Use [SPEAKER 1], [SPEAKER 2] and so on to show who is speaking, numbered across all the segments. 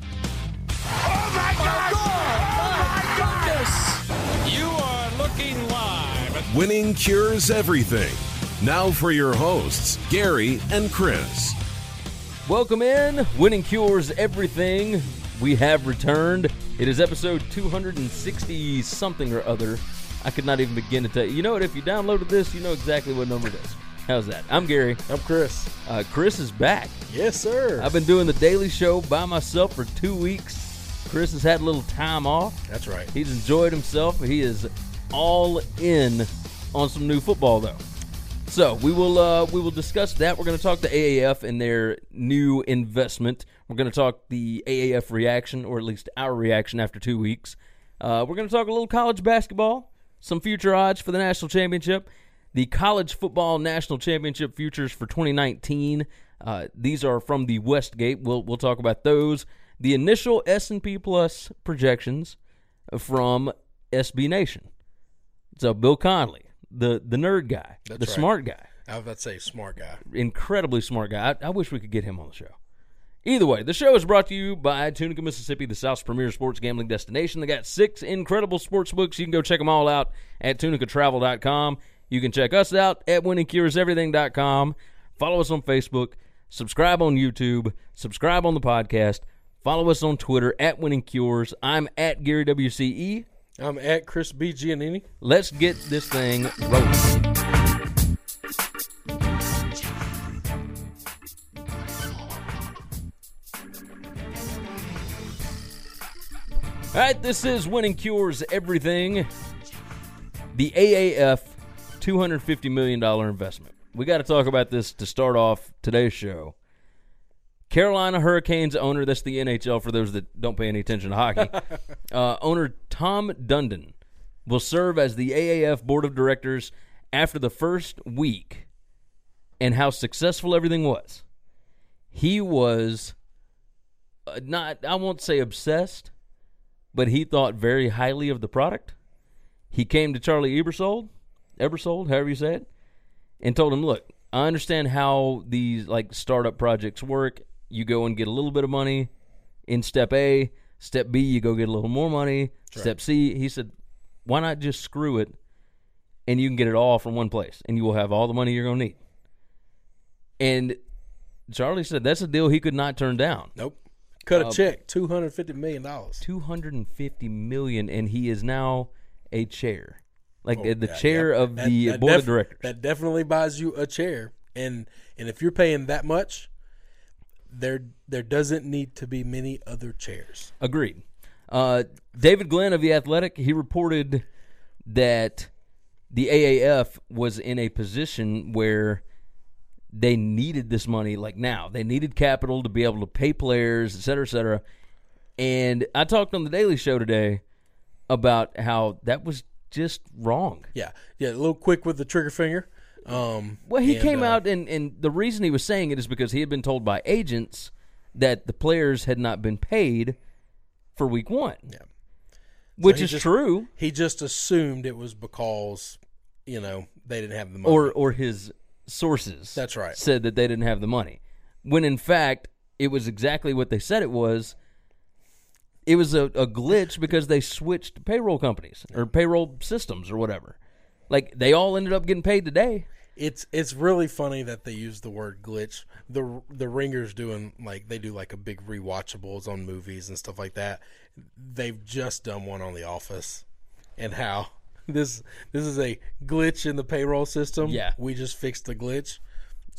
[SPEAKER 1] Oh my God! Oh my goodness! You are looking live at
[SPEAKER 2] Winning cures everything. Now for your hosts, Gary and Chris.
[SPEAKER 3] Welcome in. Winning cures everything. We have returned. It is episode 260 something or other. I could not even begin to tell you. You know what? If you downloaded this, you know exactly what number it is. How's that? I'm Gary.
[SPEAKER 4] I'm Chris.
[SPEAKER 3] Uh, Chris is back.
[SPEAKER 4] Yes, sir.
[SPEAKER 3] I've been doing the daily show by myself for two weeks. Chris has had a little time off.
[SPEAKER 4] That's right.
[SPEAKER 3] He's enjoyed himself. He is all in on some new football, though. So we will uh, we will discuss that. We're going to talk to AAF and their new investment. We're going to talk the AAF reaction, or at least our reaction after two weeks. Uh, we're going to talk a little college basketball, some future odds for the national championship, the college football national championship futures for 2019. Uh, these are from the Westgate. We'll we'll talk about those. The initial S and P Plus projections from SB Nation. So Bill Conley, the the nerd guy, the
[SPEAKER 4] right.
[SPEAKER 3] smart guy,
[SPEAKER 4] I was about to say smart guy.
[SPEAKER 3] incredibly smart guy. I, I wish we could get him on the show. Either way, the show is brought to you by Tunica, Mississippi, the South's premier sports gambling destination. They got six incredible sports books. You can go check them all out at tunicatravel.com. You can check us out at winningcureseverything.com. Follow us on Facebook. Subscribe on YouTube. Subscribe on the podcast. Follow us on Twitter at Winning Cures. I'm at Gary E. WCE.
[SPEAKER 4] I'm at Chris B. Giannini.
[SPEAKER 3] Let's get this thing rolling. All right, this is Winning Cures Everything, the AAF $250 million investment. We got to talk about this to start off today's show. Carolina Hurricanes owner, that's the NHL for those that don't pay any attention to hockey, uh, owner Tom Dundon will serve as the AAF board of directors after the first week and how successful everything was. He was uh, not, I won't say obsessed, but he thought very highly of the product. He came to Charlie Ebersold, Ebersold, however you say it, and told him, "Look, I understand how these like startup projects work. You go and get a little bit of money in step A, step B, you go get a little more money, step C." He said, "Why not just screw it, and you can get it all from one place, and you will have all the money you're going to need." And Charlie said, "That's a deal he could not turn down."
[SPEAKER 4] Nope. Cut a
[SPEAKER 3] Uh,
[SPEAKER 4] check, two hundred fifty million dollars.
[SPEAKER 3] 250 million and he is now a chair like the, the
[SPEAKER 4] Oh, Yeah,
[SPEAKER 3] chair
[SPEAKER 4] yeah.
[SPEAKER 3] of
[SPEAKER 4] That-
[SPEAKER 3] the
[SPEAKER 4] that
[SPEAKER 3] board
[SPEAKER 4] def-
[SPEAKER 3] of directors
[SPEAKER 4] That definitely buys you a chair, and and if you're paying that much, there there doesn't need to be many other chairs.
[SPEAKER 3] agreed uh, david glenn of the athletic he reported that the aaf was in a position where they needed this money like now they needed capital to be able to pay players et cetera et cetera and i talked on the daily show today about how that was just wrong
[SPEAKER 4] Yeah, yeah. A little quick with the trigger finger. Um,
[SPEAKER 3] Well, he
[SPEAKER 4] and,
[SPEAKER 3] came
[SPEAKER 4] uh,
[SPEAKER 3] out, and, and the reason he was saying it is because he had been told by agents that the players had not been paid for week one.
[SPEAKER 4] Yeah.
[SPEAKER 3] Which
[SPEAKER 4] he
[SPEAKER 3] is
[SPEAKER 4] just-
[SPEAKER 3] true,
[SPEAKER 4] He just assumed it was because you know they didn't have the money.
[SPEAKER 3] or, or his sources
[SPEAKER 4] That's right.
[SPEAKER 3] said that they didn't have the money. When in fact, it was exactly what they said it was. It was a, a glitch because they switched payroll companies or payroll systems or whatever. Like, they all ended up getting paid today.
[SPEAKER 4] It's it's really funny that they use the word glitch. The the ringers doing like they do like a big rewatchables on movies and stuff like that. They've just done one on The Office, and how this this is a glitch in the payroll system.
[SPEAKER 3] Yeah.
[SPEAKER 4] we just fixed the glitch.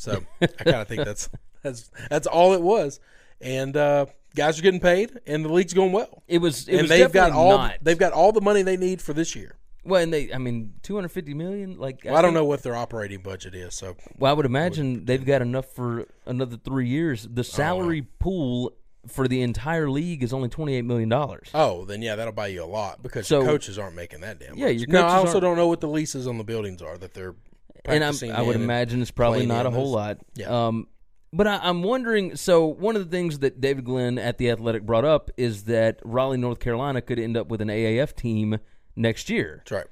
[SPEAKER 4] So I kind of think that's that's that's all it was. And uh, guys are getting paid, and the league's going well.
[SPEAKER 3] It was, it
[SPEAKER 4] and
[SPEAKER 3] was
[SPEAKER 4] they've got
[SPEAKER 3] definitely
[SPEAKER 4] all
[SPEAKER 3] not.
[SPEAKER 4] they've got all the money they need for this year.
[SPEAKER 3] Well, and they, I mean, 250 million? Like,
[SPEAKER 4] Well, I don't
[SPEAKER 3] think-
[SPEAKER 4] know what their operating budget is, so Oh,
[SPEAKER 3] Well, I would imagine they've got enough for another three years. The salary pool for the entire league is only twenty eight million dollars.
[SPEAKER 4] Oh, then yeah, that'll buy you a lot because
[SPEAKER 3] So-
[SPEAKER 4] your coaches aren't making that damn.
[SPEAKER 3] Yeah,
[SPEAKER 4] much.
[SPEAKER 3] your
[SPEAKER 4] no. I
[SPEAKER 3] coaches
[SPEAKER 4] also
[SPEAKER 3] aren't-
[SPEAKER 4] don't know what the leases on the buildings are that they're.
[SPEAKER 3] and I'm,
[SPEAKER 4] practicing
[SPEAKER 3] I would
[SPEAKER 4] in and
[SPEAKER 3] imagine it's probably
[SPEAKER 4] playing
[SPEAKER 3] not a
[SPEAKER 4] in
[SPEAKER 3] whole
[SPEAKER 4] is-
[SPEAKER 3] lot.
[SPEAKER 4] Yeah.
[SPEAKER 3] Um, but I, I'm wondering. So one of the things that David Glenn at the Athletic brought up is that Raleigh, North Carolina, could end up with an AAF team next year.
[SPEAKER 4] That's right.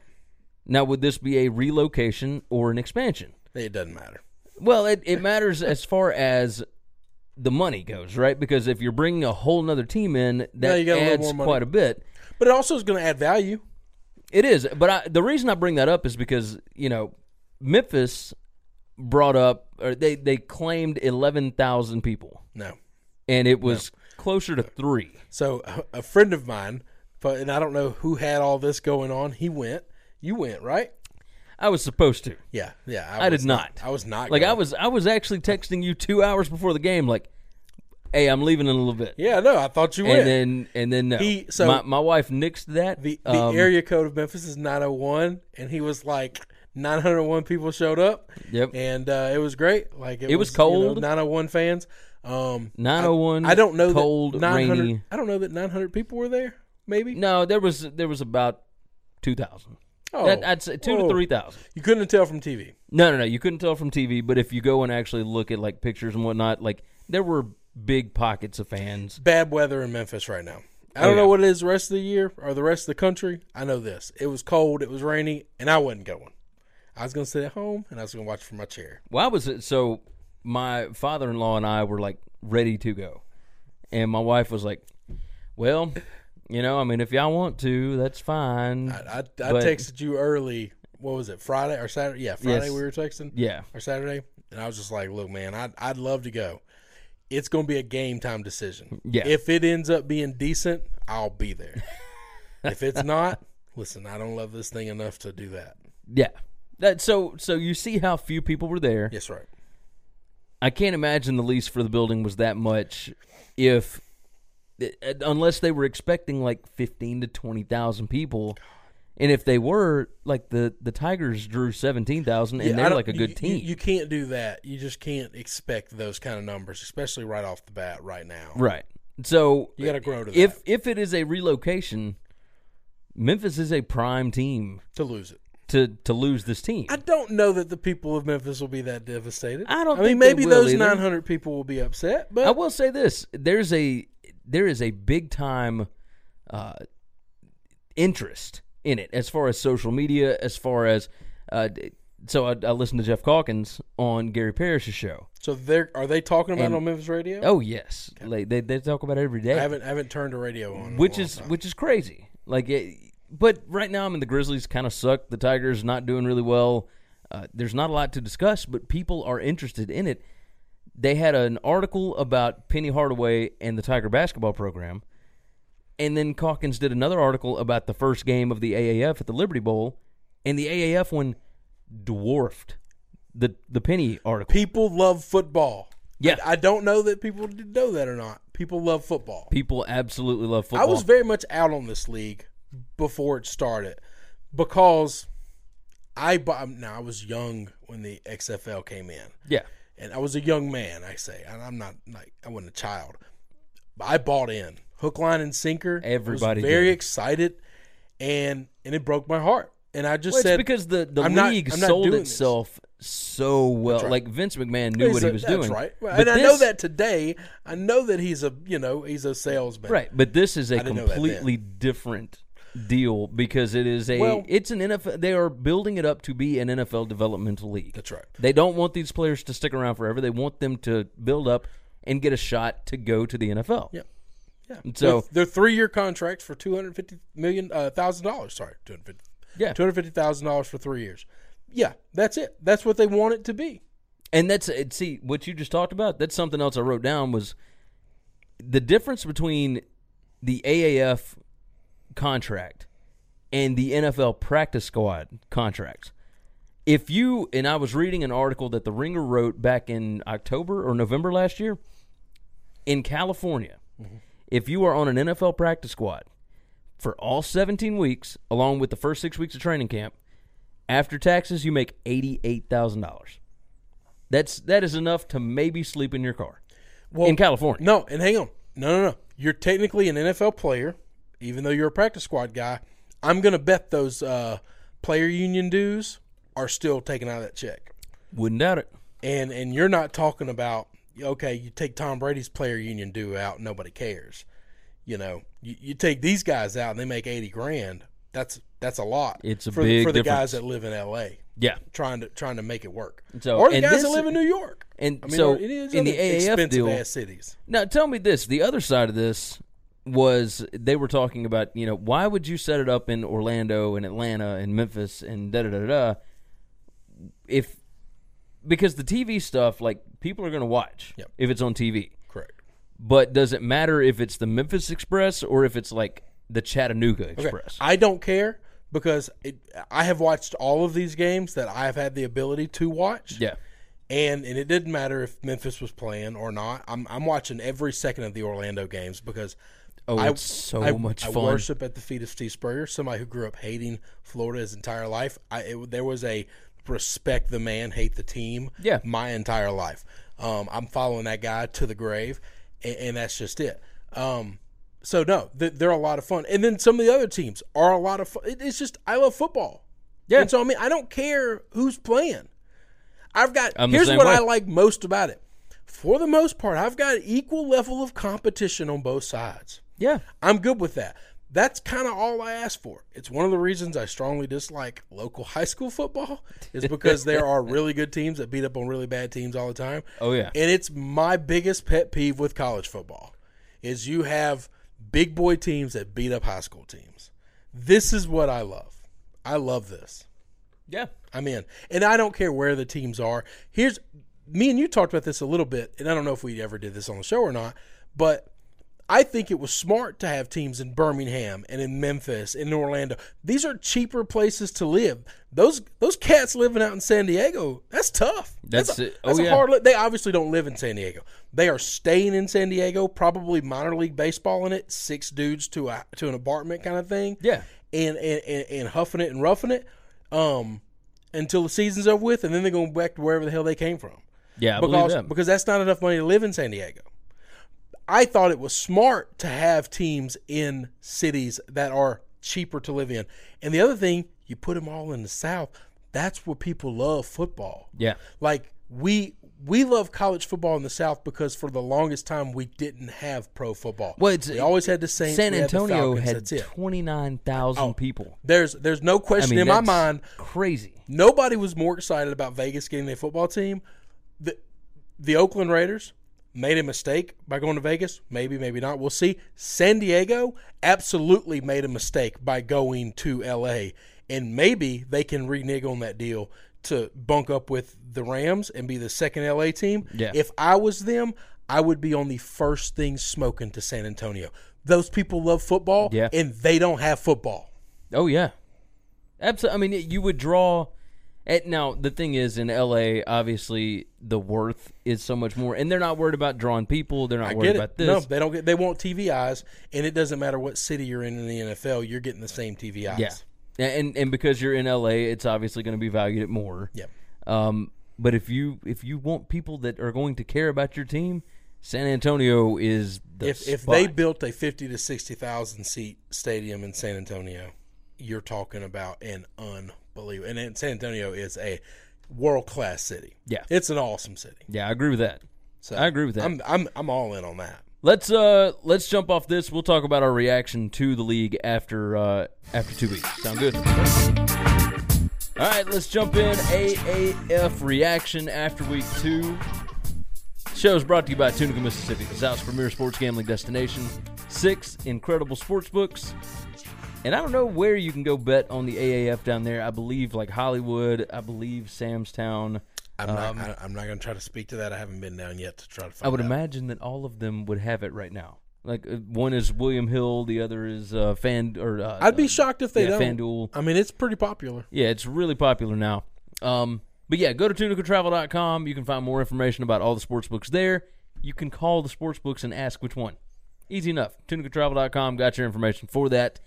[SPEAKER 3] Now, would this be a relocation or an expansion?
[SPEAKER 4] It doesn't matter.
[SPEAKER 3] Well, it, it matters as far as the money goes, right? Because if you're bringing a whole nother team in,
[SPEAKER 4] Yeah,
[SPEAKER 3] that
[SPEAKER 4] you got a little
[SPEAKER 3] adds
[SPEAKER 4] more money.
[SPEAKER 3] quite a bit.
[SPEAKER 4] But it also is going to add value.
[SPEAKER 3] It is, but I, the reason I bring that up is because you know Memphis brought up or they they claimed eleven thousand people,
[SPEAKER 4] No.
[SPEAKER 3] and it was closer to three.
[SPEAKER 4] So a- a friend of mine, but and I don't know who had all this going on. He went. You went right?
[SPEAKER 3] I was supposed to.
[SPEAKER 4] Yeah. Yeah.
[SPEAKER 3] I,
[SPEAKER 4] was
[SPEAKER 3] did not.
[SPEAKER 4] I was not.
[SPEAKER 3] Like I
[SPEAKER 4] going.
[SPEAKER 3] was. I was actually texting you two hours before the game. Like, hey, I'm leaving in a little bit.
[SPEAKER 4] Yeah. No. I thought you went.
[SPEAKER 3] And then and then no.
[SPEAKER 4] He- so-
[SPEAKER 3] my, my wife nixed that.
[SPEAKER 4] the the
[SPEAKER 3] Um,
[SPEAKER 4] area code of Memphis is 901, and he was like 901 people showed up.
[SPEAKER 3] Yep.
[SPEAKER 4] and uh, it was great. Like it,
[SPEAKER 3] It was
[SPEAKER 4] you know,
[SPEAKER 3] cold.
[SPEAKER 4] 901 fans. Um,
[SPEAKER 3] 901,
[SPEAKER 4] I, I don't know
[SPEAKER 3] cold,
[SPEAKER 4] that 900
[SPEAKER 3] rainy.
[SPEAKER 4] I don't know that 900 people were there. Maybe
[SPEAKER 3] No, there was there was about two thousand.
[SPEAKER 4] Oh.
[SPEAKER 3] I'd say two
[SPEAKER 4] Oh.
[SPEAKER 3] to three thousand.
[SPEAKER 4] you couldn't tell from TV.
[SPEAKER 3] No, no, no. You couldn't tell from TV, but if you go and actually look at like pictures and whatnot, like there were big pockets of fans.
[SPEAKER 4] Bad weather in Memphis right now. I don't
[SPEAKER 3] Oh, yeah.
[SPEAKER 4] know what it is the rest of the year or the rest of the country. I know this. It was cold. It was rainy, and I wasn't going. I was going to sit at home and I was going to watch from my chair.
[SPEAKER 3] Why was it? So my father-in-law and I were like ready to go, and my wife was like, "Well, you know, I mean, if y'all want to, that's fine."
[SPEAKER 4] I, I, I
[SPEAKER 3] But-
[SPEAKER 4] texted you early. What was it? Friday or Saturday? Yeah, Friday
[SPEAKER 3] Yes.
[SPEAKER 4] we were texting.
[SPEAKER 3] yeah,
[SPEAKER 4] or Saturday, and I was just like, "Look, man, I'd I'd love to go. It's going to be a game time decision.
[SPEAKER 3] Yeah.
[SPEAKER 4] If it ends up being decent, I'll be there. if it's not, listen, I don't love this thing enough to do that.
[SPEAKER 3] yeah. That so so you see how few people were there.
[SPEAKER 4] Yes, right.
[SPEAKER 3] I can't imagine the lease for the building was that much, if uh, unless they were expecting like fifteen to twenty thousand people, and if they were like the the Tigers drew seventeen thousand and
[SPEAKER 4] Yeah, I
[SPEAKER 3] they're
[SPEAKER 4] don't-
[SPEAKER 3] like a
[SPEAKER 4] you-
[SPEAKER 3] good
[SPEAKER 4] you-
[SPEAKER 3] team,
[SPEAKER 4] You, can't do that. You just can't expect those kind of numbers, especially right off the bat, right now.
[SPEAKER 3] right? So
[SPEAKER 4] You got to grow to that,
[SPEAKER 3] if if it is a relocation, Memphis is a prime team
[SPEAKER 4] to lose it.
[SPEAKER 3] to to lose this team.
[SPEAKER 4] I don't know that the people of Memphis will be that devastated.
[SPEAKER 3] I don't
[SPEAKER 4] I mean,
[SPEAKER 3] think they
[SPEAKER 4] maybe
[SPEAKER 3] will
[SPEAKER 4] those
[SPEAKER 3] either.
[SPEAKER 4] 900 people will be upset, but
[SPEAKER 3] I will say this: there's a there is a big time uh, interest in it as far as social media, as far as uh, d- so I, I listened to Jeff Calkins on Gary Parrish's show.
[SPEAKER 4] so they're are they talking about it on Memphis radio?
[SPEAKER 3] Oh yes, like, they they talk about it every
[SPEAKER 4] I
[SPEAKER 3] day,
[SPEAKER 4] haven't I haven't turned a radio on. in a
[SPEAKER 3] which
[SPEAKER 4] long
[SPEAKER 3] is
[SPEAKER 4] time.
[SPEAKER 3] which is crazy. Like, it, but right now I mean the Grizzlies kind of suck. The Tigers not doing really well. Uh, there's not a lot to discuss, but people are interested in it. They had an article about Penny Hardaway and the Tiger basketball program. And then Calkins did another article about the first game of the AAF at the Liberty Bowl, and the AAF one dwarfed the the Penny article.
[SPEAKER 4] people love football.
[SPEAKER 3] Yeah.
[SPEAKER 4] I, I don't know that people did know that or not. People love football.
[SPEAKER 3] People absolutely love
[SPEAKER 4] I
[SPEAKER 3] football.
[SPEAKER 4] was very much out on this league before it started because I bu- um, now I was young when the XFL came in,
[SPEAKER 3] yeah,
[SPEAKER 4] and I was a young man. I say and I'm not like I wasn't a child. But I bought in hook, line, and sinker. I was
[SPEAKER 3] Everybody
[SPEAKER 4] very
[SPEAKER 3] did.
[SPEAKER 4] excited, and and it broke my heart. And I just
[SPEAKER 3] well, it's
[SPEAKER 4] said
[SPEAKER 3] because the the
[SPEAKER 4] I'm not-
[SPEAKER 3] league
[SPEAKER 4] I'm not
[SPEAKER 3] sold
[SPEAKER 4] doing this.
[SPEAKER 3] itself so well.
[SPEAKER 4] right.
[SPEAKER 3] Like Vince McMahon knew
[SPEAKER 4] He's
[SPEAKER 3] what he
[SPEAKER 4] a-
[SPEAKER 3] was
[SPEAKER 4] that's
[SPEAKER 3] doing.
[SPEAKER 4] right? Well,
[SPEAKER 3] But
[SPEAKER 4] and I know
[SPEAKER 3] this-
[SPEAKER 4] that today. I know that he's a you know he's a salesman.
[SPEAKER 3] Right, but this is a
[SPEAKER 4] didn't know that then.
[SPEAKER 3] completely different deal because it is a
[SPEAKER 4] Well-
[SPEAKER 3] it's an NFL. They are building it up to be an NFL developmental league.
[SPEAKER 4] That's right.
[SPEAKER 3] They don't want these players to stick around forever. They want them to build up and get a shot to go to the NFL.
[SPEAKER 4] Yep. Yeah.
[SPEAKER 3] And so-
[SPEAKER 4] they're, they're three-year contracts for two hundred fifty million uh, thousand dollars. Sorry, two hundred fifty.
[SPEAKER 3] Yeah.
[SPEAKER 4] two hundred fifty thousand dollars for three years. Yeah, that's it. That's what they want it to be.
[SPEAKER 3] And that's it. See what you just talked about. That's something else I wrote down was the difference between the AAF contract and the NFL practice squad contracts. If you and I was reading an article that the Ringer wrote back in October or November last year in California, if you are on an NFL practice squad for all 17 weeks along with the first 6 weeks of training camp, after taxes you make $88,000. That's that is enough to maybe sleep in your car
[SPEAKER 4] Well,
[SPEAKER 3] in California.
[SPEAKER 4] No, and hang on. No, no, no. You're technically an NFL player, even though you're a practice squad guy. I'm going to bet those uh, player union dues are still taken out of that check.
[SPEAKER 3] Wouldn't doubt it.
[SPEAKER 4] And and you're not talking about okay, you take Tom Brady's player union due out, nobody cares. You know, you, you take these guys out and they make eighty grand. That's that's a lot.
[SPEAKER 3] It's a
[SPEAKER 4] for,
[SPEAKER 3] big
[SPEAKER 4] for the
[SPEAKER 3] difference.
[SPEAKER 4] guys that live in L.A.
[SPEAKER 3] Yeah.
[SPEAKER 4] trying to trying to make it work,
[SPEAKER 3] So-
[SPEAKER 4] or the
[SPEAKER 3] and
[SPEAKER 4] guys
[SPEAKER 3] this-
[SPEAKER 4] that live in New York.
[SPEAKER 3] and
[SPEAKER 4] I mean,
[SPEAKER 3] so
[SPEAKER 4] or any of these
[SPEAKER 3] in the
[SPEAKER 4] other
[SPEAKER 3] AAF
[SPEAKER 4] expensive
[SPEAKER 3] deal-
[SPEAKER 4] ass cities.
[SPEAKER 3] Now tell me this: the other side of this was they were talking about, you know, why would you set it up in Orlando and Atlanta and Memphis and da da da da? If because the TV stuff, like people are going to watch
[SPEAKER 4] Yep.
[SPEAKER 3] if it's on TV,
[SPEAKER 4] Correct.
[SPEAKER 3] but does it matter if it's the Memphis Express or if it's like the Chattanooga
[SPEAKER 4] Okay.
[SPEAKER 3] Express?
[SPEAKER 4] I don't care because it, I have watched all of these games that I've had the ability to watch.
[SPEAKER 3] yeah,
[SPEAKER 4] And and it didn't matter if Memphis was playing or not. I'm I'm watching every second of the Orlando games because
[SPEAKER 3] Oh,
[SPEAKER 4] I,
[SPEAKER 3] it's so
[SPEAKER 4] I-
[SPEAKER 3] much
[SPEAKER 4] I
[SPEAKER 3] fun.
[SPEAKER 4] worship at the feet of Steve Spurrier, somebody who grew up hating Florida his entire life. I it, there was a respect the man, hate the team.
[SPEAKER 3] Yeah.
[SPEAKER 4] my entire life. Um, I'm following that guy to the grave, and, and that's just it. Um, so no, th- they're a lot of fun. And then some of the other teams are a lot of fun. It, it's just I love football.
[SPEAKER 3] Yeah.
[SPEAKER 4] And so I mean, I don't care who's playing. I've got
[SPEAKER 3] I'm the
[SPEAKER 4] here's
[SPEAKER 3] same
[SPEAKER 4] what
[SPEAKER 3] way.
[SPEAKER 4] I like most about it. For the most part, I've got equal level of competition on both sides.
[SPEAKER 3] yeah,
[SPEAKER 4] I'm good with that. That's kind of all I ask for. It's one of the reasons I strongly dislike local high school football is because there are really good teams that beat up on really bad teams all the time.
[SPEAKER 3] Oh, yeah.
[SPEAKER 4] And it's my biggest pet peeve with college football is you have big boy teams that beat up high school teams. This is what I love. I love this.
[SPEAKER 3] yeah.
[SPEAKER 4] I'm in. And I don't care where the teams are. Here's me and you talked about this a little bit, and I don't know if we ever did this on the show or not, but I think it was smart to have teams in Birmingham and in Memphis and in Orlando. These are cheaper places to live. Those those cats living out in San Diego, that's tough.
[SPEAKER 3] That's
[SPEAKER 4] a,
[SPEAKER 3] it. Oh,
[SPEAKER 4] that's a
[SPEAKER 3] yeah.
[SPEAKER 4] hard. Li- they obviously don't live in San Diego. They are staying in San Diego, probably minor league baseball in it, six dudes to a to an apartment kind of thing
[SPEAKER 3] Yeah.
[SPEAKER 4] and and, and, and huffing it and roughing it um, until the season's over with, and then they're going back to wherever the hell they came from.
[SPEAKER 3] Yeah, I believe
[SPEAKER 4] because
[SPEAKER 3] that.
[SPEAKER 4] because that's not enough money to live in San Diego. I thought it was smart to have teams in cities that are cheaper to live in, and the other thing you put them all in the South. That's where people love football.
[SPEAKER 3] yeah,
[SPEAKER 4] Like we we love college football in the South because for the longest time we didn't have pro football.
[SPEAKER 3] Well, it's-
[SPEAKER 4] we always had the Saints.
[SPEAKER 3] San
[SPEAKER 4] we had the
[SPEAKER 3] Antonio
[SPEAKER 4] Falcons,
[SPEAKER 3] had
[SPEAKER 4] that's it.
[SPEAKER 3] twenty nine thousand people.
[SPEAKER 4] There's there's no
[SPEAKER 3] I
[SPEAKER 4] question
[SPEAKER 3] mean,
[SPEAKER 4] in my
[SPEAKER 3] that's
[SPEAKER 4] mind.
[SPEAKER 3] crazy.
[SPEAKER 4] Nobody was more excited about Vegas getting their football team. The the Oakland Raiders made a mistake by going to Vegas. Maybe, maybe not. We'll see. San Diego absolutely made a mistake by going to LA. And maybe they can renege on that deal to bunk up with the Rams and be the second LA team.
[SPEAKER 3] Yeah.
[SPEAKER 4] If I was them, I would be on the first thing smoking to San Antonio. Those people love football
[SPEAKER 3] Yeah.
[SPEAKER 4] and they don't have football.
[SPEAKER 3] Oh yeah, absolutely. I mean, it- you would draw. At, now the thing is, in LA, obviously the worth is so much more, and they're not worried about drawing people. They're not
[SPEAKER 4] I
[SPEAKER 3] worried
[SPEAKER 4] get
[SPEAKER 3] about
[SPEAKER 4] it.
[SPEAKER 3] this.
[SPEAKER 4] No, they don't get. They want TV eyes, and it doesn't matter what city you're in in the NFL. You're getting the same TV eyes.
[SPEAKER 3] yeah, and and because you're in LA, it's obviously going to be valued at more.
[SPEAKER 4] Yep.
[SPEAKER 3] Um, but if you if you want people that are going to care about your team, San Antonio is the
[SPEAKER 4] If if
[SPEAKER 3] spot.
[SPEAKER 4] they built a fifty to sixty thousand seat stadium in San Antonio, you're talking about an unbelievable. And then San Antonio is a world class city.
[SPEAKER 3] Yeah.
[SPEAKER 4] it's an awesome city.
[SPEAKER 3] yeah, I agree with that.
[SPEAKER 4] So
[SPEAKER 3] I agree with that.
[SPEAKER 4] I'm I'm I'm all in on that.
[SPEAKER 3] Let's uh let's jump off this. We'll talk about our reaction to the league after uh after two weeks. Sound good? All right, let's jump in AAF reaction after week two. Show is brought to you by Tunica, Mississippi, the South's premier sports gambling destination. Six incredible sports books, and I don't know where you can go bet on the AAF down there. I believe like Hollywood. I believe Samstown.
[SPEAKER 4] I'm not I, am not going to try to speak to that. I haven't been down yet to try to find.
[SPEAKER 3] I would
[SPEAKER 4] out.
[SPEAKER 3] imagine that all of them would have it right now. Like uh, one is William Hill, the other is uh, Fan or uh,
[SPEAKER 4] I'd be
[SPEAKER 3] uh,
[SPEAKER 4] shocked if they
[SPEAKER 3] yeah,
[SPEAKER 4] don't.
[SPEAKER 3] FanDuel.
[SPEAKER 4] I mean, it's pretty popular.
[SPEAKER 3] Yeah, it's really popular now. Um, but yeah, go to tunicatravel.com. You can find more information about all the sports books there. You can call the sports books and ask which one. Easy enough. Tunicatravel.com got your information for that.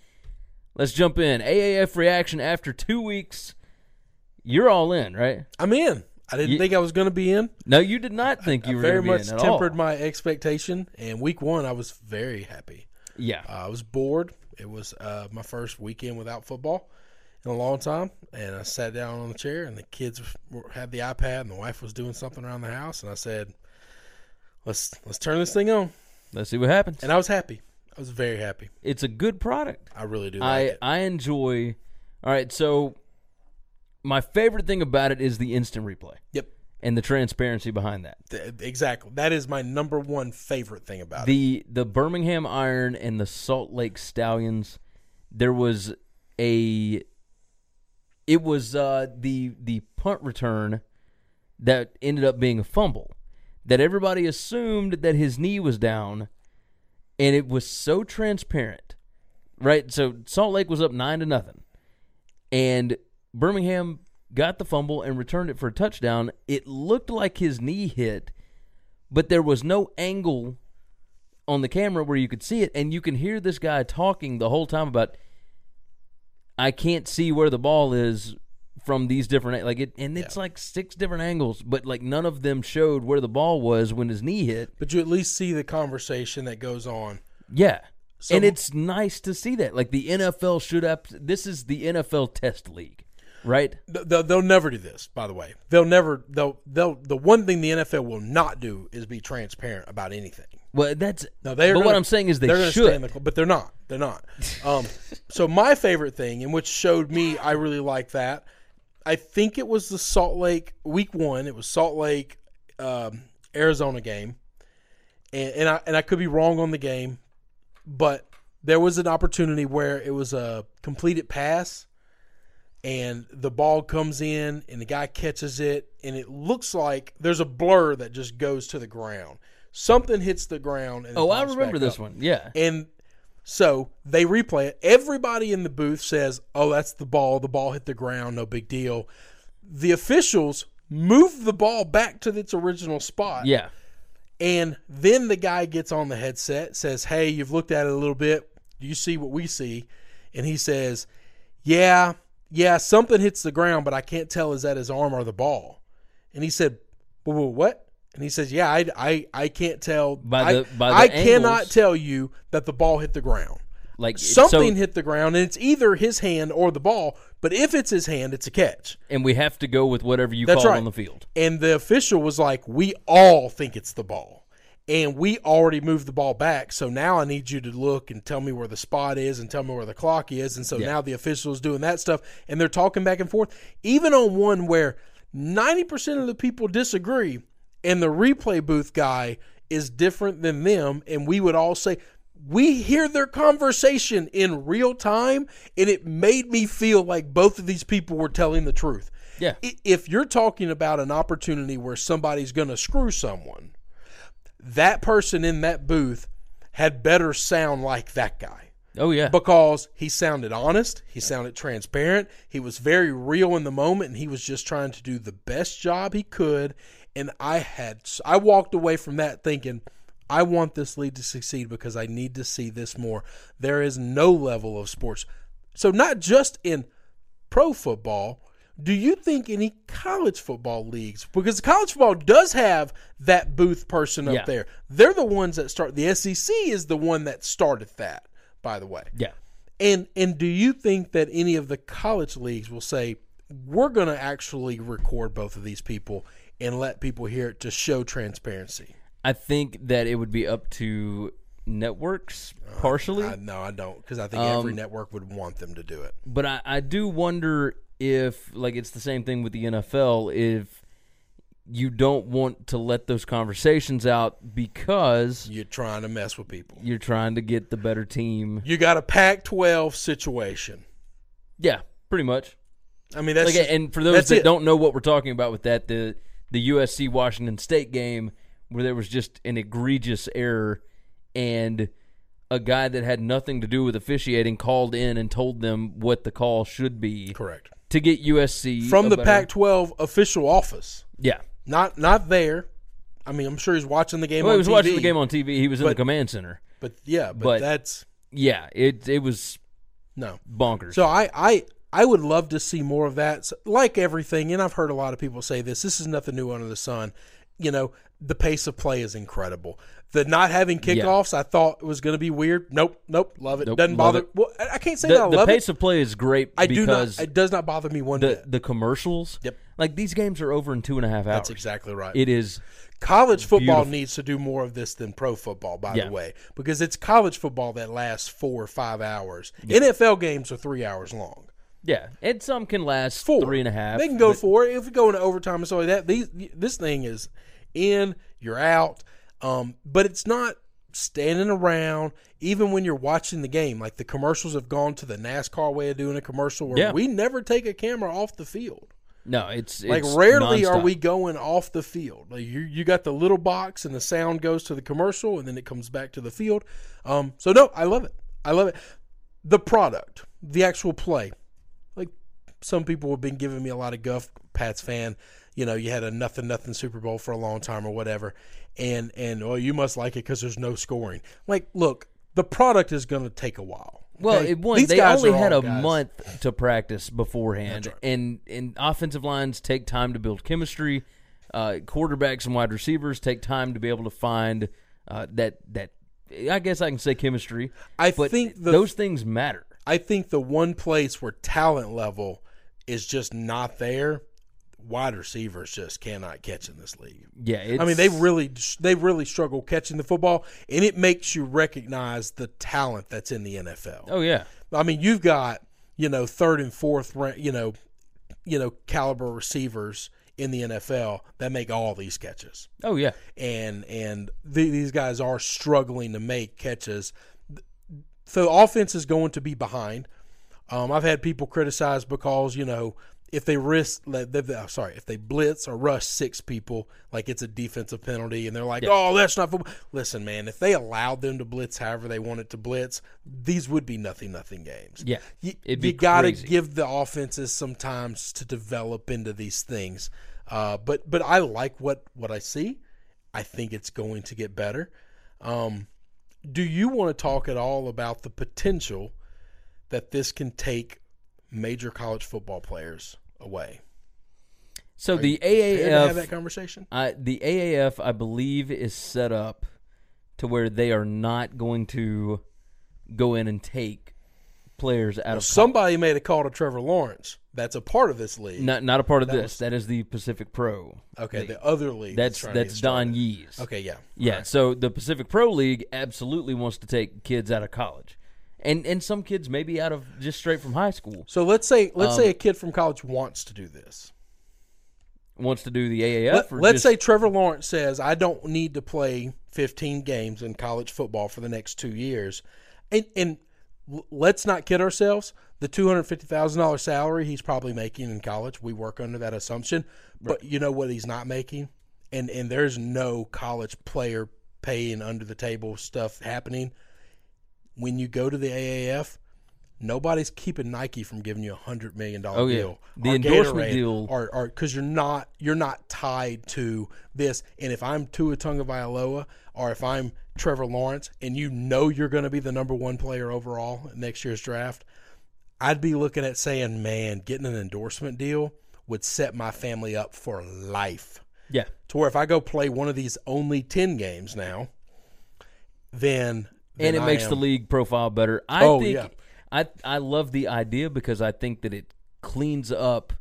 [SPEAKER 3] Let's jump in. AAF reaction after two weeks. You're all in, right?
[SPEAKER 4] I'm in. I didn't
[SPEAKER 3] Ye-
[SPEAKER 4] think I was going to be in.
[SPEAKER 3] No, you did not think you
[SPEAKER 4] I
[SPEAKER 3] were
[SPEAKER 4] very
[SPEAKER 3] gonna be
[SPEAKER 4] much
[SPEAKER 3] in at
[SPEAKER 4] tempered
[SPEAKER 3] all.
[SPEAKER 4] my expectation, and week one I was very happy.
[SPEAKER 3] yeah,
[SPEAKER 4] Uh, I was bored. It was uh, my first weekend without football in a long time, and I sat down on the chair, and the kids were, had the iPad, and the wife was doing something around the house, and I said, "Let's let's turn this thing on,"
[SPEAKER 3] let's see what happens.
[SPEAKER 4] and I was happy. I was very happy.
[SPEAKER 3] It's a good product.
[SPEAKER 4] I really do like
[SPEAKER 3] I
[SPEAKER 4] it.
[SPEAKER 3] I enjoy. All right, so my favorite thing about it is the instant replay
[SPEAKER 4] Yep,
[SPEAKER 3] and the transparency behind that.
[SPEAKER 4] Th- exactly. That is my number one favorite thing about it.
[SPEAKER 3] the the Birmingham Iron and the Salt Lake Stallions. There was a. It was uh, the the punt return that ended up being a fumble that everybody assumed that his knee was down, and it was so transparent, right? So Salt Lake was up nine to nothing, and Birmingham got the fumble and returned it for a touchdown. It looked like his knee hit, but there was no angle on the camera where you could see it, and you can hear this guy talking the whole time about I can't see where the ball is from these different like it, and it's like six different angles, but like none of them showed where the ball was when his knee hit.
[SPEAKER 4] But you at least see the conversation that goes on.
[SPEAKER 3] Yeah.
[SPEAKER 4] So-
[SPEAKER 3] and it's nice to see that. Like the NFL should up this is the NFL test league, right?
[SPEAKER 4] Th- They'll, they'll never do this, by the way. They'll never. They'll. They'll. The one thing the NFL will not do is be transparent about anything.
[SPEAKER 3] Well, that's
[SPEAKER 4] No, they. Are
[SPEAKER 3] But
[SPEAKER 4] gonna,
[SPEAKER 3] what I'm saying is
[SPEAKER 4] they're
[SPEAKER 3] they
[SPEAKER 4] gonna
[SPEAKER 3] should.
[SPEAKER 4] stay in the cl- but they're not. They're not. Um, so my favorite thing, and which showed me, I really like that. I think it was the Salt Lake Week One. It was Salt Lake, um, Arizona game, and, and I and I could be wrong on the game, but there was an opportunity where it was a completed pass, and the ball comes in, and the guy catches it, and it looks like there's a blur that just goes to the ground. Something hits the ground. And it
[SPEAKER 3] oh, I
[SPEAKER 4] pops
[SPEAKER 3] remember
[SPEAKER 4] back
[SPEAKER 3] this
[SPEAKER 4] up.
[SPEAKER 3] one. Yeah.
[SPEAKER 4] And so they replay it. Everybody in the booth says, "Oh, that's the ball. The ball hit the ground. No big deal." The officials move the ball back to its original spot.
[SPEAKER 3] Yeah.
[SPEAKER 4] And then the guy gets on the headset, says, "Hey, you've looked at it a little bit. Do you see what we see?" And he says, "Yeah, yeah, something hits the ground, but I can't tell is that his arm or the ball." And he said, "Whoa, whoa, "What?" And he says, "Yeah, I, I, I can't tell.
[SPEAKER 3] By the-
[SPEAKER 4] I,
[SPEAKER 3] by the
[SPEAKER 4] I
[SPEAKER 3] angles.
[SPEAKER 4] cannot tell you that the ball hit the ground.
[SPEAKER 3] Like so-
[SPEAKER 4] Something hit the ground, and it's either his hand or the ball. But if it's his hand, it's a catch."
[SPEAKER 3] and we have to go with whatever you
[SPEAKER 4] That's
[SPEAKER 3] call
[SPEAKER 4] right.
[SPEAKER 3] on the field.
[SPEAKER 4] And the official was like, "We all think it's the ball, and we already moved the ball back. So now I need you to look and tell me where the spot is, and tell me where the clock is." And so now the official is doing that stuff, and they're talking back and forth, even on one where ninety percent of the people disagree, and the replay booth guy is different than them, and we would all say. We hear their conversation in real time, and it made me feel like both of these people were telling the truth
[SPEAKER 3] Yeah.
[SPEAKER 4] i- if you're talking about an opportunity where somebody's going to screw someone, that person in that booth had better sound like that guy
[SPEAKER 3] Oh yeah.
[SPEAKER 4] because he sounded honest, he sounded transparent, he was very real in the moment, and he was just trying to do the best job he could. And I had, I walked away from that thinking, I want this league to succeed because I need to see this more. There is no level of sports. So, not just in pro football, do you think any college football leagues, because college football does have that booth person up
[SPEAKER 3] Yeah.
[SPEAKER 4] there, they're the ones that start, the SEC is the one that started that, by the way.
[SPEAKER 3] yeah.
[SPEAKER 4] And and do you think that any of the college leagues will say we're going to actually record both of these people and let people hear it to show transparency?
[SPEAKER 3] I think that it would be up to networks partially,
[SPEAKER 4] I, Uh, no, I don't, because I think
[SPEAKER 3] Um,
[SPEAKER 4] every network would want them to do it.
[SPEAKER 3] but I, I do wonder if like it's the same thing with the NFL if you don't want to let those conversations out because
[SPEAKER 4] You're trying to mess with people.
[SPEAKER 3] you're trying to get the better team.
[SPEAKER 4] You got a Pac-12 situation.
[SPEAKER 3] Yeah, pretty much.
[SPEAKER 4] I mean, that's
[SPEAKER 3] Like,
[SPEAKER 4] just-
[SPEAKER 3] and for those
[SPEAKER 4] that's
[SPEAKER 3] that
[SPEAKER 4] it.
[SPEAKER 3] don't know what we're talking about with that, the the USC Washington State game where there was just an egregious error and a guy that had nothing to do with officiating called in and told them what the call should be
[SPEAKER 4] correct
[SPEAKER 3] to get USC
[SPEAKER 4] from
[SPEAKER 3] a
[SPEAKER 4] the
[SPEAKER 3] better-
[SPEAKER 4] Pac-12 official office,
[SPEAKER 3] Yeah,
[SPEAKER 4] not not there. I mean, I'm sure he's watching the game.
[SPEAKER 3] well,
[SPEAKER 4] on
[SPEAKER 3] he was watching
[SPEAKER 4] TV,
[SPEAKER 3] the game on TV. He was in the command center.
[SPEAKER 4] but yeah, but,
[SPEAKER 3] but-
[SPEAKER 4] that's
[SPEAKER 3] Yeah, it it was
[SPEAKER 4] no.
[SPEAKER 3] bonkers.
[SPEAKER 4] So I I I would love to see more of that. So, like everything, and I've heard a lot of people say this. This is nothing new under the sun. You know, the pace of play is incredible. The not having kickoffs, I thought was going to be weird. Nope, nope, love it.
[SPEAKER 3] Nope,
[SPEAKER 4] Doesn't
[SPEAKER 3] love
[SPEAKER 4] bother.
[SPEAKER 3] it.
[SPEAKER 4] Well, I I can't say that I
[SPEAKER 3] The, the
[SPEAKER 4] love
[SPEAKER 3] pace
[SPEAKER 4] it.
[SPEAKER 3] of play is great
[SPEAKER 4] I do
[SPEAKER 3] because
[SPEAKER 4] not. It does not bother me one
[SPEAKER 3] the
[SPEAKER 4] bit.
[SPEAKER 3] the commercials.
[SPEAKER 4] Yep.
[SPEAKER 3] Like these games are over in two and a half hours.
[SPEAKER 4] That's exactly right.
[SPEAKER 3] It is
[SPEAKER 4] college football
[SPEAKER 3] beautiful.
[SPEAKER 4] needs to do more of this than pro football, by
[SPEAKER 3] Yeah.
[SPEAKER 4] the way, because it's college football that lasts four or five hours. NFL games are three hours long.
[SPEAKER 3] yeah, and some can last
[SPEAKER 4] Four,
[SPEAKER 3] three and a half.
[SPEAKER 4] They can go
[SPEAKER 3] but-
[SPEAKER 4] four if we go into overtime and stuff like that. These, this thing is in, you're out, um, but it's not standing around. Even when you're watching the game, like the commercials have gone to the NASCAR way of doing a commercial, where
[SPEAKER 3] Yeah.
[SPEAKER 4] we never take a camera off the field.
[SPEAKER 3] No, it's,
[SPEAKER 4] Like
[SPEAKER 3] it's
[SPEAKER 4] rarely are
[SPEAKER 3] nonstop.
[SPEAKER 4] we going off the field. Like you you got the little box and the sound goes to the commercial and then it comes back to the field. Um, so no, I love it. I love it. The product, the actual play. Like some people have been giving me a lot of guff. Pats fan, you know, you had a nothing nothing Super Bowl for a long time or whatever, and and well, you must like it because there's no scoring. Like, look, the product is going to take a while.
[SPEAKER 3] Well,
[SPEAKER 4] okay?
[SPEAKER 3] it won.
[SPEAKER 4] These
[SPEAKER 3] they
[SPEAKER 4] guys
[SPEAKER 3] only
[SPEAKER 4] are
[SPEAKER 3] had
[SPEAKER 4] all
[SPEAKER 3] a
[SPEAKER 4] guys.
[SPEAKER 3] month to practice beforehand, and and offensive lines take time to build chemistry. Uh, quarterbacks and wide receivers take time to be able to find uh, that that. I guess I can say chemistry.
[SPEAKER 4] I
[SPEAKER 3] but
[SPEAKER 4] think the-
[SPEAKER 3] those things matter.
[SPEAKER 4] I think the one place where talent level is just not there, wide receivers just cannot catch in this league.
[SPEAKER 3] Yeah, it's,
[SPEAKER 4] I mean, they really they really struggle catching the football, and it makes you recognize the talent that's in the NFL.
[SPEAKER 3] Oh yeah,
[SPEAKER 4] I mean, you've got you know third and fourth, ra- you know, you know caliber receivers in the NFL that make all these catches
[SPEAKER 3] oh yeah.
[SPEAKER 4] and and th- these guys are struggling to make catches. So offense is going to be behind. Um, I've had people criticize because you know if they risk, let- they- they- sorry, if they blitz or rush six people, like it's a defensive penalty, and they're like, "Oh, that's not football." Listen, man, if they allowed them to blitz however they wanted to blitz, these would be nothing, nothing games.
[SPEAKER 3] Yeah,
[SPEAKER 4] you,
[SPEAKER 3] it'd be
[SPEAKER 4] you gotta
[SPEAKER 3] crazy.
[SPEAKER 4] give the offenses some times to develop into these things. Uh, but but I like what what I see. I think it's going to get better. Um, do you want to talk at all about the potential that this can take major college football players away?
[SPEAKER 3] So the
[SPEAKER 4] Prepared to have
[SPEAKER 3] AAF
[SPEAKER 4] that conversation.
[SPEAKER 3] I, the AAF, I believe, is set up to where they are not going to go in and take players out of
[SPEAKER 4] Somebody made a call to Trevor Lawrence. That's a part of this league.
[SPEAKER 3] not not a part of this.
[SPEAKER 4] was-
[SPEAKER 3] that is the Pacific Pro.
[SPEAKER 4] okay, the other league.
[SPEAKER 3] That's
[SPEAKER 4] trying to
[SPEAKER 3] that's
[SPEAKER 4] get
[SPEAKER 3] Don
[SPEAKER 4] started.
[SPEAKER 3] Yee's.
[SPEAKER 4] Okay, yeah,
[SPEAKER 3] Yeah. So the Pacific Pro League absolutely wants to take kids out of college, and and some kids maybe out of just straight from high school
[SPEAKER 4] So let's say let's
[SPEAKER 3] Um,
[SPEAKER 4] say a kid from college wants to do this.
[SPEAKER 3] wants to do the AAF.
[SPEAKER 4] Let,
[SPEAKER 3] or
[SPEAKER 4] us
[SPEAKER 3] just-
[SPEAKER 4] say Trevor Lawrence says, I don't need to play 15 games in college football for the next two years. And, and l- let's not kid ourselves. The $250,000 salary he's probably making in college, we work under that assumption. But you know what he's not making? And, and there's no college player paying under the table stuff happening. When you go to the AAF, nobody's keeping Nike from giving you a hundred million dollar
[SPEAKER 3] Oh, yeah.
[SPEAKER 4] deal.
[SPEAKER 3] The
[SPEAKER 4] or
[SPEAKER 3] endorsement
[SPEAKER 4] Gatorade,
[SPEAKER 3] deal-
[SPEAKER 4] or or because you're not you're not tied to this. And if I'm Tua Tagovailoa or if I'm Trevor Lawrence, and you know you're going to be the number one player overall in next year's draft, I'd be looking at saying, man, getting an endorsement deal would set my family up for life
[SPEAKER 3] yeah.
[SPEAKER 4] to where if I go play one of these only 10 games now, then.
[SPEAKER 3] and
[SPEAKER 4] then
[SPEAKER 3] it
[SPEAKER 4] I
[SPEAKER 3] makes
[SPEAKER 4] am-
[SPEAKER 3] the league profile better. I
[SPEAKER 4] Oh,
[SPEAKER 3] think
[SPEAKER 4] yeah.
[SPEAKER 3] I I love the idea because I think that it cleans up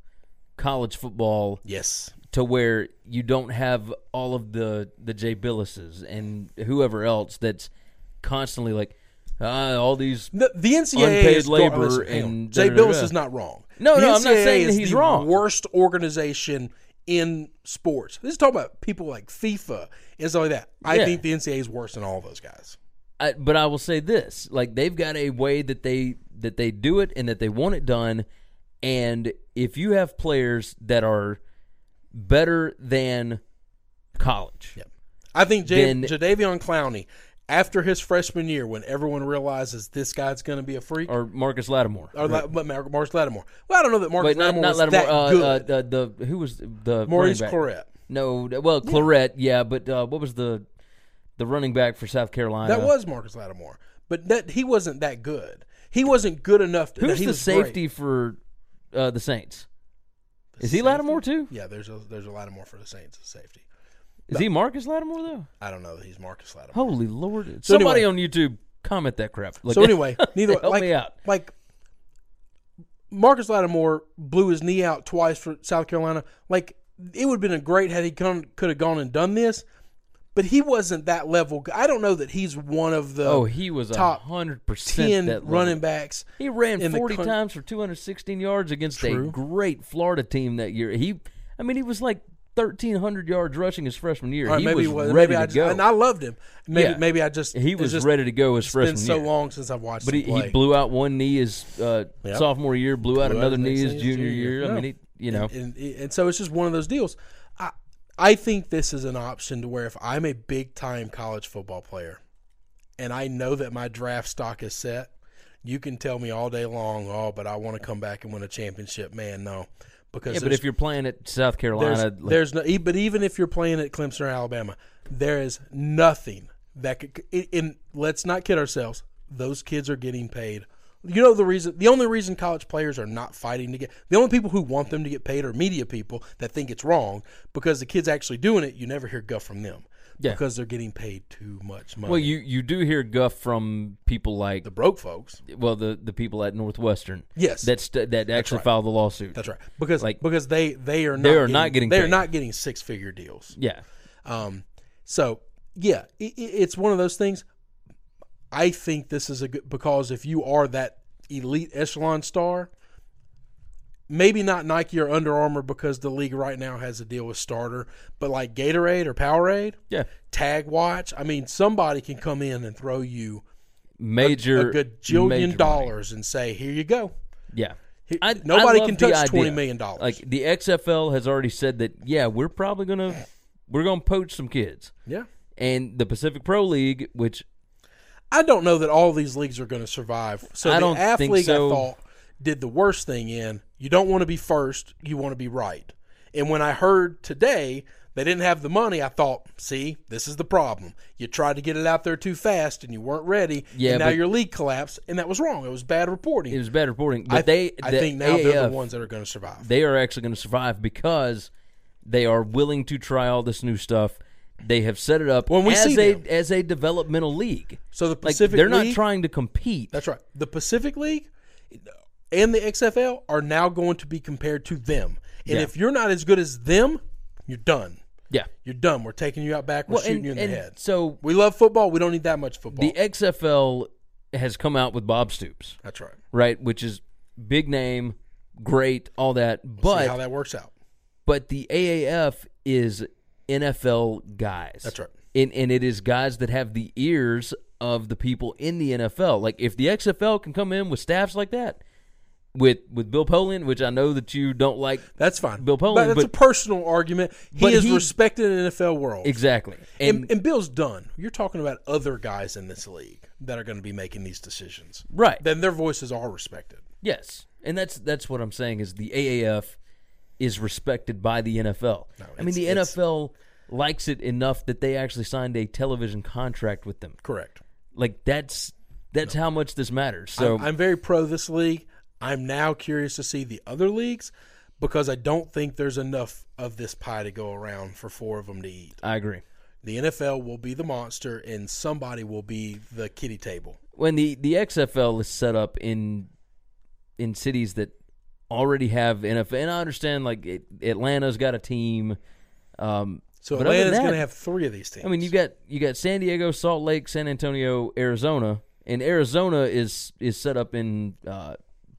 [SPEAKER 3] college football
[SPEAKER 4] Yes.
[SPEAKER 3] to where you don't have all of the the Jay Billises and whoever else that's constantly like ah, all these
[SPEAKER 4] The, the NCAA
[SPEAKER 3] Unpaid
[SPEAKER 4] is going-
[SPEAKER 3] labor
[SPEAKER 4] listen, hang on.
[SPEAKER 3] and
[SPEAKER 4] Jay
[SPEAKER 3] da, da, da,
[SPEAKER 4] Billis
[SPEAKER 3] da.
[SPEAKER 4] is not wrong.
[SPEAKER 3] No,
[SPEAKER 4] The
[SPEAKER 3] no, I'm not
[SPEAKER 4] NCAA
[SPEAKER 3] saying that
[SPEAKER 4] is
[SPEAKER 3] he's
[SPEAKER 4] the
[SPEAKER 3] wrong.
[SPEAKER 4] Worst organization in sports. This is talking about people like FIFA and stuff like that. I
[SPEAKER 3] Yeah.
[SPEAKER 4] think the NCAA is worse than all those guys.
[SPEAKER 3] I, but I will say this: like they've got a way that they that they do it and that they want it done. And if you have players that are better than college,
[SPEAKER 4] I think Jay,
[SPEAKER 3] Then-
[SPEAKER 4] Jadavion Clowney, after his freshman year, when everyone realizes this guy's going to be a freak, or,
[SPEAKER 3] or Marcus Lattimore,
[SPEAKER 4] like, but Mar- Marcus Lattimore. Well, I don't know that Marcus
[SPEAKER 3] Wait, not,
[SPEAKER 4] Lattimore
[SPEAKER 3] not
[SPEAKER 4] was
[SPEAKER 3] Lattimore.
[SPEAKER 4] that
[SPEAKER 3] uh,
[SPEAKER 4] good.
[SPEAKER 3] uh, the, the who was the
[SPEAKER 4] Maurice
[SPEAKER 3] running back?
[SPEAKER 4] Corrett.
[SPEAKER 3] No, th- well, Claret, yeah, but uh, what was the the running back for South Carolina?
[SPEAKER 4] That was Marcus Lattimore, but that he wasn't that good. He wasn't good enough. To, that
[SPEAKER 3] who's
[SPEAKER 4] he
[SPEAKER 3] the
[SPEAKER 4] was great.
[SPEAKER 3] safety for uh, the Saints. Is he Lattimore too?
[SPEAKER 4] Yeah, there's a there's a Lattimore for the Saints at safety.
[SPEAKER 3] Is he Marcus Lattimore though?
[SPEAKER 4] I don't know that he's Marcus Lattimore.
[SPEAKER 3] Holy Lord!
[SPEAKER 4] So
[SPEAKER 3] Somebody
[SPEAKER 4] anyway-
[SPEAKER 3] on YouTube comment that crap. Like,
[SPEAKER 4] so anyway, neither
[SPEAKER 3] help
[SPEAKER 4] like,
[SPEAKER 3] me out.
[SPEAKER 4] Like Marcus Lattimore blew his knee out twice for South Carolina. Like it would have been a great had he come could have gone and done this, but he wasn't that level. g- I don't know that he's one of the
[SPEAKER 3] Oh, he was
[SPEAKER 4] top
[SPEAKER 3] hundred percent
[SPEAKER 4] ten
[SPEAKER 3] that level.
[SPEAKER 4] running backs.
[SPEAKER 3] He ran
[SPEAKER 4] in the
[SPEAKER 3] forty
[SPEAKER 4] coun-
[SPEAKER 3] times for two hundred sixteen yards against a
[SPEAKER 4] True.
[SPEAKER 3] great Florida team that year. He, I mean, he was like thirteen hundred yards rushing his freshman year.
[SPEAKER 4] All right,
[SPEAKER 3] he
[SPEAKER 4] maybe
[SPEAKER 3] was
[SPEAKER 4] it was-
[SPEAKER 3] ready
[SPEAKER 4] maybe
[SPEAKER 3] to
[SPEAKER 4] I just,
[SPEAKER 3] go.
[SPEAKER 4] and I loved him. Maybe
[SPEAKER 3] Yeah.
[SPEAKER 4] maybe I just
[SPEAKER 3] he
[SPEAKER 4] it's
[SPEAKER 3] was
[SPEAKER 4] just
[SPEAKER 3] ready to go his
[SPEAKER 4] It's been
[SPEAKER 3] freshman
[SPEAKER 4] so
[SPEAKER 3] year.
[SPEAKER 4] long since I've watched.
[SPEAKER 3] But he,
[SPEAKER 4] him
[SPEAKER 3] he
[SPEAKER 4] play.
[SPEAKER 3] blew out one knee his uh,
[SPEAKER 4] Yep.
[SPEAKER 3] sophomore year, blew out
[SPEAKER 4] Blew out
[SPEAKER 3] another
[SPEAKER 4] his
[SPEAKER 3] knee
[SPEAKER 4] next
[SPEAKER 3] his
[SPEAKER 4] knee his
[SPEAKER 3] junior
[SPEAKER 4] junior
[SPEAKER 3] year.
[SPEAKER 4] year.
[SPEAKER 3] I
[SPEAKER 4] No.
[SPEAKER 3] mean, he, you know,
[SPEAKER 4] and and so it's just one of those deals. I I think this is an option to where if I'm a big time college football player, and I know that my draft stock is set, you can tell me all day long, oh, but I want to come back and win a championship. Man, no, because
[SPEAKER 3] yeah, but
[SPEAKER 4] there's-
[SPEAKER 3] if you're playing at South Carolina,
[SPEAKER 4] there's,
[SPEAKER 3] like,
[SPEAKER 4] there's no, e- but even if you're playing at Clemson or Alabama, there is nothing that could. i- In let's not kid ourselves. Those kids are getting paid. You know the reason. The only reason college players are not fighting to get the only people who want them to get paid are media people that think it's wrong because the kids actually doing it. You never hear guff from them
[SPEAKER 3] Yeah.
[SPEAKER 4] because they're getting paid too much money.
[SPEAKER 3] well, you you do hear guff from people like
[SPEAKER 4] the broke folks.
[SPEAKER 3] well the the people at Northwestern,
[SPEAKER 4] Yes.
[SPEAKER 3] that st- that actually filed the lawsuit.
[SPEAKER 4] That's right because
[SPEAKER 3] Like-
[SPEAKER 4] because they they are not
[SPEAKER 3] They are not getting
[SPEAKER 4] they are
[SPEAKER 3] paid.
[SPEAKER 4] not getting six figure deals.
[SPEAKER 3] Yeah,
[SPEAKER 4] Um, so yeah, i i- it's one of those things. I think this is a good because if you are that elite echelon star, maybe not Nike or Under Armour because the league right now has a deal with Starter, but like Gatorade or Powerade,
[SPEAKER 3] yeah,
[SPEAKER 4] Tag Watch. I mean, somebody can come in and throw you
[SPEAKER 3] major
[SPEAKER 4] a good
[SPEAKER 3] major money.
[SPEAKER 4] jillion dollars and say, "Here you go."
[SPEAKER 3] Yeah.
[SPEAKER 4] He-
[SPEAKER 3] I-
[SPEAKER 4] nobody
[SPEAKER 3] I
[SPEAKER 4] can
[SPEAKER 3] love the
[SPEAKER 4] touch
[SPEAKER 3] idea.
[SPEAKER 4] $20 million.
[SPEAKER 3] Like the XFL has already said that, yeah, we're probably gonna we're gonna poach some kids,
[SPEAKER 4] Yeah,
[SPEAKER 3] and the Pacific Pro League, which
[SPEAKER 4] I don't know that all these leagues are going to survive. So
[SPEAKER 3] I
[SPEAKER 4] the
[SPEAKER 3] don't
[SPEAKER 4] AF
[SPEAKER 3] think
[SPEAKER 4] league,
[SPEAKER 3] so.
[SPEAKER 4] I thought, did the worst thing in. You don't want to be first. You want to be right. And when I heard today they didn't have the money, I thought, see, this is the problem. You tried to get it out there too fast, and you weren't ready.
[SPEAKER 3] Yeah,
[SPEAKER 4] and now
[SPEAKER 3] but-
[SPEAKER 4] your league collapsed, and that was wrong. It was bad reporting.
[SPEAKER 3] it was bad reporting, but
[SPEAKER 4] I,
[SPEAKER 3] they
[SPEAKER 4] I
[SPEAKER 3] the
[SPEAKER 4] think now they're
[SPEAKER 3] AAF
[SPEAKER 4] the ones that are going to survive.
[SPEAKER 3] they are actually going to survive because they are willing to try all this new stuff. They have set it up
[SPEAKER 4] When we
[SPEAKER 3] as
[SPEAKER 4] see
[SPEAKER 3] a
[SPEAKER 4] them.
[SPEAKER 3] as a developmental league.
[SPEAKER 4] so the
[SPEAKER 3] Like
[SPEAKER 4] Pacific
[SPEAKER 3] they're not
[SPEAKER 4] League-
[SPEAKER 3] trying to compete.
[SPEAKER 4] That's right. The Pacific League and the XFL are now going to be compared to them. And
[SPEAKER 3] Yeah.
[SPEAKER 4] if you're not as good as them, you're done.
[SPEAKER 3] yeah.
[SPEAKER 4] You're done. We're taking you out back. We're
[SPEAKER 3] Well,
[SPEAKER 4] shooting
[SPEAKER 3] and,
[SPEAKER 4] you in the
[SPEAKER 3] and
[SPEAKER 4] head.
[SPEAKER 3] so
[SPEAKER 4] We love football. We don't need that much football.
[SPEAKER 3] the XFL has come out with Bob Stoops,
[SPEAKER 4] That's right.
[SPEAKER 3] right, which is big name, great, all that.
[SPEAKER 4] See how
[SPEAKER 3] But
[SPEAKER 4] that works out.
[SPEAKER 3] but the AAF is NFL guys.
[SPEAKER 4] That's right.
[SPEAKER 3] And and it is guys that have the ears of the people in the NFL. Like if the XFL can come in with staffs like that, with with Bill Polian, which I know that you don't like
[SPEAKER 4] That's fine.
[SPEAKER 3] Bill Polian,
[SPEAKER 4] but that's
[SPEAKER 3] but-
[SPEAKER 4] a personal argument. He
[SPEAKER 3] but
[SPEAKER 4] is
[SPEAKER 3] he-
[SPEAKER 4] respected in the NFL world.
[SPEAKER 3] exactly. And,
[SPEAKER 4] And, and Bill's done. You're talking about other guys in this league that are going to be making these decisions.
[SPEAKER 3] right.
[SPEAKER 4] Then their voices are respected.
[SPEAKER 3] yes. And that's that's what I'm saying is the AAF is respected by the NFL. I mean
[SPEAKER 4] it's-
[SPEAKER 3] the
[SPEAKER 4] it's-
[SPEAKER 3] NFL likes it enough that they actually signed a television contract with them.
[SPEAKER 4] Correct.
[SPEAKER 3] Like that's that's how much this matters. So
[SPEAKER 4] I'm very pro this league. I'm now curious to see the other leagues because I don't think there's enough of this pie to go around for four of them to eat.
[SPEAKER 3] I agree.
[SPEAKER 4] The NFL will be the monster, and somebody will be the kitty table.
[SPEAKER 3] when the the XFL is set up in in cities that already have NFL, and I understand like it, Atlanta's got a team. Um,
[SPEAKER 4] So
[SPEAKER 3] but other than
[SPEAKER 4] Atlanta's going
[SPEAKER 3] that,
[SPEAKER 4] to have three of these teams.
[SPEAKER 3] I mean, you got you got San Diego, Salt Lake, San Antonio, Arizona, and Arizona is is set up in uh,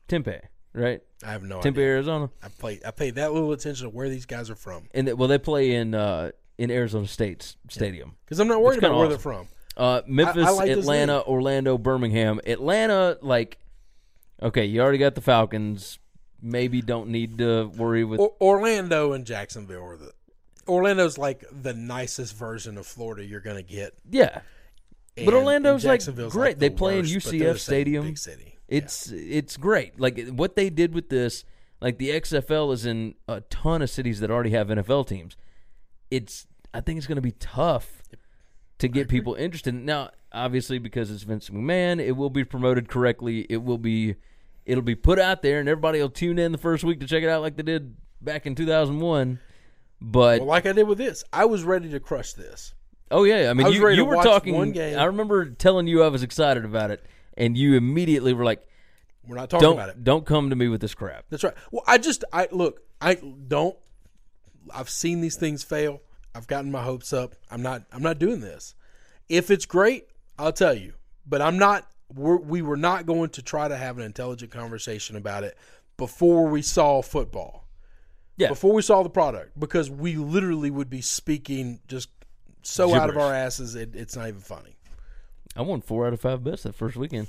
[SPEAKER 3] Tempe, right?
[SPEAKER 4] Oh, I have no
[SPEAKER 3] Tempe,
[SPEAKER 4] idea.
[SPEAKER 3] Arizona,
[SPEAKER 4] I played. I paid that little attention to where these guys are from
[SPEAKER 3] and they, well, they play in uh, in Arizona State's stadium.
[SPEAKER 4] because I'm not worried
[SPEAKER 3] kinda
[SPEAKER 4] about where
[SPEAKER 3] awesome.
[SPEAKER 4] they're from.
[SPEAKER 3] Uh, Memphis,
[SPEAKER 4] I- I like this
[SPEAKER 3] Atlanta, Orlando, Birmingham. Atlanta, like, okay, you already got the Falcons. Maybe don't need to worry with.
[SPEAKER 4] Or, Orlando and Jacksonville are the. Orlando's like the nicest version of Florida you're going to get.
[SPEAKER 3] yeah,
[SPEAKER 4] And,
[SPEAKER 3] But
[SPEAKER 4] and
[SPEAKER 3] Orlando's, like,
[SPEAKER 4] Jacksonville's
[SPEAKER 3] great. They
[SPEAKER 4] the
[SPEAKER 3] play in
[SPEAKER 4] worst, but they're
[SPEAKER 3] UCF
[SPEAKER 4] the same
[SPEAKER 3] stadium.
[SPEAKER 4] Big city.
[SPEAKER 3] it's it's great. Like what they did with this, like the XFL is in a ton of cities that already have NFL teams. It's I think it's going to be tough to get people interested. Now, obviously, because it's Vince McMahon, it will be promoted correctly. It will be It'll be put out there, and everybody will tune in the first week to check it out, like they did back in 2001. But
[SPEAKER 4] Well, like I did with this, I was ready to crush this.
[SPEAKER 3] oh yeah, I mean,
[SPEAKER 4] I was
[SPEAKER 3] you,
[SPEAKER 4] ready
[SPEAKER 3] you
[SPEAKER 4] to
[SPEAKER 3] were
[SPEAKER 4] watch
[SPEAKER 3] talking.
[SPEAKER 4] one game.
[SPEAKER 3] I remember telling you I was excited about it, and you immediately were like,
[SPEAKER 4] We're not talking about it.
[SPEAKER 3] "Don't don't come to me with this crap."
[SPEAKER 4] That's right. Well, I just I look, I don't I've seen these things fail. I've gotten my hopes up. I'm not I'm not doing this. If it's great, I'll tell you. But I'm not we're, we were not going to try to have an intelligent conversation about it before we saw football.
[SPEAKER 3] Yeah.
[SPEAKER 4] Before we saw the product because we literally would be speaking just so out of
[SPEAKER 3] Gibberish.
[SPEAKER 4] our asses it, it's not even funny.
[SPEAKER 3] I won four out of five bets that first weekend.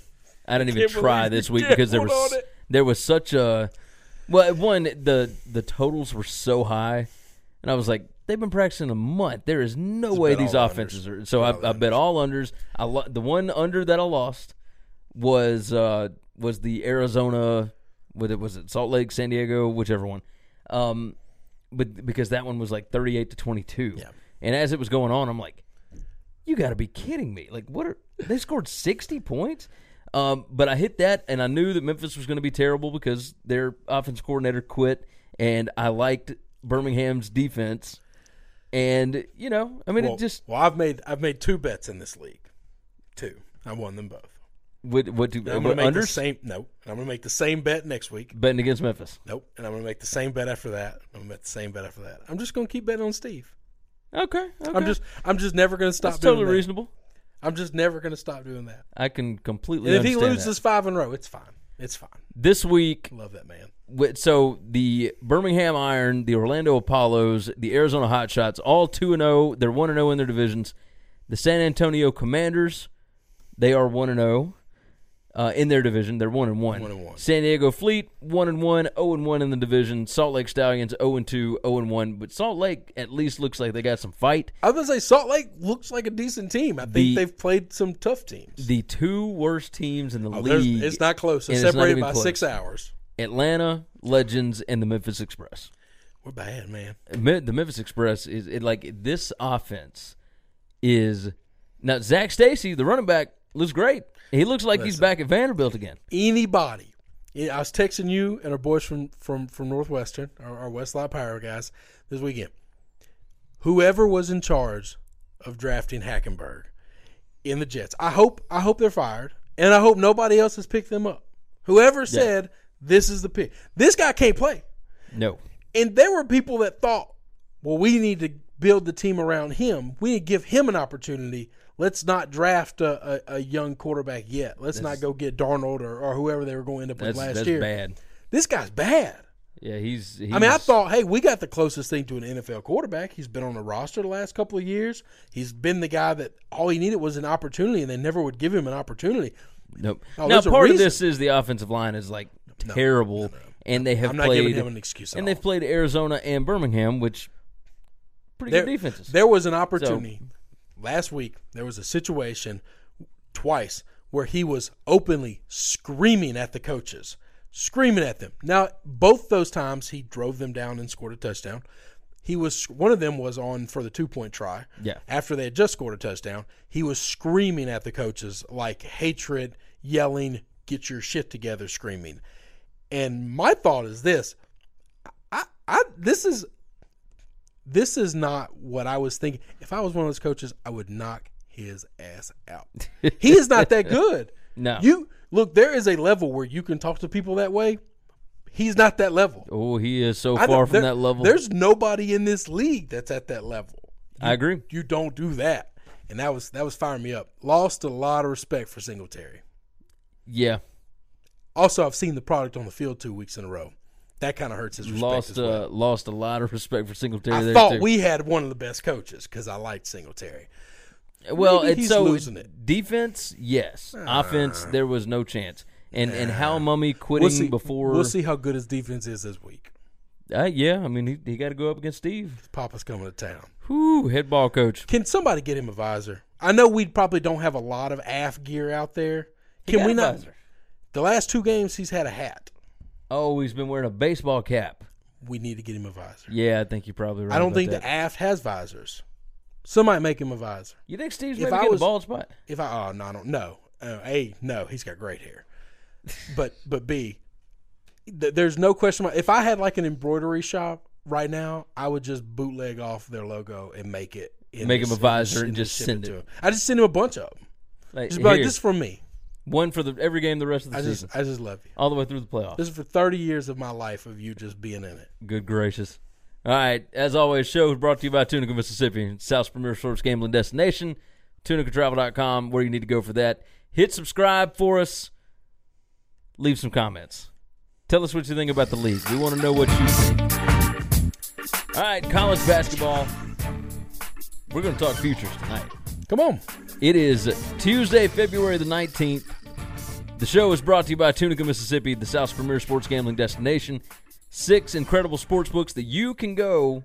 [SPEAKER 3] I didn't even
[SPEAKER 4] can't
[SPEAKER 3] try
[SPEAKER 4] believe
[SPEAKER 3] this
[SPEAKER 4] you
[SPEAKER 3] week
[SPEAKER 4] did
[SPEAKER 3] because there
[SPEAKER 4] one
[SPEAKER 3] was
[SPEAKER 4] on it.
[SPEAKER 3] there was such a well one the the totals were so high, and I was like they've been practicing a month. There is no way
[SPEAKER 4] bet
[SPEAKER 3] these
[SPEAKER 4] all
[SPEAKER 3] offenses are. So I, I
[SPEAKER 4] all
[SPEAKER 3] bet all unders. I lo- the one under that I lost was uh was the Arizona with it was it Salt Lake San Diego whichever one, um, but because that one was like thirty eight to twenty two.
[SPEAKER 4] Yeah.
[SPEAKER 3] And as it was going on, I'm like, you got to be kidding me. Like, what are they scored 60 points? Um, but I hit that, and I knew that Memphis was going to be terrible because their offense coordinator quit, and I liked Birmingham's defense. And, you know, I mean,
[SPEAKER 4] Well,
[SPEAKER 3] it just.
[SPEAKER 4] well, I've made I've made two bets in this league. Two. I won them both.
[SPEAKER 3] What, what do
[SPEAKER 4] And I'm
[SPEAKER 3] what,
[SPEAKER 4] gonna make
[SPEAKER 3] under?
[SPEAKER 4] the same. No, and I'm gonna make the same bet next week.
[SPEAKER 3] Betting against Memphis.
[SPEAKER 4] Nope, and I'm gonna make the same bet after that. I'm gonna make the same bet after that. I'm just gonna keep betting on Steve.
[SPEAKER 3] Okay. okay.
[SPEAKER 4] I'm just, I'm just never gonna stop.
[SPEAKER 3] That's
[SPEAKER 4] doing
[SPEAKER 3] totally
[SPEAKER 4] that.
[SPEAKER 3] reasonable.
[SPEAKER 4] I'm just never gonna stop doing that.
[SPEAKER 3] I can completely
[SPEAKER 4] And if he
[SPEAKER 3] understand
[SPEAKER 4] loses
[SPEAKER 3] that.
[SPEAKER 4] five in a row, it's fine. It's fine.
[SPEAKER 3] this week,
[SPEAKER 4] Love that man.
[SPEAKER 3] Wait, so the Birmingham Iron, the Orlando Apollos, the Arizona Hotshots, all two and zero. They're one and zero in their divisions. The San Antonio Commanders, they are one and zero uh, in their division. They're one and one.
[SPEAKER 4] One and one.
[SPEAKER 3] San Diego Fleet one and one, zero and one in the division. Salt Lake Stallions zero and two, zero and one. But Salt Lake at least looks like they got some fight.
[SPEAKER 4] I was gonna say Salt Lake looks like a decent team. I think
[SPEAKER 3] The-
[SPEAKER 4] they've played some tough teams.
[SPEAKER 3] The two worst teams in the
[SPEAKER 4] Oh, there's-
[SPEAKER 3] league.
[SPEAKER 4] it's not close. They're
[SPEAKER 3] and it's not
[SPEAKER 4] separated
[SPEAKER 3] even
[SPEAKER 4] by
[SPEAKER 3] close.
[SPEAKER 4] six hours.
[SPEAKER 3] Atlanta Legends and the Memphis Express.
[SPEAKER 4] We're bad, man.
[SPEAKER 3] Me- the Memphis Express is it like this offense is now Zach Stacy, the running back, looks great. He looks like he's back at Vanderbilt again.
[SPEAKER 4] anybody. Yeah, I was texting you and our boys from from from Northwestern, our, our Westlot Power guys, this weekend. Whoever was in charge of drafting Hackenberg in the Jets, I hope I hope they're fired, and I hope nobody else has picked them up. Whoever said this is the pick, this guy can't play,
[SPEAKER 3] No.
[SPEAKER 4] and there were people that thought, well, we need to build the team around him. We need to give him an opportunity. Let's not draft a, a, a young quarterback yet. Let's not go get Darnold or, or whoever they were going to end up with
[SPEAKER 3] That's
[SPEAKER 4] last
[SPEAKER 3] that's
[SPEAKER 4] year
[SPEAKER 3] bad.
[SPEAKER 4] this guy's bad.
[SPEAKER 3] Yeah, he's, he's
[SPEAKER 4] I mean, I thought, hey, we got the closest thing to an NFL quarterback. He's been on the roster the last couple of years. He's been the guy that all he needed was an opportunity, and they never would give him an opportunity.
[SPEAKER 3] nope.
[SPEAKER 4] Oh,
[SPEAKER 3] now
[SPEAKER 4] there's a
[SPEAKER 3] part of
[SPEAKER 4] reason.
[SPEAKER 3] this is the offensive line is like terrible and they have
[SPEAKER 4] I'm not
[SPEAKER 3] played
[SPEAKER 4] giving him an excuse. At all.
[SPEAKER 3] and they've played Arizona and Birmingham, which pretty
[SPEAKER 4] there,
[SPEAKER 3] good defenses.
[SPEAKER 4] There was an opportunity last week. There was a situation twice where he was openly screaming at the coaches, screaming at them. Now, both those times he drove them down and scored a touchdown. He was one of them was on for the two point try.
[SPEAKER 3] Yeah.
[SPEAKER 4] After they had just scored a touchdown, he was screaming at the coaches like hatred, yelling, "Get your shit together!" screaming. And my thought is this: I, I, this is this is not what I was thinking. If I was one of those coaches, I would knock his ass out. he is not that good.
[SPEAKER 3] No.
[SPEAKER 4] You look, there is a level where you can talk to people that way. He's not that level.
[SPEAKER 3] oh, he is so
[SPEAKER 4] I
[SPEAKER 3] far
[SPEAKER 4] don't-
[SPEAKER 3] from
[SPEAKER 4] there-
[SPEAKER 3] that level.
[SPEAKER 4] There's nobody in this league that's at that level.
[SPEAKER 3] I agree.
[SPEAKER 4] You don't do that. And that was that was firing me up. Lost a lot of respect for Singletary.
[SPEAKER 3] Yeah.
[SPEAKER 4] Also, I've seen the product on the field two weeks in a row. That kind of hurts his respect
[SPEAKER 3] Lost
[SPEAKER 4] as well.
[SPEAKER 3] uh, lost a lot of respect for Singletary
[SPEAKER 4] I
[SPEAKER 3] there
[SPEAKER 4] thought
[SPEAKER 3] too.
[SPEAKER 4] we had one of the best coaches because I liked Singletary.
[SPEAKER 3] Well,
[SPEAKER 4] Maybe
[SPEAKER 3] it's
[SPEAKER 4] he's
[SPEAKER 3] so
[SPEAKER 4] losing it.
[SPEAKER 3] defense, yes. Offense, there was no chance. And and how Mummy quitting
[SPEAKER 4] We'll see,
[SPEAKER 3] before?
[SPEAKER 4] we'll see how good his defense is this week.
[SPEAKER 3] Uh, yeah, I mean he, he got to go up against Steve.
[SPEAKER 4] Papa's coming to town.
[SPEAKER 3] Whew, head ball coach.
[SPEAKER 4] Can somebody get him a visor? I know we probably don't have a lot of AF gear out there. Can we not? The last two games he's had a hat.
[SPEAKER 3] Oh, he's been wearing a baseball cap.
[SPEAKER 4] We need to get him a visor.
[SPEAKER 3] Yeah, I think you're probably right.
[SPEAKER 4] I don't
[SPEAKER 3] about
[SPEAKER 4] think
[SPEAKER 3] that.
[SPEAKER 4] the AF has visors. Somebody make him a visor.
[SPEAKER 3] You think Steve's
[SPEAKER 4] if
[SPEAKER 3] maybe
[SPEAKER 4] I
[SPEAKER 3] getting a
[SPEAKER 4] was-
[SPEAKER 3] bald spot?
[SPEAKER 4] If I oh no I don't no uh, a no he's got great hair, but but b th- there's no question. About, if I had like an embroidery shop right now, I would just bootleg off their logo and make it. in
[SPEAKER 3] Make 'em a
[SPEAKER 4] in
[SPEAKER 3] visor and just
[SPEAKER 4] ship
[SPEAKER 3] send it.
[SPEAKER 4] to 'em. I just send them a bunch of them.
[SPEAKER 3] Like,
[SPEAKER 4] Just be like,
[SPEAKER 3] here,
[SPEAKER 4] this is from me.
[SPEAKER 3] one for the every game the rest of the
[SPEAKER 4] I just,
[SPEAKER 3] season,
[SPEAKER 4] I just love you.
[SPEAKER 3] all the way through the playoffs.
[SPEAKER 4] This is for 30 years of my life of you just being in it.
[SPEAKER 3] Good gracious. All right. As always, show is brought to you by Tunica, Mississippi, South's premier source gambling destination. TunicaTravel.com, where you need to go for that. Hit subscribe for us. Leave some comments. Tell us what you think about the league. We want to know what you think. All right, college basketball. We're going to talk futures tonight.
[SPEAKER 4] Come on.
[SPEAKER 3] It is Tuesday, February the 19th. The show is brought to you by Tunica, Mississippi, the South's premier sports gambling destination. Six incredible sports books that you can go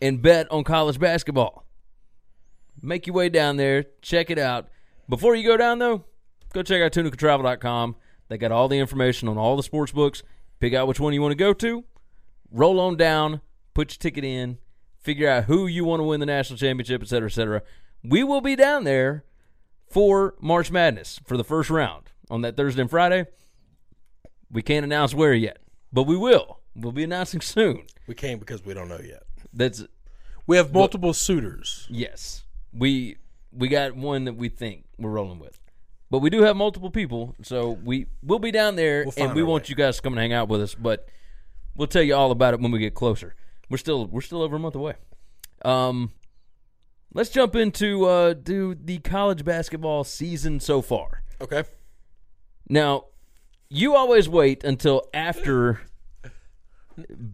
[SPEAKER 3] and bet on college basketball. Make your way down there, check it out. Before you go down, though, go check out tunicatravel.com. They got all the information on all the sports books. Pick out which one you want to go to, roll on down, put your ticket in, figure out who you want to win the national championship, et cetera, et cetera. We will be down there for March Madness for the first round on that Thursday and Friday. We can't announce where yet, but we will. We'll be announcing soon.
[SPEAKER 4] We came because we don't know yet.
[SPEAKER 3] That's
[SPEAKER 4] We have multiple suitors.
[SPEAKER 3] yes. We we got one that we think we're rolling with. But we do have multiple people, so we we'll be down there
[SPEAKER 4] find
[SPEAKER 3] and we
[SPEAKER 4] our
[SPEAKER 3] want you guys to come and hang out with us, but we'll tell you all about it when we get closer. We're still we're still over a month away. Um let's jump into uh do the college basketball season so far.
[SPEAKER 4] Okay.
[SPEAKER 3] Now, you always wait until after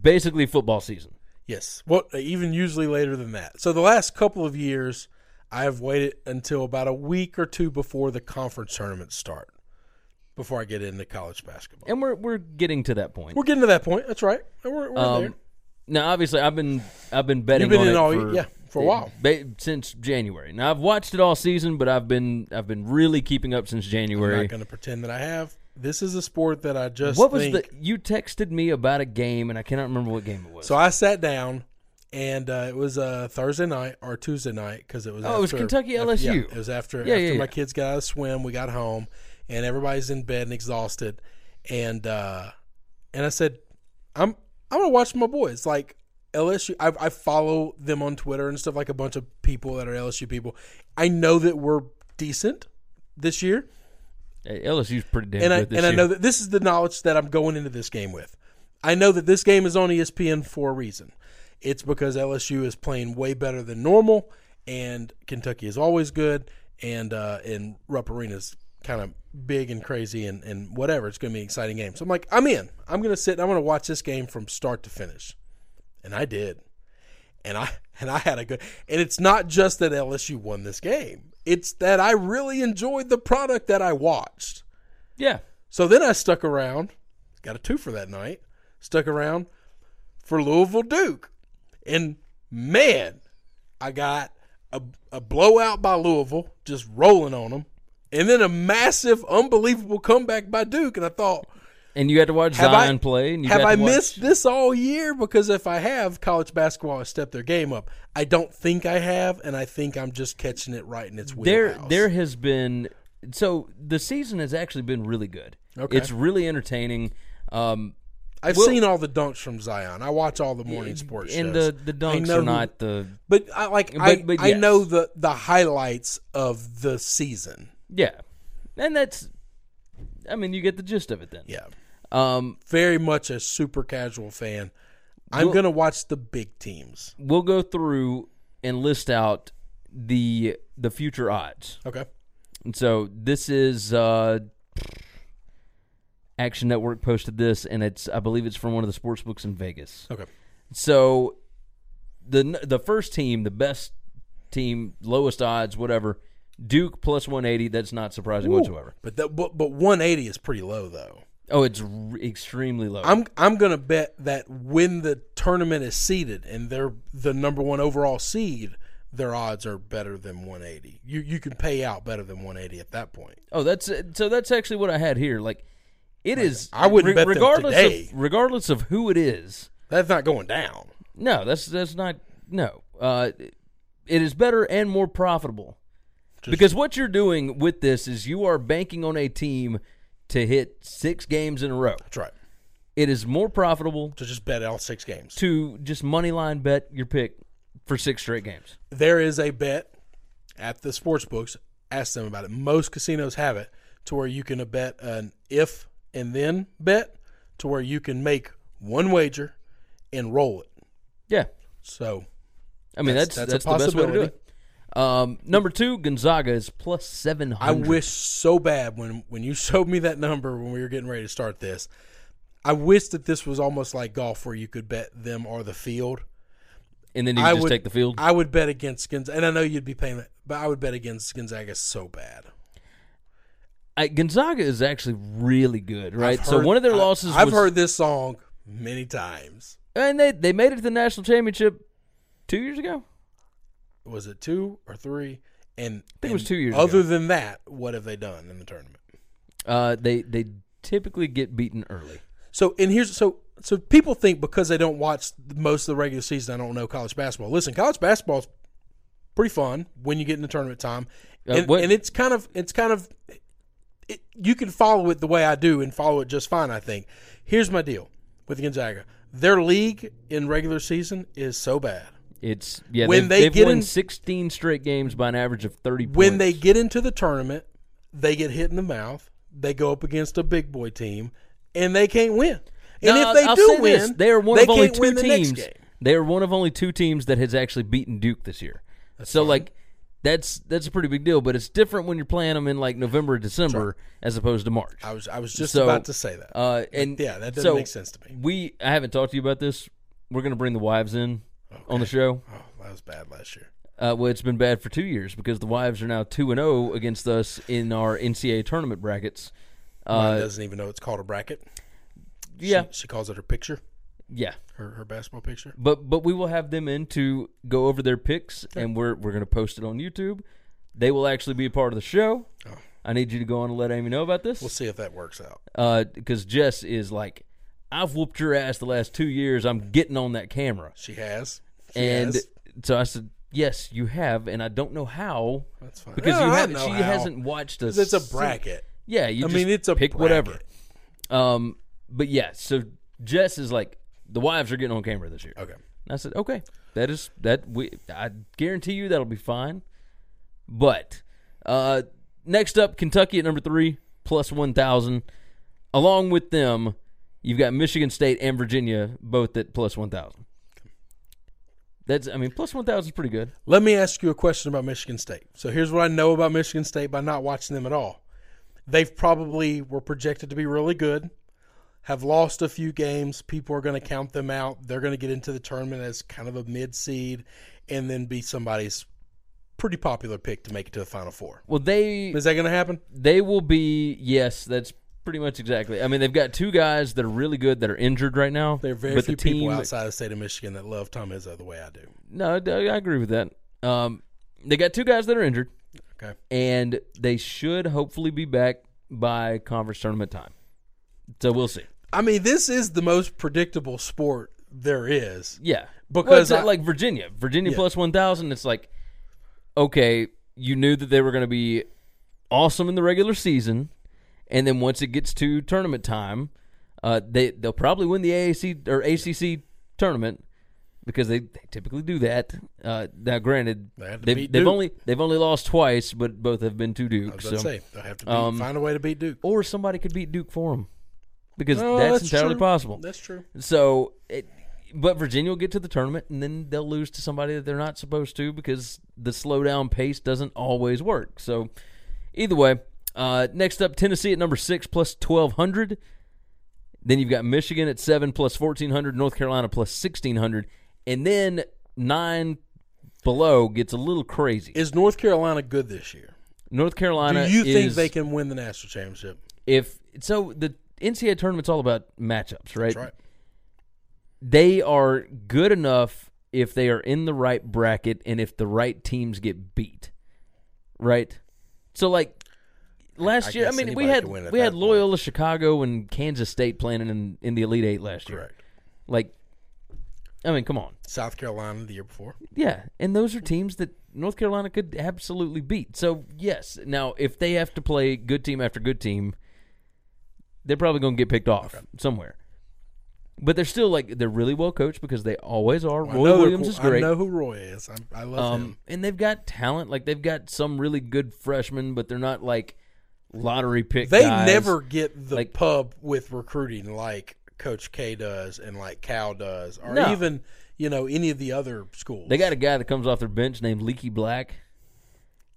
[SPEAKER 3] basically football season.
[SPEAKER 4] Yes. Well, even usually later than that. So the last couple of years, I have waited until about a week or two before the conference tournaments start, before I get into college basketball.
[SPEAKER 3] And we're we're getting to that point.
[SPEAKER 4] We're getting to that point. That's right. We're, we're there.
[SPEAKER 3] Um, now, obviously, I've been I've been betting
[SPEAKER 4] You've been
[SPEAKER 3] on
[SPEAKER 4] in
[SPEAKER 3] it
[SPEAKER 4] all
[SPEAKER 3] for,
[SPEAKER 4] yeah for a while.
[SPEAKER 3] ba- since January. Now I've watched it all season, but I've been I've been really keeping up since
[SPEAKER 4] I'm
[SPEAKER 3] January.
[SPEAKER 4] not going to pretend that I have. This is a sport that I just
[SPEAKER 3] What was
[SPEAKER 4] think-
[SPEAKER 3] the you texted me about a game, and I cannot remember what game it was.
[SPEAKER 4] So I sat down, and uh, it was uh, Thursday night or Tuesday night because it was.
[SPEAKER 3] Oh, it was
[SPEAKER 4] after-
[SPEAKER 3] Kentucky
[SPEAKER 4] af-
[SPEAKER 3] LSU.
[SPEAKER 4] yeah, it was after
[SPEAKER 3] Yeah,
[SPEAKER 4] after
[SPEAKER 3] yeah,
[SPEAKER 4] my
[SPEAKER 3] yeah.
[SPEAKER 4] kids got out of swim. We got home, and everybody's in bed and exhausted, and uh, and I said, I'm I'm gonna watch my boys like. LSU, I, I follow them on Twitter and stuff like a bunch of people that are LSU people. I know that we're decent this year
[SPEAKER 3] Hey, LSU's pretty damn
[SPEAKER 4] and I
[SPEAKER 3] good this
[SPEAKER 4] and I
[SPEAKER 3] year.
[SPEAKER 4] know that this is the knowledge that I'm going into this game with. I know that this game is on E ESPN for a reason. It's because LSU is playing way better than normal, and Kentucky is always good, and uh, and Rupp Arena's kind of big and crazy and, and whatever. It's going to be an exciting game. So I'm like, I'm in. I'm going to sit. and I'm going to watch this game from start to finish, and I did and I and I had a good and it's not just that LSU won this game. It's that I really enjoyed the product that I watched.
[SPEAKER 3] yeah,
[SPEAKER 4] So then I stuck around, got a two for that night, stuck around for Louisville Duke. And man, I got a, a blowout by Louisville, just rolling on them. And then a massive, unbelievable comeback by Duke. And I thought,
[SPEAKER 3] and you had to watch
[SPEAKER 4] have
[SPEAKER 3] Zion
[SPEAKER 4] I,
[SPEAKER 3] play. And you
[SPEAKER 4] have
[SPEAKER 3] got
[SPEAKER 4] I
[SPEAKER 3] to watch-
[SPEAKER 4] missed this all year? Because if I have, college basketball has stepped their game up. I don't think I have, and I think I'm just catching it right in its
[SPEAKER 3] there
[SPEAKER 4] wheelhouse.
[SPEAKER 3] there has been so the season has actually been really good.
[SPEAKER 4] Okay.
[SPEAKER 3] It's really entertaining. Um
[SPEAKER 4] I've
[SPEAKER 3] well-
[SPEAKER 4] seen all the dunks from Zion. I watch all the morning sports
[SPEAKER 3] and
[SPEAKER 4] shows.
[SPEAKER 3] the the
[SPEAKER 4] I
[SPEAKER 3] dunks
[SPEAKER 4] know
[SPEAKER 3] are
[SPEAKER 4] who-
[SPEAKER 3] not the
[SPEAKER 4] but I like I,
[SPEAKER 3] But- but
[SPEAKER 4] I
[SPEAKER 3] yes.
[SPEAKER 4] know the the highlights of the season.
[SPEAKER 3] yeah. And that's I mean, you get the gist of it then.
[SPEAKER 4] Yeah,
[SPEAKER 3] Um
[SPEAKER 4] very much a super casual fan. I'm
[SPEAKER 3] Well-
[SPEAKER 4] gonna watch the big teams.
[SPEAKER 3] we'll go through and list out the the future odds.
[SPEAKER 4] Okay,
[SPEAKER 3] And so this is uh Action Network posted this and it's I believe it's from one of the sports books in Vegas.
[SPEAKER 4] okay,
[SPEAKER 3] So the the first team, the best team, lowest odds, whatever. Duke plus 180. That's not surprising whatsoever.
[SPEAKER 4] but that but, but 180 is pretty low though.
[SPEAKER 3] Oh, it's r- extremely low.
[SPEAKER 4] I'm I'm gonna bet that when the tournament is seeded and they're the number one overall seed, their odds are better than 180. You you can pay out better than 180 at that point.
[SPEAKER 3] oh, that's so. That's actually what I had here. Like it is.
[SPEAKER 4] I wouldn't bet them
[SPEAKER 3] regardless
[SPEAKER 4] today.
[SPEAKER 3] Of, regardless of who it is.
[SPEAKER 4] That's not going down.
[SPEAKER 3] No, that's that's not. No, uh, it is better and more profitable because what you're doing with this is you are banking on a team to hit six games in a row.
[SPEAKER 4] That's right.
[SPEAKER 3] It is more profitable
[SPEAKER 4] to just bet all six games.
[SPEAKER 3] to just money line bet your pick for six straight games.
[SPEAKER 4] there is a bet at the sports books. Ask them about it. Most casinos have it to where you can bet an if and then bet to where you can make one wager and roll it.
[SPEAKER 3] Yeah,
[SPEAKER 4] So
[SPEAKER 3] I mean that's
[SPEAKER 4] That's-
[SPEAKER 3] that's,
[SPEAKER 4] that's a
[SPEAKER 3] the best way to do
[SPEAKER 4] possibility.
[SPEAKER 3] it. Um, number two, Gonzaga is plus seven
[SPEAKER 4] I
[SPEAKER 3] hundred.
[SPEAKER 4] wish so bad when when you showed me that number when we were getting ready to start this. I wish that this was almost like golf where you could bet them or the field.
[SPEAKER 3] and then you
[SPEAKER 4] I
[SPEAKER 3] just
[SPEAKER 4] would
[SPEAKER 3] take the field.
[SPEAKER 4] I would bet against Gonzaga, and I know you'd be paying that, but I would bet against Gonzaga so bad.
[SPEAKER 3] I, Gonzaga is actually really good, right?
[SPEAKER 4] I've
[SPEAKER 3] so
[SPEAKER 4] heard-
[SPEAKER 3] one of their
[SPEAKER 4] I-
[SPEAKER 3] losses,
[SPEAKER 4] I've
[SPEAKER 3] was-
[SPEAKER 4] heard this song many times.
[SPEAKER 3] and they they made it to the national championship two years ago.
[SPEAKER 4] Was it two or three? And I
[SPEAKER 3] think it was two years
[SPEAKER 4] Other
[SPEAKER 3] ago.
[SPEAKER 4] than that, what have they done in the tournament?
[SPEAKER 3] Uh, they they typically get beaten early.
[SPEAKER 4] So and here's so so people think because they don't watch most of the regular season, I don't know college basketball. Listen, college basketball's pretty fun when you get into tournament time,
[SPEAKER 3] Uh,
[SPEAKER 4] and,
[SPEAKER 3] what-
[SPEAKER 4] and it's kind of it's kind of it, you can follow it the way I do and follow it just fine. I think. Here's my deal with Gonzaga: their league in regular season is so bad.
[SPEAKER 3] It's yeah.
[SPEAKER 4] When
[SPEAKER 3] they've,
[SPEAKER 4] they
[SPEAKER 3] they've
[SPEAKER 4] get
[SPEAKER 3] won
[SPEAKER 4] in-
[SPEAKER 3] sixteen straight games by an average of thirty.
[SPEAKER 4] When they
[SPEAKER 3] points.
[SPEAKER 4] get into the tournament, they get hit in the mouth. They go up against a big boy team, and they can't win. And
[SPEAKER 3] Now,
[SPEAKER 4] if they
[SPEAKER 3] I'll
[SPEAKER 4] do
[SPEAKER 3] say
[SPEAKER 4] win,
[SPEAKER 3] this, they are one of only
[SPEAKER 4] can't
[SPEAKER 3] two
[SPEAKER 4] win the next
[SPEAKER 3] teams.
[SPEAKER 4] game.
[SPEAKER 3] They are one of only two teams that has actually beaten Duke this year. so like, that's that's a pretty big deal. But it's different when you're playing them in like November, or December, as opposed to March.
[SPEAKER 4] I was I was just
[SPEAKER 3] So,
[SPEAKER 4] about to say that.
[SPEAKER 3] Uh, and
[SPEAKER 4] yeah, that doesn't
[SPEAKER 3] so
[SPEAKER 4] make sense to me.
[SPEAKER 3] We I haven't talked to you about this. We're gonna bring the wives in on the show.
[SPEAKER 4] oh, that was bad last year.
[SPEAKER 3] Uh, well, it's been bad for two years because the wives are now two and zero against us in our NCAA tournament brackets.
[SPEAKER 4] Mine
[SPEAKER 3] Uh,
[SPEAKER 4] doesn't even know it's called a bracket.
[SPEAKER 3] yeah,
[SPEAKER 4] she, she calls it her picture,
[SPEAKER 3] yeah.
[SPEAKER 4] her her basketball picture.
[SPEAKER 3] But but we will have them in to go over their picks, and we're we're going to post it on YouTube. They will actually be a part of the show. I need you to go on and let Amy know about
[SPEAKER 4] We'll
[SPEAKER 3] this
[SPEAKER 4] see if that works out.
[SPEAKER 3] because Jess is like, I've whooped your ass the last two years. I'm getting on that camera,
[SPEAKER 4] She has, She
[SPEAKER 3] and
[SPEAKER 4] has.
[SPEAKER 3] so I said, "Yes, you have," and I don't know how
[SPEAKER 4] that's fine
[SPEAKER 3] because
[SPEAKER 4] No,
[SPEAKER 3] you
[SPEAKER 4] I
[SPEAKER 3] haven't.
[SPEAKER 4] know
[SPEAKER 3] She
[SPEAKER 4] how.
[SPEAKER 3] hasn't watched us.
[SPEAKER 4] It's a bracket.
[SPEAKER 3] Yeah, you
[SPEAKER 4] I
[SPEAKER 3] just
[SPEAKER 4] mean, it's a
[SPEAKER 3] pick
[SPEAKER 4] bracket.
[SPEAKER 3] whatever. Um, but yeah, so Jess is like, the wives are getting on camera this year.
[SPEAKER 4] Okay,
[SPEAKER 3] And I said, okay, that is that we. I guarantee you that'll be fine. But uh, next up, Kentucky at number three, plus one thousand. Along with them, you've got Michigan State and Virginia both at plus one thousand. That's I mean, plus one thousand is pretty good.
[SPEAKER 4] let me ask you a question about Michigan State. So here's what I know about Michigan State by not watching them at all. They've probably were projected to be really good. Have lost a few games. People are going to count them out. They're going to get into the tournament as kind of a mid seed, and then be somebody's pretty popular pick to make it to the final four.
[SPEAKER 3] Well, they
[SPEAKER 4] Is that going to happen?
[SPEAKER 3] they will be yes. That's pretty much exactly. I mean, they've got two guys that are really good that are injured right now.
[SPEAKER 4] There are very
[SPEAKER 3] but
[SPEAKER 4] few
[SPEAKER 3] the team,
[SPEAKER 4] people outside the state of Michigan that love Tom Izzo the way I do.
[SPEAKER 3] No, I, I agree with that. Um, they got two guys that are injured.
[SPEAKER 4] Okay.
[SPEAKER 3] and they should hopefully be back by conference tournament time. So we'll see.
[SPEAKER 4] I mean, this is the most predictable sport there is.
[SPEAKER 3] Yeah, well,
[SPEAKER 4] Because
[SPEAKER 3] it's not
[SPEAKER 4] I-
[SPEAKER 3] like Virginia, Virginia
[SPEAKER 4] Yeah.
[SPEAKER 3] plus one thousand. It's like, okay, you knew that they were going to be awesome in the regular season, and then once it gets to tournament time, uh, they they'll probably win the AAC or ACC tournament because they, they typically do that. Uh, now, granted,
[SPEAKER 4] They had to
[SPEAKER 3] they've,
[SPEAKER 4] beat
[SPEAKER 3] they've
[SPEAKER 4] Duke.
[SPEAKER 3] only they've only lost twice, but both have been to Duke.
[SPEAKER 4] I was going to
[SPEAKER 3] so. um,
[SPEAKER 4] say they'll have to beat, find a way to beat Duke.
[SPEAKER 3] or somebody could beat Duke for him because
[SPEAKER 4] No,
[SPEAKER 3] that's, entirely
[SPEAKER 4] true.
[SPEAKER 3] possible.
[SPEAKER 4] Oh, That's true.
[SPEAKER 3] So, it, but Virginia will get to the tournament and then they'll lose to somebody that they're not supposed to because the slow down pace doesn't always work. So, either way, uh, next up Tennessee at number six plus twelve hundred. Then you've got Michigan at seven plus fourteen hundred, North Carolina plus sixteen hundred, and then nine below gets a little crazy.
[SPEAKER 4] Is North Carolina good this year?
[SPEAKER 3] North
[SPEAKER 4] Do
[SPEAKER 3] Carolina.
[SPEAKER 4] you think
[SPEAKER 3] is-
[SPEAKER 4] they can win the national championship?
[SPEAKER 3] if so the NCAA tournament's all about matchups, right?
[SPEAKER 4] That's right.
[SPEAKER 3] They are good enough if they are in the right bracket and if the right teams get beat. Right? So like last
[SPEAKER 4] I
[SPEAKER 3] year, I
[SPEAKER 4] guess
[SPEAKER 3] mean, we
[SPEAKER 4] anybody
[SPEAKER 3] had
[SPEAKER 4] could win at
[SPEAKER 3] we had
[SPEAKER 4] that point.
[SPEAKER 3] Loyola Chicago and Kansas State playing in in the Elite 8 last year.
[SPEAKER 4] Correct.
[SPEAKER 3] Like I mean, come on.
[SPEAKER 4] South Carolina the year before.
[SPEAKER 3] Yeah, and those are teams that North Carolina could absolutely beat. So yes, now if they have to play good team after good team, they're probably going to get picked off somewhere. But they're still like they're really well coached because they always are.
[SPEAKER 4] I know
[SPEAKER 3] Roy
[SPEAKER 4] they're
[SPEAKER 3] Williams
[SPEAKER 4] cool.
[SPEAKER 3] is great.
[SPEAKER 4] I know who Roy is. I, I love
[SPEAKER 3] Um,
[SPEAKER 4] him.
[SPEAKER 3] and they've got talent. Like they've got some really good freshmen, but they're not like lottery pick.
[SPEAKER 4] They
[SPEAKER 3] guys.
[SPEAKER 4] never get the
[SPEAKER 3] like-
[SPEAKER 4] pub with recruiting like Coach K does and like Cal does, or
[SPEAKER 3] No.
[SPEAKER 4] even you know any of the other schools.
[SPEAKER 3] They got a guy that comes off their bench named Leaky Black.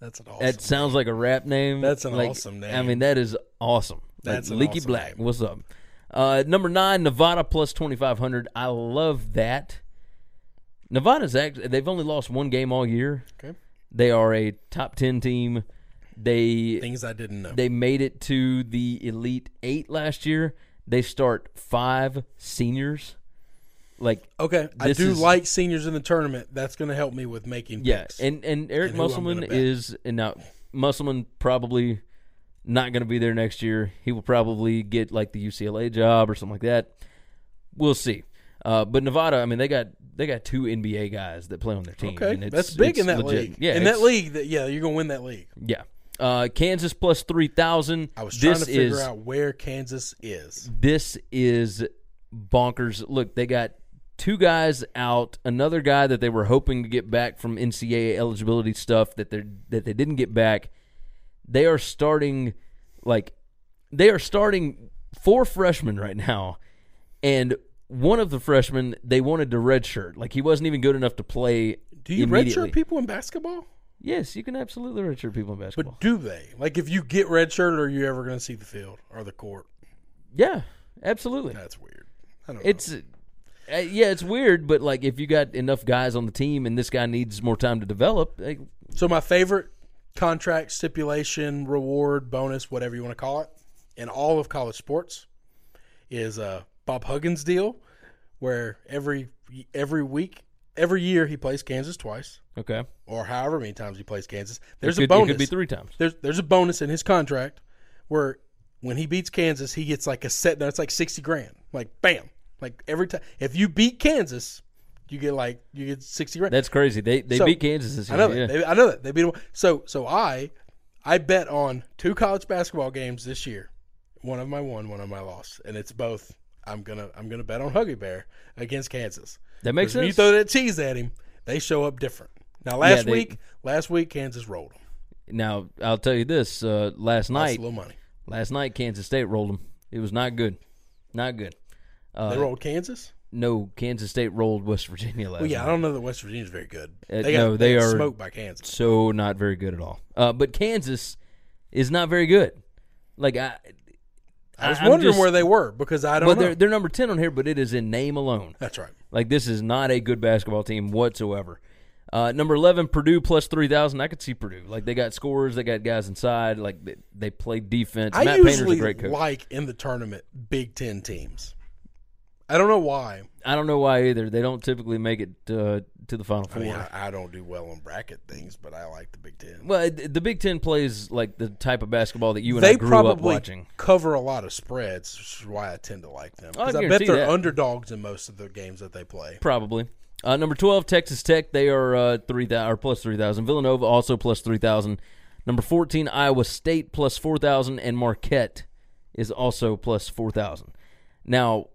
[SPEAKER 4] that's an awesome.
[SPEAKER 3] That sounds like a rap name.
[SPEAKER 4] That's an
[SPEAKER 3] Like,
[SPEAKER 4] awesome
[SPEAKER 3] I
[SPEAKER 4] name.
[SPEAKER 3] mean, that is awesome. Like,
[SPEAKER 4] That's an
[SPEAKER 3] Leaky
[SPEAKER 4] awesome
[SPEAKER 3] Black.
[SPEAKER 4] name.
[SPEAKER 3] What's up? Uh, number nine, Nevada plus twenty five hundred. I love that. Nevada's actually they've only lost one game all year.
[SPEAKER 4] okay.
[SPEAKER 3] They are a top ten team. They
[SPEAKER 4] Things I didn't know.
[SPEAKER 3] they made it to the elite eight last year. They start five seniors. Like
[SPEAKER 4] okay, I
[SPEAKER 3] This
[SPEAKER 4] do
[SPEAKER 3] is-
[SPEAKER 4] like seniors in the tournament. That's going to help me with making.
[SPEAKER 3] Yeah,
[SPEAKER 4] picks.
[SPEAKER 3] and and Eric
[SPEAKER 4] And who I'm
[SPEAKER 3] Musselman
[SPEAKER 4] gonna bet.
[SPEAKER 3] is and now Musselman probably not going to be there next year. He will probably get like the UCLA job or something like that. We'll see. Uh, but Nevada, I mean, they got they got two NBA guys that play on their team.
[SPEAKER 4] okay,
[SPEAKER 3] and it's-
[SPEAKER 4] that's big
[SPEAKER 3] it's
[SPEAKER 4] in that
[SPEAKER 3] legit.
[SPEAKER 4] league.
[SPEAKER 3] Yeah,
[SPEAKER 4] in that
[SPEAKER 3] it's-
[SPEAKER 4] league, that yeah, you're going to win that league.
[SPEAKER 3] Yeah, uh, Kansas plus three thousand.
[SPEAKER 4] I was trying
[SPEAKER 3] this
[SPEAKER 4] to figure
[SPEAKER 3] is,
[SPEAKER 4] out where Kansas is.
[SPEAKER 3] this is bonkers. Look, they got two guys out, another guy that they were hoping to get back from NCAA eligibility stuff that they that they didn't get back. They are starting like they are starting four freshmen right now, and one of the freshmen they wanted to redshirt. Like he wasn't even good enough to play.
[SPEAKER 4] Do you
[SPEAKER 3] immediately.
[SPEAKER 4] redshirt people in basketball?
[SPEAKER 3] Yes, you can absolutely redshirt people in
[SPEAKER 4] But
[SPEAKER 3] basketball.
[SPEAKER 4] do they? Like, if you get redshirted, are you ever going to see the field or the court?
[SPEAKER 3] yeah, absolutely.
[SPEAKER 4] That's weird. I don't know.
[SPEAKER 3] It's uh, yeah, it's weird, but like if you got enough guys on the team and this guy needs more time to develop, eh, like,
[SPEAKER 4] So my favorite contract stipulation, reward, bonus, whatever you want to call it, in all of college sports, is uh, Bob Huggins' deal, where every every week, every year he plays Kansas twice,
[SPEAKER 3] okay,
[SPEAKER 4] or however many times he plays Kansas. There's a
[SPEAKER 3] it could,
[SPEAKER 4] bonus.
[SPEAKER 3] It could be three times.
[SPEAKER 4] There's there's a bonus in his contract where when he beats Kansas, he gets like a set. No, it's like sixty grand. Like bam. Like every time, if you beat Kansas, you get like you get sixty grand.
[SPEAKER 3] That's crazy. They they
[SPEAKER 4] So,
[SPEAKER 3] beat Kansas this
[SPEAKER 4] I
[SPEAKER 3] year.
[SPEAKER 4] know that.
[SPEAKER 3] yeah.
[SPEAKER 4] They, I know that they beat them. So so I, I bet on two college basketball games this year. One of my won, one of my lost, and it's both. I'm gonna I'm gonna bet on Huggy Bear against Kansas.
[SPEAKER 3] that makes
[SPEAKER 4] 'Cause When you
[SPEAKER 3] sense.
[SPEAKER 4] throw that cheese at him, they show up different. Now last
[SPEAKER 3] they-
[SPEAKER 4] week, last week Kansas rolled them.
[SPEAKER 3] now I'll tell you this: uh, last
[SPEAKER 4] That's
[SPEAKER 3] night,
[SPEAKER 4] a little money.
[SPEAKER 3] last night Kansas State rolled them. It was not good, not good. Uh,
[SPEAKER 4] They rolled Kansas.
[SPEAKER 3] No, Kansas State rolled West Virginia last
[SPEAKER 4] Well, yeah, I
[SPEAKER 3] night.
[SPEAKER 4] don't know that West Virginia's very good.
[SPEAKER 3] Uh,
[SPEAKER 4] they got,
[SPEAKER 3] no,
[SPEAKER 4] they
[SPEAKER 3] they
[SPEAKER 4] got
[SPEAKER 3] are-
[SPEAKER 4] smoked by Kansas.
[SPEAKER 3] So not very good at all. Uh, but Kansas is not very good. Like I,
[SPEAKER 4] I was
[SPEAKER 3] I'm
[SPEAKER 4] wondering
[SPEAKER 3] just-
[SPEAKER 4] where they were because I don't
[SPEAKER 3] but
[SPEAKER 4] know.
[SPEAKER 3] they're they're number ten on here, but it is in name alone.
[SPEAKER 4] That's right.
[SPEAKER 3] Like this is not a good basketball team whatsoever. Uh, number eleven, Purdue plus three thousand. I could see Purdue. Like they got scorers, they got guys inside. Like they, they play defense.
[SPEAKER 4] I
[SPEAKER 3] Matt Painter's a
[SPEAKER 4] usually
[SPEAKER 3] great coach.
[SPEAKER 4] like in the tournament Big Ten teams. I don't know why.
[SPEAKER 3] I don't know why either. They don't typically make it uh, to the final
[SPEAKER 4] I
[SPEAKER 3] four.
[SPEAKER 4] mean, I, I don't do well on bracket things, but I like the Big Ten.
[SPEAKER 3] well, it- the Big Ten plays like the type of basketball that you and I
[SPEAKER 4] they
[SPEAKER 3] grew
[SPEAKER 4] probably
[SPEAKER 3] up watching.
[SPEAKER 4] cover a lot of spreads, which is why I tend to like them.
[SPEAKER 3] I
[SPEAKER 4] 'Cause I, bet
[SPEAKER 3] guarantee
[SPEAKER 4] they're
[SPEAKER 3] that.
[SPEAKER 4] underdogs in most of the games that they play.
[SPEAKER 3] Probably. Uh, number twelve, Texas Tech. They are uh, three thousand or plus three thousand. Villanova also plus three thousand. Number fourteen, Iowa State plus four thousand, and Marquette is also plus four thousand. Now,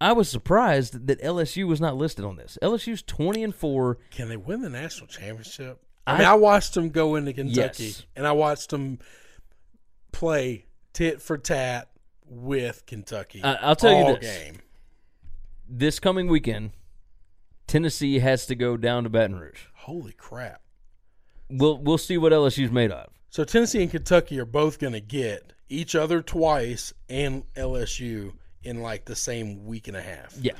[SPEAKER 3] I was surprised that LSU was not listed on this. LSU's twenty and four.
[SPEAKER 4] Can they win the national championship?
[SPEAKER 3] I-
[SPEAKER 4] I mean, I watched them go into Kentucky,
[SPEAKER 3] Yes.
[SPEAKER 4] and I watched them play tit for tat with Kentucky.
[SPEAKER 3] I- I'll tell you
[SPEAKER 4] all
[SPEAKER 3] this.
[SPEAKER 4] game.
[SPEAKER 3] This coming weekend, Tennessee has to go down to Baton Rouge.
[SPEAKER 4] Holy crap!
[SPEAKER 3] We'll we'll see what LSU's made of.
[SPEAKER 4] So Tennessee and Kentucky are both going to get each other twice and LSU in like the same week and a half.
[SPEAKER 3] Yeah,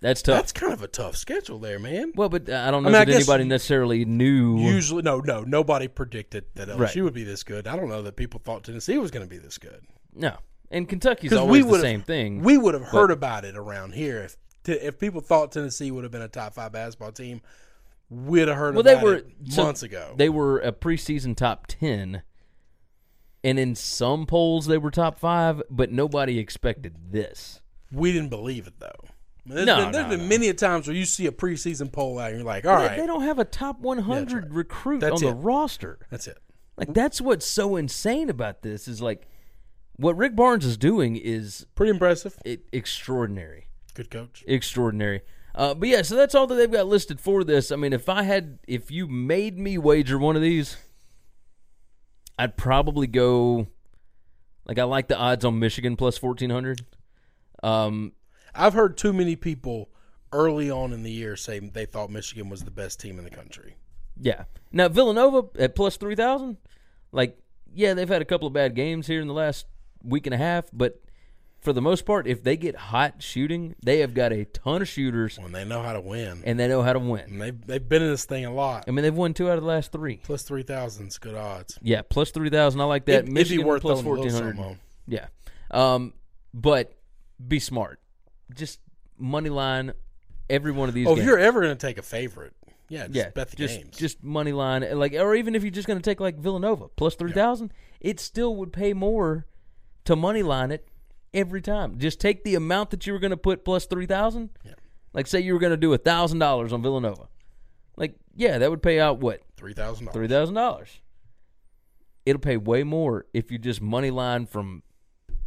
[SPEAKER 3] that's tough.
[SPEAKER 4] That's kind of a tough schedule there, man.
[SPEAKER 3] well, but uh, I don't know
[SPEAKER 4] I mean, I
[SPEAKER 3] that
[SPEAKER 4] guess
[SPEAKER 3] anybody necessarily knew.
[SPEAKER 4] Usually, no, no, nobody predicted that LSU
[SPEAKER 3] Right.
[SPEAKER 4] would be this good. I don't know that people thought Tennessee was going to be this good
[SPEAKER 3] no, and Kentucky's
[SPEAKER 4] because
[SPEAKER 3] always
[SPEAKER 4] we
[SPEAKER 3] the
[SPEAKER 4] would
[SPEAKER 3] same thing.
[SPEAKER 4] We would have heard about it around here if t- if people thought Tennessee would have been a top five basketball team. We'd have heard
[SPEAKER 3] well, they
[SPEAKER 4] about
[SPEAKER 3] were
[SPEAKER 4] it
[SPEAKER 3] so
[SPEAKER 4] months ago.
[SPEAKER 3] They were a preseason top ten, and in some polls they were top five, but nobody expected this.
[SPEAKER 4] we didn't believe it though. I mean, There's
[SPEAKER 3] No,
[SPEAKER 4] been, there's
[SPEAKER 3] no,
[SPEAKER 4] been
[SPEAKER 3] no.
[SPEAKER 4] many a times where you see a preseason poll out and you're like, all right,
[SPEAKER 3] They, they don't have a top one hundred
[SPEAKER 4] right.
[SPEAKER 3] recruit
[SPEAKER 4] That's
[SPEAKER 3] on the
[SPEAKER 4] it.
[SPEAKER 3] roster.
[SPEAKER 4] that's it.
[SPEAKER 3] Like that's what's so insane about this is like What Rick Barnes is doing is
[SPEAKER 4] Pretty impressive.
[SPEAKER 3] it, extraordinary.
[SPEAKER 4] Good coach.
[SPEAKER 3] extraordinary. Uh, but yeah, so that's all that they've got listed for this. I mean, if I had, if you made me wager one of these, I'd probably go. Like I like the odds on Michigan plus fourteen hundred. Um,
[SPEAKER 4] I've heard too many people early on in the year say they thought Michigan was the best team in the country.
[SPEAKER 3] yeah. Now Villanova at plus three thousand. Like, yeah, they've had a couple of bad games here in the last week and a half, but for the most part, if they get hot shooting, they have got a ton of shooters
[SPEAKER 4] When they know how to win,
[SPEAKER 3] and they know how to win.
[SPEAKER 4] and they've they've been in this thing a lot.
[SPEAKER 3] I mean, they've won two out of the last three.
[SPEAKER 4] Plus three thousand's good odds.
[SPEAKER 3] Yeah, plus three thousand. I like that.
[SPEAKER 4] It'd- it'd be
[SPEAKER 3] Michigan
[SPEAKER 4] worth
[SPEAKER 3] plus
[SPEAKER 4] us a little
[SPEAKER 3] fourteen hundred.
[SPEAKER 4] something.
[SPEAKER 3] Yeah, um, but be smart. Just money line every one of these.
[SPEAKER 4] Oh, if
[SPEAKER 3] games.
[SPEAKER 4] you're ever going to take a favorite, yeah, just
[SPEAKER 3] yeah,
[SPEAKER 4] bet the
[SPEAKER 3] just
[SPEAKER 4] games.
[SPEAKER 3] just money line like, or even if you're just going to take like Villanova plus three thousand, it still would pay more to money line it every time. Just take the amount that you were going to put plus three thousand. Yeah. Like say you were going to do a thousand dollars on Villanova. Like yeah, that would pay out what
[SPEAKER 4] three thousand
[SPEAKER 3] three
[SPEAKER 4] dollars.
[SPEAKER 3] thousand dollars. It'll pay way more if you just money line from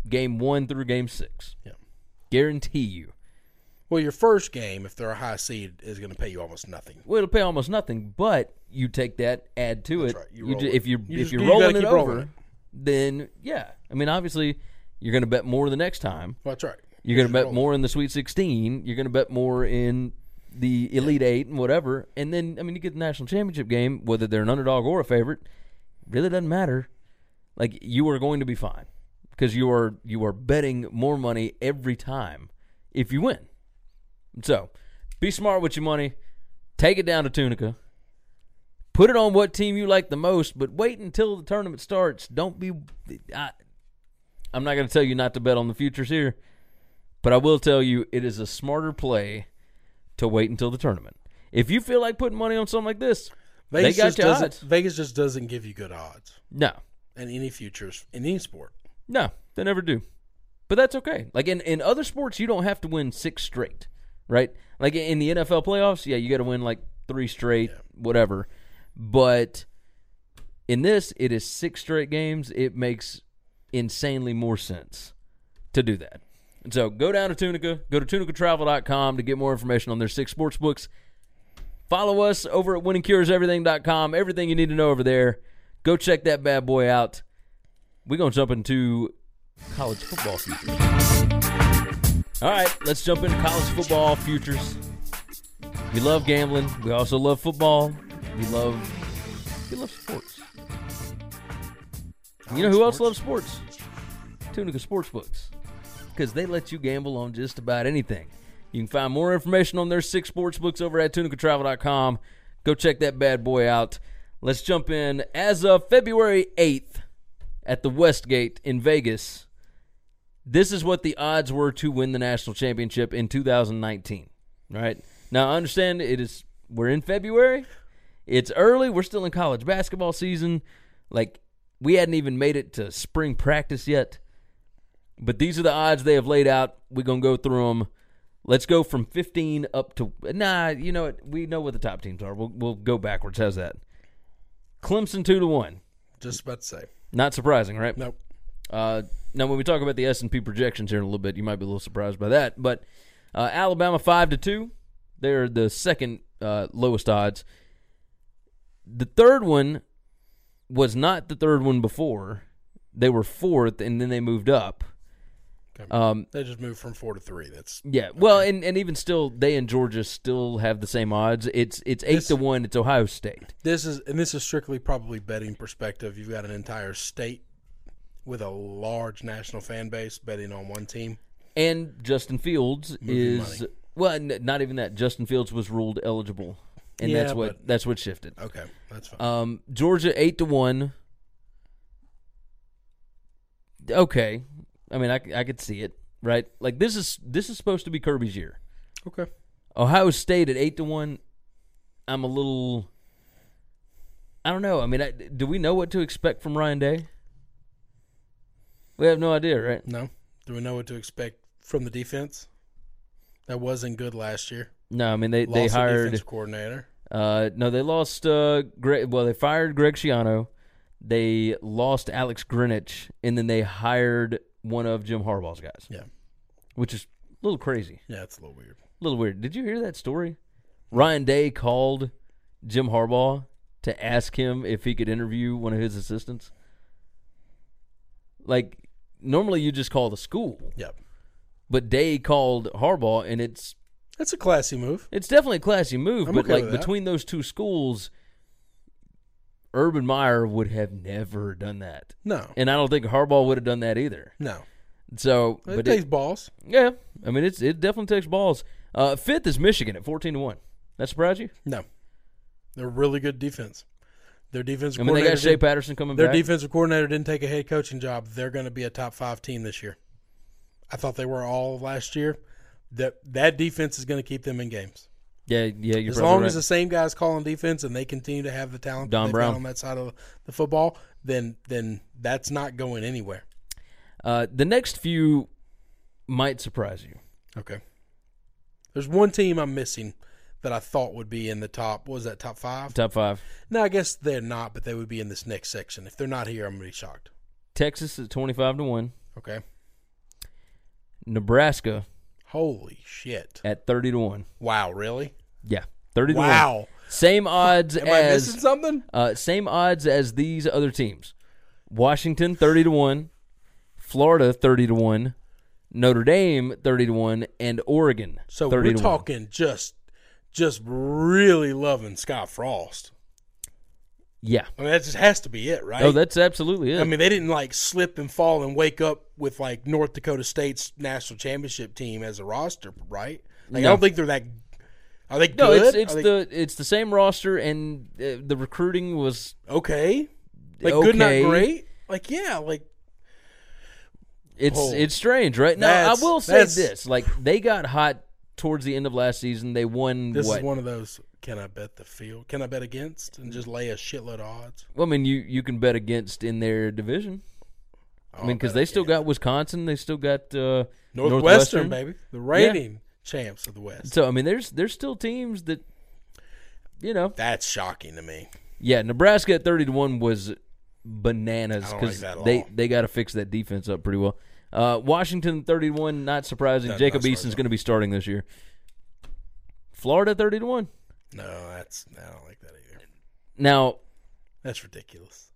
[SPEAKER 3] game one through game six.
[SPEAKER 4] Yeah.
[SPEAKER 3] Guarantee you.
[SPEAKER 4] Well, your first game, if they're a high seed, is going to pay you almost nothing.
[SPEAKER 3] Well, it'll pay almost nothing, but you take that, add to it.
[SPEAKER 4] right. You
[SPEAKER 3] You,
[SPEAKER 4] roll
[SPEAKER 3] ju-
[SPEAKER 4] it.
[SPEAKER 3] if you,
[SPEAKER 4] You
[SPEAKER 3] if
[SPEAKER 4] just-
[SPEAKER 3] you're
[SPEAKER 4] you gotta
[SPEAKER 3] rolling it
[SPEAKER 4] keep
[SPEAKER 3] over,
[SPEAKER 4] rolling it.
[SPEAKER 3] then yeah. I mean, obviously, you're going to bet more the next time.
[SPEAKER 4] Well, that's right.
[SPEAKER 3] You're going to bet more in the Sweet 16. You're going to bet more in the Elite Eight and whatever. And then, I mean, you get the national championship game, whether they're an underdog or a favorite, really doesn't matter. Like you are going to be fine because you are you are betting more money every time if you win. So, be smart with your money. Take it down to Tunica. Put it on what team you like the most, but wait until the tournament starts. Don't be. I, I'm not going to tell you not to bet on the futures here. But I will tell you, it is a smarter play to wait until the tournament. If you feel like putting money on something like this,
[SPEAKER 4] Vegas
[SPEAKER 3] they got
[SPEAKER 4] just
[SPEAKER 3] your
[SPEAKER 4] doesn't.
[SPEAKER 3] odds.
[SPEAKER 4] Vegas just doesn't give you good odds
[SPEAKER 3] no,
[SPEAKER 4] in any futures in any sport.
[SPEAKER 3] no, they never do. But that's okay. Like in, in other sports, you don't have to win six straight, right? Like in the NFL playoffs, yeah, you got to win like three straight, whatever. But in this, it is six straight games. It makes insanely more sense to do that. And so go down to Tunica, go to tunicatravel.com to get more information on their six sports books. Follow us over at winningcureseverything.com. Everything you need to know over there. Go check that bad boy out. We're going to jump into college football futures. All right, let's jump into college football futures. We love gambling. We also love football. We love we love sports. you know who else loves sports? Tunica Sportsbooks. Because they let you gamble on just about anything. You can find more information on their six sportsbooks over at tunicatravel.com. Go check that bad boy out. Let's jump in. As of February 8th at the Westgate in Vegas, this is what the odds were to win the national championship in 2019. Right? Now, I understand it is, we're in February. It's early. We're still in college basketball season. Like, we hadn't even made it to spring practice yet. But these are the odds they have laid out. We're going to go through them. Let's go from 15 up to. Nah, you know what? We know what the top teams are. We'll, we'll go backwards. How's that? Clemson 2 to 1.
[SPEAKER 4] Just about to say
[SPEAKER 3] Not surprising, right?
[SPEAKER 4] nope.
[SPEAKER 3] Uh, now, when we talk about the S and P projections here in a little bit, you might be a little surprised by that. But uh, Alabama five to two, they're the second uh, lowest odds. The third one was not the third one before; they were fourth, and then they moved up.
[SPEAKER 4] Okay.
[SPEAKER 3] Um,
[SPEAKER 4] They just moved from four to three. That's
[SPEAKER 3] yeah, well, and, and even still, they and Georgia still have the same odds. It's it's eight
[SPEAKER 4] This-
[SPEAKER 3] to one. It's Ohio State.
[SPEAKER 4] this is and this is strictly probably betting perspective. You've got an entire state with a large national fan base betting on one team.
[SPEAKER 3] And Justin Fields is well, n- not even that. Justin Fields was ruled eligible, and
[SPEAKER 4] Yeah,
[SPEAKER 3] that's what that's what shifted.
[SPEAKER 4] Okay, that's fine.
[SPEAKER 3] Um, Georgia eight to one. Okay, I mean I, c- I could see it right. Like this is this is supposed to be Kirby's year.
[SPEAKER 4] okay,
[SPEAKER 3] Ohio State at eight to one. I'm a little. I don't know. I mean, I, do we know what to expect from Ryan Day? We have no idea, right?
[SPEAKER 4] no. Do we know what to expect from the defense? That wasn't good last year.
[SPEAKER 3] No, I mean they
[SPEAKER 4] Lost
[SPEAKER 3] they
[SPEAKER 4] the
[SPEAKER 3] hired.
[SPEAKER 4] defense coordinator.
[SPEAKER 3] Uh, no, they lost. Uh, Greg, well, they fired Greg Schiano. They lost Alex Greenwich, and then they hired one of Jim Harbaugh's guys,
[SPEAKER 4] Yeah.
[SPEAKER 3] which is a little crazy,
[SPEAKER 4] Yeah, it's a little weird.
[SPEAKER 3] a little weird. Did you hear that story? Ryan Day called Jim Harbaugh to ask him if he could interview one of his assistants. Like, normally you just call the school,
[SPEAKER 4] Yep.
[SPEAKER 3] but Day called Harbaugh, and it's
[SPEAKER 4] That's a classy move.
[SPEAKER 3] it's definitely a classy move,
[SPEAKER 4] I'm
[SPEAKER 3] but
[SPEAKER 4] okay
[SPEAKER 3] like
[SPEAKER 4] with that.
[SPEAKER 3] between those two schools, Urban Meyer would have never done that,
[SPEAKER 4] No.
[SPEAKER 3] and I don't think Harbaugh would have done that either.
[SPEAKER 4] No.
[SPEAKER 3] So,
[SPEAKER 4] It
[SPEAKER 3] but it-
[SPEAKER 4] takes balls.
[SPEAKER 3] yeah, I mean it's it definitely takes balls. Uh, fifth is Michigan at fourteen to one. That surprise you?
[SPEAKER 4] No. They're a really good defense. Their defense
[SPEAKER 3] I mean they got Shea
[SPEAKER 4] didn't-
[SPEAKER 3] Patterson coming
[SPEAKER 4] Their
[SPEAKER 3] back.
[SPEAKER 4] defensive coordinator didn't take a head coaching job. They're going to be a top five team this year. I thought they were all of last year. That that defense is going to keep them in games
[SPEAKER 3] yeah, yeah, you're
[SPEAKER 4] as
[SPEAKER 3] probably
[SPEAKER 4] long
[SPEAKER 3] right.
[SPEAKER 4] as the same guys calling defense and they continue to have the talent that
[SPEAKER 3] Don
[SPEAKER 4] they've got
[SPEAKER 3] Brown.
[SPEAKER 4] on that side of the football. Then then that's not going anywhere.
[SPEAKER 3] uh, the next few might surprise you.
[SPEAKER 4] Okay. There's one team I'm missing that I thought would be in the top. What was that top five?
[SPEAKER 3] Top five:
[SPEAKER 4] No, I guess they're not, but they would be in this next section. If they're not here, I'm going to be shocked.
[SPEAKER 3] Texas at twenty five to one.
[SPEAKER 4] Okay.
[SPEAKER 3] Nebraska
[SPEAKER 4] Holy shit!
[SPEAKER 3] at thirty to one.
[SPEAKER 4] Wow, really?
[SPEAKER 3] Yeah, thirty to one.
[SPEAKER 4] Wow.
[SPEAKER 3] Same odds
[SPEAKER 4] Am I
[SPEAKER 3] as
[SPEAKER 4] missing something?
[SPEAKER 3] Uh, same odds as these other teams: Washington thirty to one, Florida thirty to one, Notre Dame thirty to one, and Oregon.
[SPEAKER 4] So
[SPEAKER 3] 30
[SPEAKER 4] we're
[SPEAKER 3] to
[SPEAKER 4] talking just, just really loving Scott Frost.
[SPEAKER 3] One. Yeah.
[SPEAKER 4] I mean, that just has to be it, right?
[SPEAKER 3] Oh, that's absolutely it.
[SPEAKER 4] I mean, they didn't like slip and fall and wake up with like North Dakota State's national championship team as a roster, right? Like,
[SPEAKER 3] No.
[SPEAKER 4] I don't think they're that. Are they good?
[SPEAKER 3] no, it's it's
[SPEAKER 4] Are they-
[SPEAKER 3] the it's the same roster, and uh, the recruiting was
[SPEAKER 4] okay, like good, not
[SPEAKER 3] Okay.
[SPEAKER 4] great. Like yeah, like
[SPEAKER 3] it's
[SPEAKER 4] Oh.
[SPEAKER 3] it's strange, right? Now I
[SPEAKER 4] That's-
[SPEAKER 3] will say
[SPEAKER 4] that's-
[SPEAKER 3] this: like they got hot towards the end of last season. They won
[SPEAKER 4] this is
[SPEAKER 3] what?
[SPEAKER 4] one of those. Can I bet the field? Can I bet against and just lay a shitload of odds?
[SPEAKER 3] Well, I mean, you you can bet against in their division. I mean, because they still got Wisconsin, they still got uh,
[SPEAKER 4] Oh, Northwestern, baby, the reigning champs of the West.
[SPEAKER 3] So I mean, there's there's still teams that, you know,
[SPEAKER 4] That's shocking to me.
[SPEAKER 3] yeah. Nebraska at thirty to one was bananas
[SPEAKER 4] I don't like
[SPEAKER 3] because
[SPEAKER 4] that at
[SPEAKER 3] they
[SPEAKER 4] all.
[SPEAKER 3] they got to fix that defense up pretty well. Uh, Washington thirty to one, not surprising.
[SPEAKER 4] That's
[SPEAKER 3] Jacob
[SPEAKER 4] not
[SPEAKER 3] Eason's
[SPEAKER 4] surprising.
[SPEAKER 3] going to be starting this year. Florida thirty to one.
[SPEAKER 4] No, that's I don't like that either.
[SPEAKER 3] Now,
[SPEAKER 4] That's ridiculous.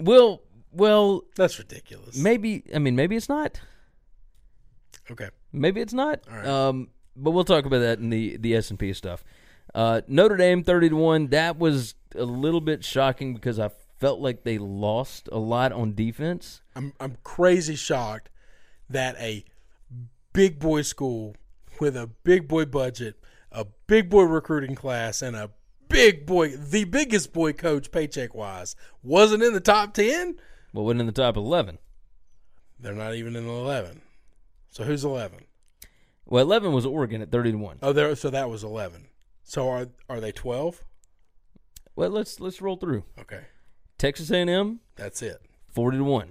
[SPEAKER 3] will well
[SPEAKER 4] That's ridiculous.
[SPEAKER 3] maybe I mean maybe it's not
[SPEAKER 4] okay,
[SPEAKER 3] maybe it's not.
[SPEAKER 4] right.
[SPEAKER 3] Um, but we'll talk about that in the the S and P stuff. Uh, Notre Dame thirty to one. That was a little bit shocking because I felt like they lost a lot on defense.
[SPEAKER 4] I'm I'm crazy shocked that a big boy school with a big boy budget, a big boy recruiting class, and a big boy, the biggest boy coach paycheck wise, wasn't in the top ten.
[SPEAKER 3] Well, wasn't in the top 11.
[SPEAKER 4] They're not even in the eleven. So who's eleven?
[SPEAKER 3] Well, 11 was Oregon at 30 to 1.
[SPEAKER 4] Oh, there. So that was eleven. So are are they twelve?
[SPEAKER 3] Well, let's let's roll through.
[SPEAKER 4] Okay,
[SPEAKER 3] Texas A&M
[SPEAKER 4] that's it.
[SPEAKER 3] 40 to 1.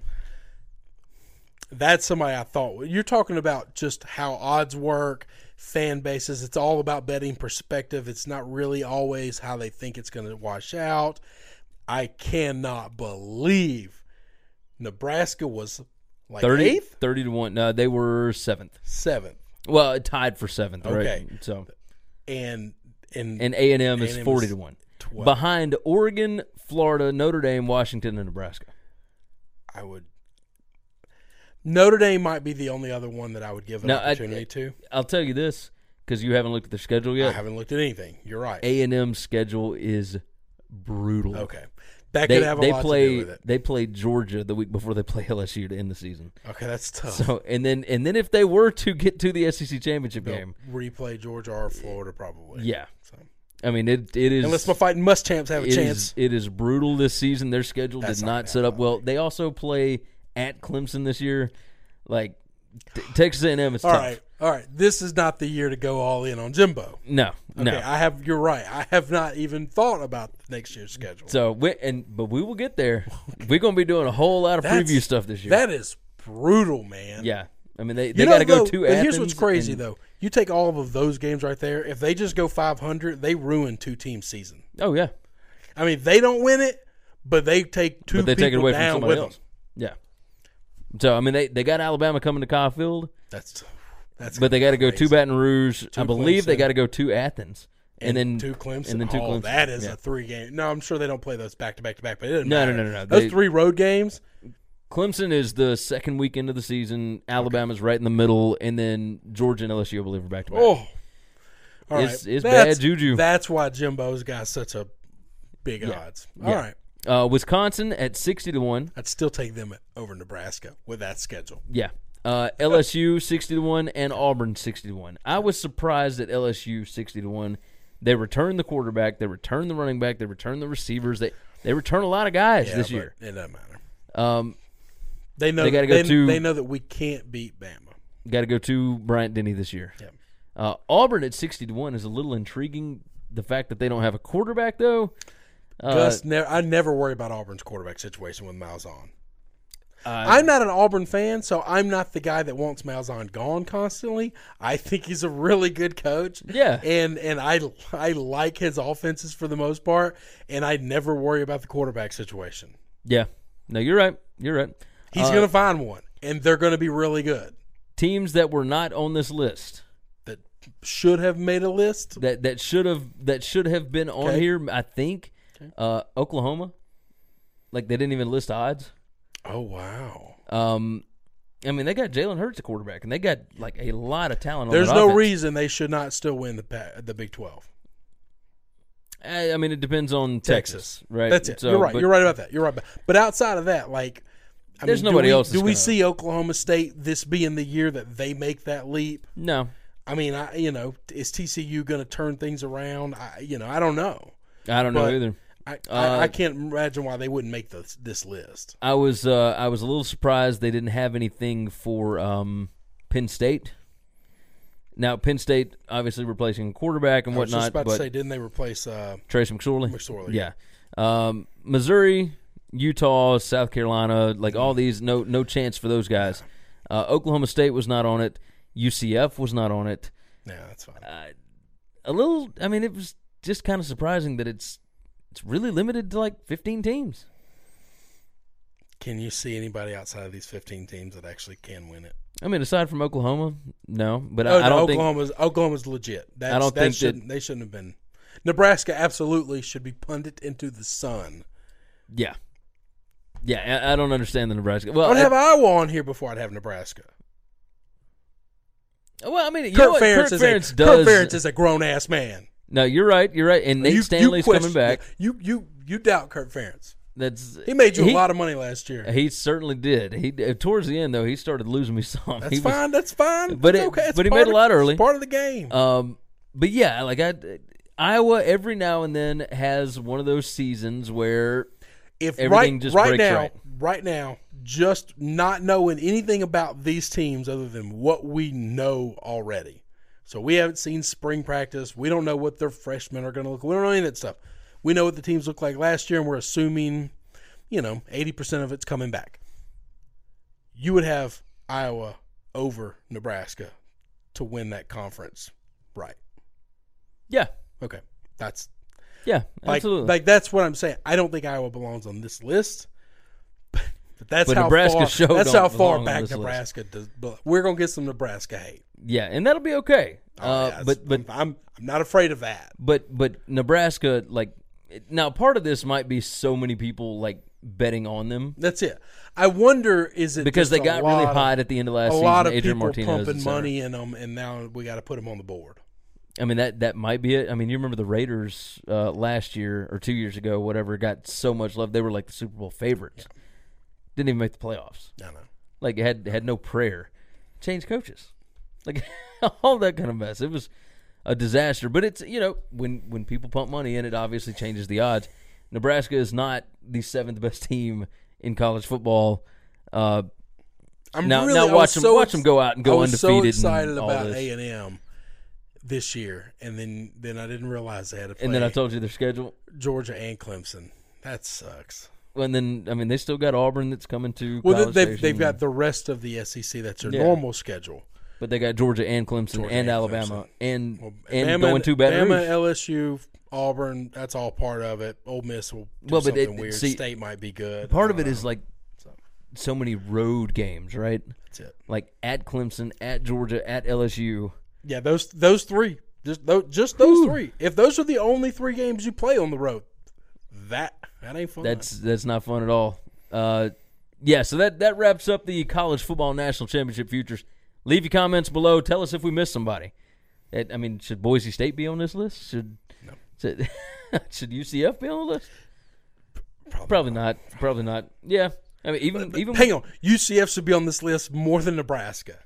[SPEAKER 4] that's somebody I thought you're talking about just how odds work, fan bases. It's all about betting perspective. It's not really always how they think it's going to wash out. I cannot believe Nebraska was like
[SPEAKER 3] 30
[SPEAKER 4] eighth,
[SPEAKER 3] 30 to 1. No, they were 7th.
[SPEAKER 4] seventh,
[SPEAKER 3] Well, it tied for 7th,
[SPEAKER 4] Okay.
[SPEAKER 3] right? So,
[SPEAKER 4] and and,
[SPEAKER 3] and A&M is
[SPEAKER 4] A&M
[SPEAKER 3] 40
[SPEAKER 4] is
[SPEAKER 3] to 1.
[SPEAKER 4] 12.
[SPEAKER 3] Behind Oregon, Florida, Notre Dame, Washington, and Nebraska.
[SPEAKER 4] I would. Notre Dame might be the only other one that I would give an
[SPEAKER 3] Now, I-
[SPEAKER 4] opportunity to.
[SPEAKER 3] I'll tell you this cuz you haven't looked at their schedule
[SPEAKER 4] I
[SPEAKER 3] yet.
[SPEAKER 4] haven't looked at anything. You're right.
[SPEAKER 3] A&M schedule is brutal.
[SPEAKER 4] Okay, that
[SPEAKER 3] They,
[SPEAKER 4] could have a
[SPEAKER 3] they
[SPEAKER 4] lot to do
[SPEAKER 3] play
[SPEAKER 4] with it.
[SPEAKER 3] they play Georgia the week before they play LSU to end the season.
[SPEAKER 4] Okay, that's tough.
[SPEAKER 3] So and then and then if they were to get to the SEC championship
[SPEAKER 4] They'll
[SPEAKER 3] game,
[SPEAKER 4] Replay Georgia or Florida probably.
[SPEAKER 3] yeah,
[SPEAKER 4] So.
[SPEAKER 3] I mean it it is
[SPEAKER 4] Unless my fighting must champs have a
[SPEAKER 3] it
[SPEAKER 4] chance.
[SPEAKER 3] is- it is brutal this season. Their schedule
[SPEAKER 4] That's
[SPEAKER 3] did
[SPEAKER 4] not
[SPEAKER 3] not
[SPEAKER 4] bad,
[SPEAKER 3] set up well. They also play at Clemson this year. Like t- Texas A&M is
[SPEAKER 4] All
[SPEAKER 3] tough.
[SPEAKER 4] right. All right. This is not the year to go all in on Jimbo.
[SPEAKER 3] No,
[SPEAKER 4] Okay,
[SPEAKER 3] no.
[SPEAKER 4] I have you're right. I have not even thought about next year's schedule.
[SPEAKER 3] so we and but we will get there. We're gonna be doing a whole lot of
[SPEAKER 4] That's-
[SPEAKER 3] preview stuff this year.
[SPEAKER 4] That is brutal, man.
[SPEAKER 3] yeah, I mean they,
[SPEAKER 4] You
[SPEAKER 3] they
[SPEAKER 4] know,
[SPEAKER 3] got to go
[SPEAKER 4] though,
[SPEAKER 3] to.
[SPEAKER 4] but here's what's
[SPEAKER 3] Athens
[SPEAKER 4] crazy
[SPEAKER 3] and-
[SPEAKER 4] though. You take all of those games right there. If they just go 500, they ruin two team season.
[SPEAKER 3] Oh yeah,
[SPEAKER 4] I mean, they don't win it, But they take two
[SPEAKER 3] but they
[SPEAKER 4] people
[SPEAKER 3] take it away from
[SPEAKER 4] down
[SPEAKER 3] somebody
[SPEAKER 4] with
[SPEAKER 3] else.
[SPEAKER 4] them.
[SPEAKER 3] Yeah. So I mean, they, they got Alabama coming to Kyle Field,
[SPEAKER 4] That's that's.
[SPEAKER 3] but they got to go to
[SPEAKER 4] crazy.
[SPEAKER 3] Baton Rouge. I believe they
[SPEAKER 4] Clemson.
[SPEAKER 3] got to go to Athens, and, then
[SPEAKER 4] two Clemson.
[SPEAKER 3] and then two
[SPEAKER 4] oh,
[SPEAKER 3] Clemson.
[SPEAKER 4] That is
[SPEAKER 3] Yeah.
[SPEAKER 4] a three game. No, I'm sure they don't play those back to back to back. But it doesn't
[SPEAKER 3] No, no,
[SPEAKER 4] matter.
[SPEAKER 3] no, no, no.
[SPEAKER 4] Those
[SPEAKER 3] They-
[SPEAKER 4] three road games.
[SPEAKER 3] Clemson is the second weekend of the season. Alabama's right in the middle, and then Georgia and LSU, I believe, are back to back.
[SPEAKER 4] Oh, all
[SPEAKER 3] It's- it's
[SPEAKER 4] That's-
[SPEAKER 3] bad juju.
[SPEAKER 4] That's why Jimbo's got such a big odds. All right,
[SPEAKER 3] Uh, Wisconsin at sixty to one.
[SPEAKER 4] I'd still take them over Nebraska with that schedule.
[SPEAKER 3] Yeah. Uh, LSU sixty to one and Auburn sixty to one. I was surprised at LSU sixty to one. They returned the quarterback. They returned the running back. They returned the receivers. They they return a lot of guys
[SPEAKER 4] Yeah,
[SPEAKER 3] this
[SPEAKER 4] but
[SPEAKER 3] year.
[SPEAKER 4] it doesn't matter.
[SPEAKER 3] Um,
[SPEAKER 4] They know
[SPEAKER 3] They
[SPEAKER 4] they,
[SPEAKER 3] gotta go to-
[SPEAKER 4] they know that we can't beat Bama.
[SPEAKER 3] got to go to Bryant Denny this year.
[SPEAKER 4] Yep.
[SPEAKER 3] Uh, Auburn at sixty to one is a little intriguing. The fact that they don't have a quarterback though. Uh,
[SPEAKER 4] Gus, ne- I never worry about Auburn's quarterback situation with Malzahn.
[SPEAKER 3] Uh,
[SPEAKER 4] I'm not an Auburn fan, so I'm not the guy that wants Malzahn gone constantly. I think he's a really good coach.
[SPEAKER 3] Yeah.
[SPEAKER 4] and and I I like his offenses for the most part, and I never worry about the quarterback situation.
[SPEAKER 3] yeah. No, you're right. You're right.
[SPEAKER 4] He's
[SPEAKER 3] Uh,
[SPEAKER 4] going to find one, and they're going to be really good.
[SPEAKER 3] Teams that were not on this list.
[SPEAKER 4] That should have made a list.
[SPEAKER 3] that that should have that should have been on
[SPEAKER 4] Okay.
[SPEAKER 3] here. I think uh, Oklahoma, like they didn't even list odds.
[SPEAKER 4] Oh wow.
[SPEAKER 3] Um, I mean, they got Jalen Hurts at quarterback, and they got like a lot of talent.
[SPEAKER 4] There's
[SPEAKER 3] on that
[SPEAKER 4] no
[SPEAKER 3] offense.
[SPEAKER 4] reason they should not still win the pa- the Big Twelve.
[SPEAKER 3] I, I mean, it depends on Texas,
[SPEAKER 4] Texas.
[SPEAKER 3] right?
[SPEAKER 4] That's it.
[SPEAKER 3] So,
[SPEAKER 4] you're right.
[SPEAKER 3] but
[SPEAKER 4] You're right about that. You're right. About, but outside of that, like, I
[SPEAKER 3] There's
[SPEAKER 4] mean,
[SPEAKER 3] nobody
[SPEAKER 4] do we,
[SPEAKER 3] else that's
[SPEAKER 4] Do we
[SPEAKER 3] gonna-
[SPEAKER 4] see Oklahoma State this being the year that they make that leap?
[SPEAKER 3] No,
[SPEAKER 4] I mean, I you know, is TCU going to turn things around? I you know, I don't know.
[SPEAKER 3] I don't know
[SPEAKER 4] But-
[SPEAKER 3] either.
[SPEAKER 4] I,
[SPEAKER 3] Uh,
[SPEAKER 4] I I can't imagine why they wouldn't make this this list.
[SPEAKER 3] I was uh, I was a little surprised they didn't have anything for um, Penn State. Now Penn State obviously replacing quarterback and
[SPEAKER 4] I was
[SPEAKER 3] whatnot,
[SPEAKER 4] just about
[SPEAKER 3] but
[SPEAKER 4] to say, didn't they replace? Uh,
[SPEAKER 3] Trace McSorley.
[SPEAKER 4] McSorley.
[SPEAKER 3] Yeah. Um, Missouri, Utah, South Carolina, like all these, no no chance for those guys. Uh, Oklahoma State was not on it. UCF was not on it.
[SPEAKER 4] no, that's fine.
[SPEAKER 3] A little, I mean, it was just kind of surprising that it's it's really limited to like 15 teams.
[SPEAKER 4] Can you see anybody outside of these 15 teams that actually can win it?
[SPEAKER 3] I mean, aside from Oklahoma, no. But I,
[SPEAKER 4] Oh, no,
[SPEAKER 3] I don't
[SPEAKER 4] Oklahoma's Oklahoma's legit. That's,
[SPEAKER 3] don't
[SPEAKER 4] that
[SPEAKER 3] think that-
[SPEAKER 4] shouldn't, they shouldn't have been. Nebraska absolutely should be punted into the sun.
[SPEAKER 3] think. Yeah. Yeah, I, I don't understand the Nebraska. Well,
[SPEAKER 4] I'd
[SPEAKER 3] I,
[SPEAKER 4] have Iowa on here before I'd have Nebraska.
[SPEAKER 3] well, I mean, you know
[SPEAKER 4] Kurt
[SPEAKER 3] what?
[SPEAKER 4] Ferentz,
[SPEAKER 3] Kurt
[SPEAKER 4] is,
[SPEAKER 3] Ferentz
[SPEAKER 4] a,
[SPEAKER 3] does.
[SPEAKER 4] Kurt Ferentz is a grown ass man.
[SPEAKER 3] no, you're right. You're right. And Nate
[SPEAKER 4] You- you
[SPEAKER 3] Stanley's coming
[SPEAKER 4] question-
[SPEAKER 3] back.
[SPEAKER 4] You you you doubt Kurt Ferentz?
[SPEAKER 3] That's
[SPEAKER 4] He made you
[SPEAKER 3] he-
[SPEAKER 4] a lot of money last year.
[SPEAKER 3] He certainly did. He uh, towards the end though he started losing me some.
[SPEAKER 4] That's
[SPEAKER 3] he was-
[SPEAKER 4] fine. That's fine.
[SPEAKER 3] but
[SPEAKER 4] It's
[SPEAKER 3] it-
[SPEAKER 4] okay. It's
[SPEAKER 3] but he
[SPEAKER 4] part
[SPEAKER 3] made a
[SPEAKER 4] of-
[SPEAKER 3] lot early.
[SPEAKER 4] It's part of the game.
[SPEAKER 3] um, but yeah, like I, Iowa every now and then has one of those seasons where
[SPEAKER 4] if
[SPEAKER 3] everything
[SPEAKER 4] right,
[SPEAKER 3] just
[SPEAKER 4] right
[SPEAKER 3] breaks
[SPEAKER 4] now,
[SPEAKER 3] right.
[SPEAKER 4] now, just not knowing anything about these teams other than what we know already. So we haven't seen spring practice. We don't know what their freshmen are going to look. We don't know any of that stuff. We know what the teams look like last year, and we're assuming, you know, eighty percent of it's coming back. You would have Iowa over Nebraska to win that conference, right?
[SPEAKER 3] yeah,
[SPEAKER 4] Okay, that's
[SPEAKER 3] yeah,
[SPEAKER 4] like,
[SPEAKER 3] absolutely.
[SPEAKER 4] Like that's what I'm saying. I don't think Iowa belongs on this list. But that's
[SPEAKER 3] But
[SPEAKER 4] how
[SPEAKER 3] Nebraska
[SPEAKER 4] far.
[SPEAKER 3] sure
[SPEAKER 4] that's
[SPEAKER 3] don't
[SPEAKER 4] how far
[SPEAKER 3] belong on
[SPEAKER 4] back
[SPEAKER 3] this list.
[SPEAKER 4] Nebraska does. but We're gonna get some Nebraska hate.
[SPEAKER 3] yeah, and that'll be okay. uh,
[SPEAKER 4] Yes,
[SPEAKER 3] but but
[SPEAKER 4] I'm, I'm I'm not afraid of that.
[SPEAKER 3] but but Nebraska like it- now part of this might be so many people like betting on them
[SPEAKER 4] That's it. I wonder is it
[SPEAKER 3] because
[SPEAKER 4] just
[SPEAKER 3] they
[SPEAKER 4] a
[SPEAKER 3] got really
[SPEAKER 4] lot of-
[SPEAKER 3] hot at the end of last
[SPEAKER 4] A
[SPEAKER 3] season.
[SPEAKER 4] lot of
[SPEAKER 3] Adrian
[SPEAKER 4] people
[SPEAKER 3] Martinez, et
[SPEAKER 4] pumping
[SPEAKER 3] cetera.
[SPEAKER 4] money in them, and now we got to put them on the board.
[SPEAKER 3] I mean that that might be it. I mean, you remember the Raiders uh, last year or two years ago, whatever, got so much love. They were like the Super Bowl favorites. Didn't even make the playoffs.
[SPEAKER 4] I know.
[SPEAKER 3] Like it had had no prayer. Changed coaches. Like all that kind of mess. It was a disaster. But it's you know when when people pump money in, it obviously changes the odds. Nebraska is not the seventh best team in college football. Uh,
[SPEAKER 4] I'm
[SPEAKER 3] Now-
[SPEAKER 4] really
[SPEAKER 3] now
[SPEAKER 4] I was
[SPEAKER 3] watch 'em-
[SPEAKER 4] so
[SPEAKER 3] watch
[SPEAKER 4] ex-
[SPEAKER 3] 'em go out and go
[SPEAKER 4] I was
[SPEAKER 3] undefeated and
[SPEAKER 4] So excited
[SPEAKER 3] all
[SPEAKER 4] about
[SPEAKER 3] this.
[SPEAKER 4] A and M this year, and then then I didn't realize they had to play
[SPEAKER 3] and then I told you their schedule.
[SPEAKER 4] Georgia and Clemson. That sucks.
[SPEAKER 3] And then I mean they still got Auburn that's coming to.
[SPEAKER 4] Well,
[SPEAKER 3] College
[SPEAKER 4] they- they've,
[SPEAKER 3] Station.
[SPEAKER 4] they've got the rest of the SEC. That's their
[SPEAKER 3] Yeah.
[SPEAKER 4] normal schedule.
[SPEAKER 3] But they got Georgia and Clemson and,
[SPEAKER 4] and
[SPEAKER 3] Alabama
[SPEAKER 4] Clemson.
[SPEAKER 3] and
[SPEAKER 4] Well,
[SPEAKER 3] and
[SPEAKER 4] Bama
[SPEAKER 3] going to Baton
[SPEAKER 4] Bama,
[SPEAKER 3] Rouge.
[SPEAKER 4] LSU, Auburn, that's all part of it. Ole Miss will do
[SPEAKER 3] Well, but
[SPEAKER 4] something
[SPEAKER 3] it-
[SPEAKER 4] weird.
[SPEAKER 3] see-
[SPEAKER 4] State might be good.
[SPEAKER 3] Part of it is like so many road games, right?
[SPEAKER 4] That's it.
[SPEAKER 3] Like at Clemson, at Georgia, at LSU.
[SPEAKER 4] Yeah, those those three, just those, just those three. If those are the only three games you play on the road, that that ain't fun.
[SPEAKER 3] That's that's not fun at all. Uh, yeah, so that that wraps up the college football national championship futures. Leave your comments below. Tell us if we missed somebody. It- I mean, should Boise State be on this list? Should should, should UCF be on the list? Probably, not. Probably not. Yeah. I mean, even even
[SPEAKER 4] hang on. UCF should be on this list more than Nebraska.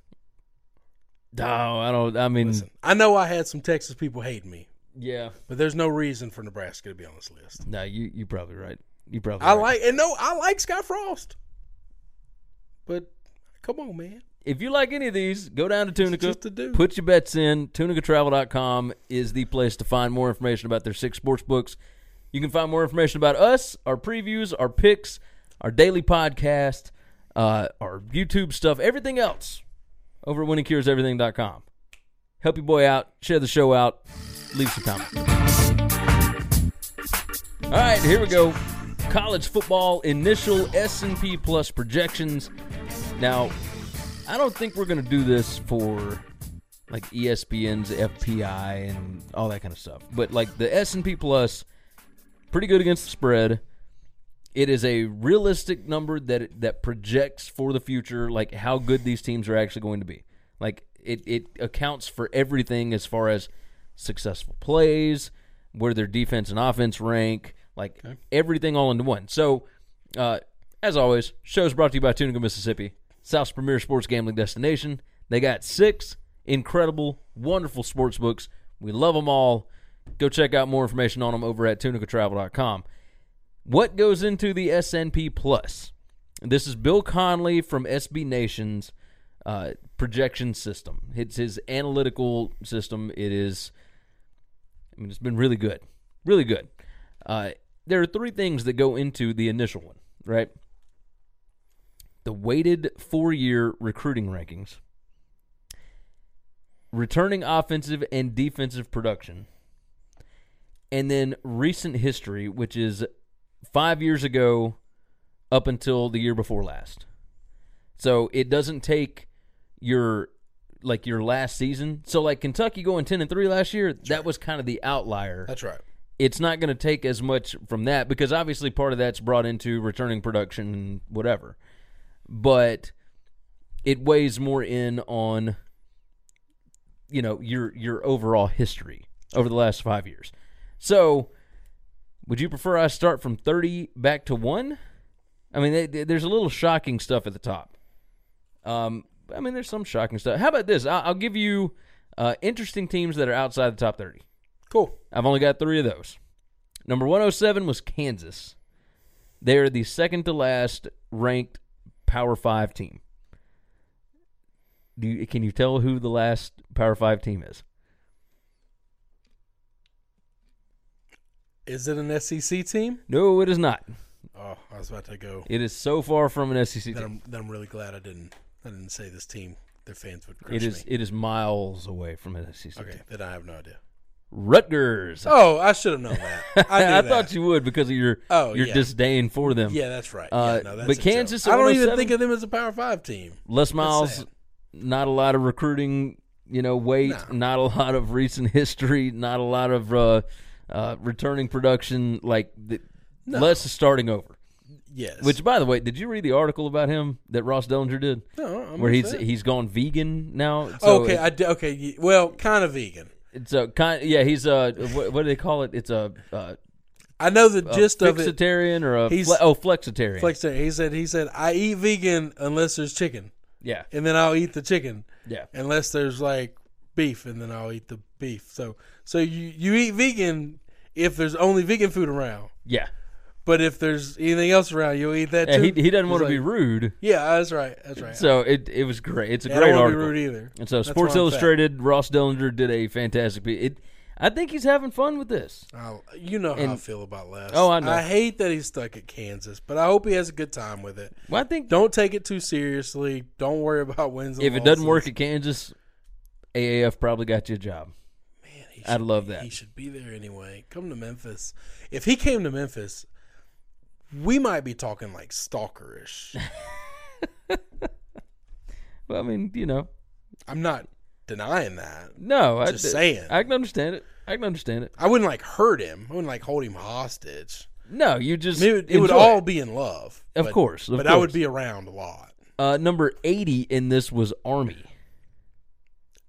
[SPEAKER 3] no, I don't. I mean,
[SPEAKER 4] I know I had some Texas people hating me,
[SPEAKER 3] yeah.
[SPEAKER 4] but there's no reason for Nebraska to be on this list.
[SPEAKER 3] No, you you probably right. You probably.
[SPEAKER 4] I
[SPEAKER 3] right.
[SPEAKER 4] like and no, I like Scott Frost, but come on, man.
[SPEAKER 3] if you like any of these, go down to Tunica.
[SPEAKER 4] just a dude.
[SPEAKER 3] Put your bets in. TunicaTravel.com is the place to find more information about their six sports books. You can find more information about us, our previews, our picks, our daily podcast, uh, our YouTube stuff, everything else over at winningcureseverything.com. Help your boy out, share the show out, leave some comments. All right, here we go. College football initial S&P plus projections. Now, I don't think we're gonna do this for like E ESPN's FPI and all that kind of stuff. But like the S and P Plus, pretty good against the spread. It is a realistic number that it, that projects for the future, like how good these teams are actually going to be. Like it it accounts for everything as far as successful plays, where their defense and offense rank, like everything all into one. So, uh, as always, show is brought to you by Tunica, Mississippi, South's premier sports gambling destination. They got six incredible, wonderful sports books. We love them all. Go check out more information on them over at tunicatravel.com. What goes into the SNP Plus? This is Bill Conley from SB Nation's uh, projection system. It's his analytical system. It is, I mean, it's been really good, really good. Uh, there are three things that go into the initial one, right? The weighted four-year recruiting rankings, returning offensive and defensive production, and then recent history, which is five years ago up until the year before last. So it doesn't take your like your last season. So like Kentucky going ten and three last year, that was kind of the outlier.
[SPEAKER 4] That's right.
[SPEAKER 3] It's not going to take as much from that because obviously part of that's brought into returning production and whatever. But it weighs more in on you know your your overall history over the last 5 years. So would you prefer I start from 30 back to 1? I mean, they, they- there's a little shocking stuff at the top. Um, I mean, there's some shocking stuff. How about this? I'll, I'll give you uh, interesting teams that are outside the top 30.
[SPEAKER 4] Cool.
[SPEAKER 3] I've only got three of those. Number 107 was Kansas. They are the second to last ranked Power Five team. Do you, can you tell who the last Power Five team is?
[SPEAKER 4] Is it an SEC team?
[SPEAKER 3] No, it is not.
[SPEAKER 4] Oh, I was about to go.
[SPEAKER 3] It is so far from an SEC
[SPEAKER 4] Then
[SPEAKER 3] team.
[SPEAKER 4] I'm, then I'm really glad I didn't. I didn't say this team. Their fans would curse
[SPEAKER 3] It is
[SPEAKER 4] me.
[SPEAKER 3] it is miles away from an SEC
[SPEAKER 4] Okay,
[SPEAKER 3] team.
[SPEAKER 4] then I have no idea.
[SPEAKER 3] Rutgers.
[SPEAKER 4] Oh, I should have known that. I, knew
[SPEAKER 3] I
[SPEAKER 4] that.
[SPEAKER 3] thought you would because of your
[SPEAKER 4] Oh,
[SPEAKER 3] your
[SPEAKER 4] yeah.
[SPEAKER 3] disdain for them.
[SPEAKER 4] Yeah, that's right. Yeah,
[SPEAKER 3] Uh,
[SPEAKER 4] no, that's
[SPEAKER 3] but
[SPEAKER 4] a
[SPEAKER 3] Kansas
[SPEAKER 4] joke.
[SPEAKER 3] at
[SPEAKER 4] I don't even
[SPEAKER 3] 107?
[SPEAKER 4] think of them as a Power Five team.
[SPEAKER 3] Les Miles,
[SPEAKER 4] sad.
[SPEAKER 3] not a lot of recruiting, you know, weight, not a lot of recent history, not a lot of uh, uh, returning production. Like, the, Les is starting over.
[SPEAKER 4] Yes.
[SPEAKER 3] Which, by the way, did you read the article about him that Ross Dellinger did?
[SPEAKER 4] No, I'm
[SPEAKER 3] where he's
[SPEAKER 4] upset.
[SPEAKER 3] he's gone vegan now. So
[SPEAKER 4] Oh, okay,
[SPEAKER 3] it-
[SPEAKER 4] I d- okay. ye- Well, kind of vegan.
[SPEAKER 3] it's a kind. Yeah, he's a what, what do they call it? It's a, uh
[SPEAKER 4] I know the
[SPEAKER 3] a
[SPEAKER 4] gist of it.
[SPEAKER 3] flexitarian or a
[SPEAKER 4] he's-
[SPEAKER 3] fle- oh flexitarian.
[SPEAKER 4] Flex said- He said. He said I eat vegan unless there's chicken,
[SPEAKER 3] yeah,
[SPEAKER 4] and then I'll eat the chicken.
[SPEAKER 3] yeah.
[SPEAKER 4] Unless there's like beef, and then I'll eat the beef. So so you you eat vegan if there's only vegan food around.
[SPEAKER 3] Yeah.
[SPEAKER 4] But if there's anything else around, you'll eat that
[SPEAKER 3] Yeah,
[SPEAKER 4] too.
[SPEAKER 3] he, he doesn't
[SPEAKER 4] He's
[SPEAKER 3] want to
[SPEAKER 4] like-
[SPEAKER 3] be rude,
[SPEAKER 4] Yeah, that's right. That's right.
[SPEAKER 3] so it it was great. It's a
[SPEAKER 4] And I
[SPEAKER 3] great
[SPEAKER 4] don't want to
[SPEAKER 3] article.
[SPEAKER 4] be rude either.
[SPEAKER 3] And so,
[SPEAKER 4] That's
[SPEAKER 3] Sports
[SPEAKER 4] where I'm
[SPEAKER 3] Illustrated, Ross Dellinger did a fantastic. piece. It, I think he's having fun with this.
[SPEAKER 4] at. I'll- you know how I
[SPEAKER 3] And-
[SPEAKER 4] feel about Les.
[SPEAKER 3] Oh, I know.
[SPEAKER 4] I hate that he's stuck at Kansas, but I hope he has a good time with it.
[SPEAKER 3] Well, I think
[SPEAKER 4] Don't take it too seriously. Don't worry about wins. And
[SPEAKER 3] if it doesn't work
[SPEAKER 4] losses.
[SPEAKER 3] at Kansas, AAF probably got you a job.
[SPEAKER 4] Man, he He
[SPEAKER 3] I'd
[SPEAKER 4] should
[SPEAKER 3] love
[SPEAKER 4] be-
[SPEAKER 3] that.
[SPEAKER 4] He should be there anyway. Come to Memphis. If he came to Memphis, we might be talking like stalkerish.
[SPEAKER 3] Well, I mean, you know,
[SPEAKER 4] I'm not denying that.
[SPEAKER 3] no, I,
[SPEAKER 4] Just saying.
[SPEAKER 3] I can understand it. I can understand it.
[SPEAKER 4] I wouldn't like hurt him. I wouldn't like hold him hostage.
[SPEAKER 3] No, you just
[SPEAKER 4] I mean, it would, it would
[SPEAKER 3] enjoy
[SPEAKER 4] all be in love.
[SPEAKER 3] Of
[SPEAKER 4] but-
[SPEAKER 3] course, of
[SPEAKER 4] but I would
[SPEAKER 3] course.
[SPEAKER 4] be around a lot.
[SPEAKER 3] Uh, number eighty in this was Army.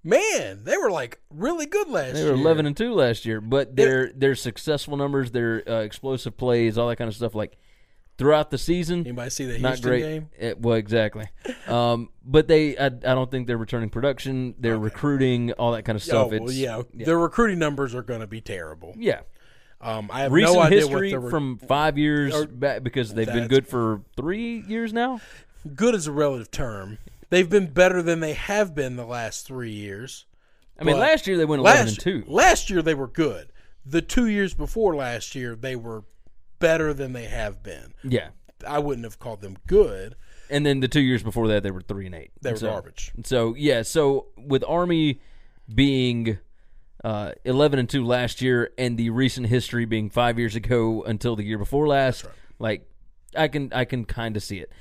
[SPEAKER 4] Man, they were like really good last
[SPEAKER 3] They
[SPEAKER 4] year.
[SPEAKER 3] were eleven and two last year, but their their successful numbers, their uh, explosive plays, all that kind of stuff, like throughout the season,
[SPEAKER 4] Anybody see the
[SPEAKER 3] not
[SPEAKER 4] Houston
[SPEAKER 3] great.
[SPEAKER 4] game?
[SPEAKER 3] Eh, well, exactly. Um, but they, I, I don't think they're returning production. They're recruiting, all that kind of stuff.
[SPEAKER 4] oh,
[SPEAKER 3] it's,
[SPEAKER 4] well, yeah. Their recruiting numbers are going to be terrible.
[SPEAKER 3] yeah.
[SPEAKER 4] Um, I have
[SPEAKER 3] Recent
[SPEAKER 4] no idea
[SPEAKER 3] history
[SPEAKER 4] what the re-
[SPEAKER 3] from five years
[SPEAKER 4] or-
[SPEAKER 3] back because they've been
[SPEAKER 4] That's-
[SPEAKER 3] good for three years now.
[SPEAKER 4] good is a relative term. They've been better than they have been the last three years.
[SPEAKER 3] I mean,
[SPEAKER 4] But
[SPEAKER 3] last year they went eleven and
[SPEAKER 4] Last,
[SPEAKER 3] two.
[SPEAKER 4] last year they were good. The two years before last year they were better than they have been.
[SPEAKER 3] yeah,
[SPEAKER 4] I wouldn't have called them good.
[SPEAKER 3] and then the two years before that they were three and eight.
[SPEAKER 4] They were
[SPEAKER 3] So-
[SPEAKER 4] garbage.
[SPEAKER 3] So yeah, so with Army being uh, eleven and two last year, and the recent history being five years ago until the year before last, like I can I can kind of see it.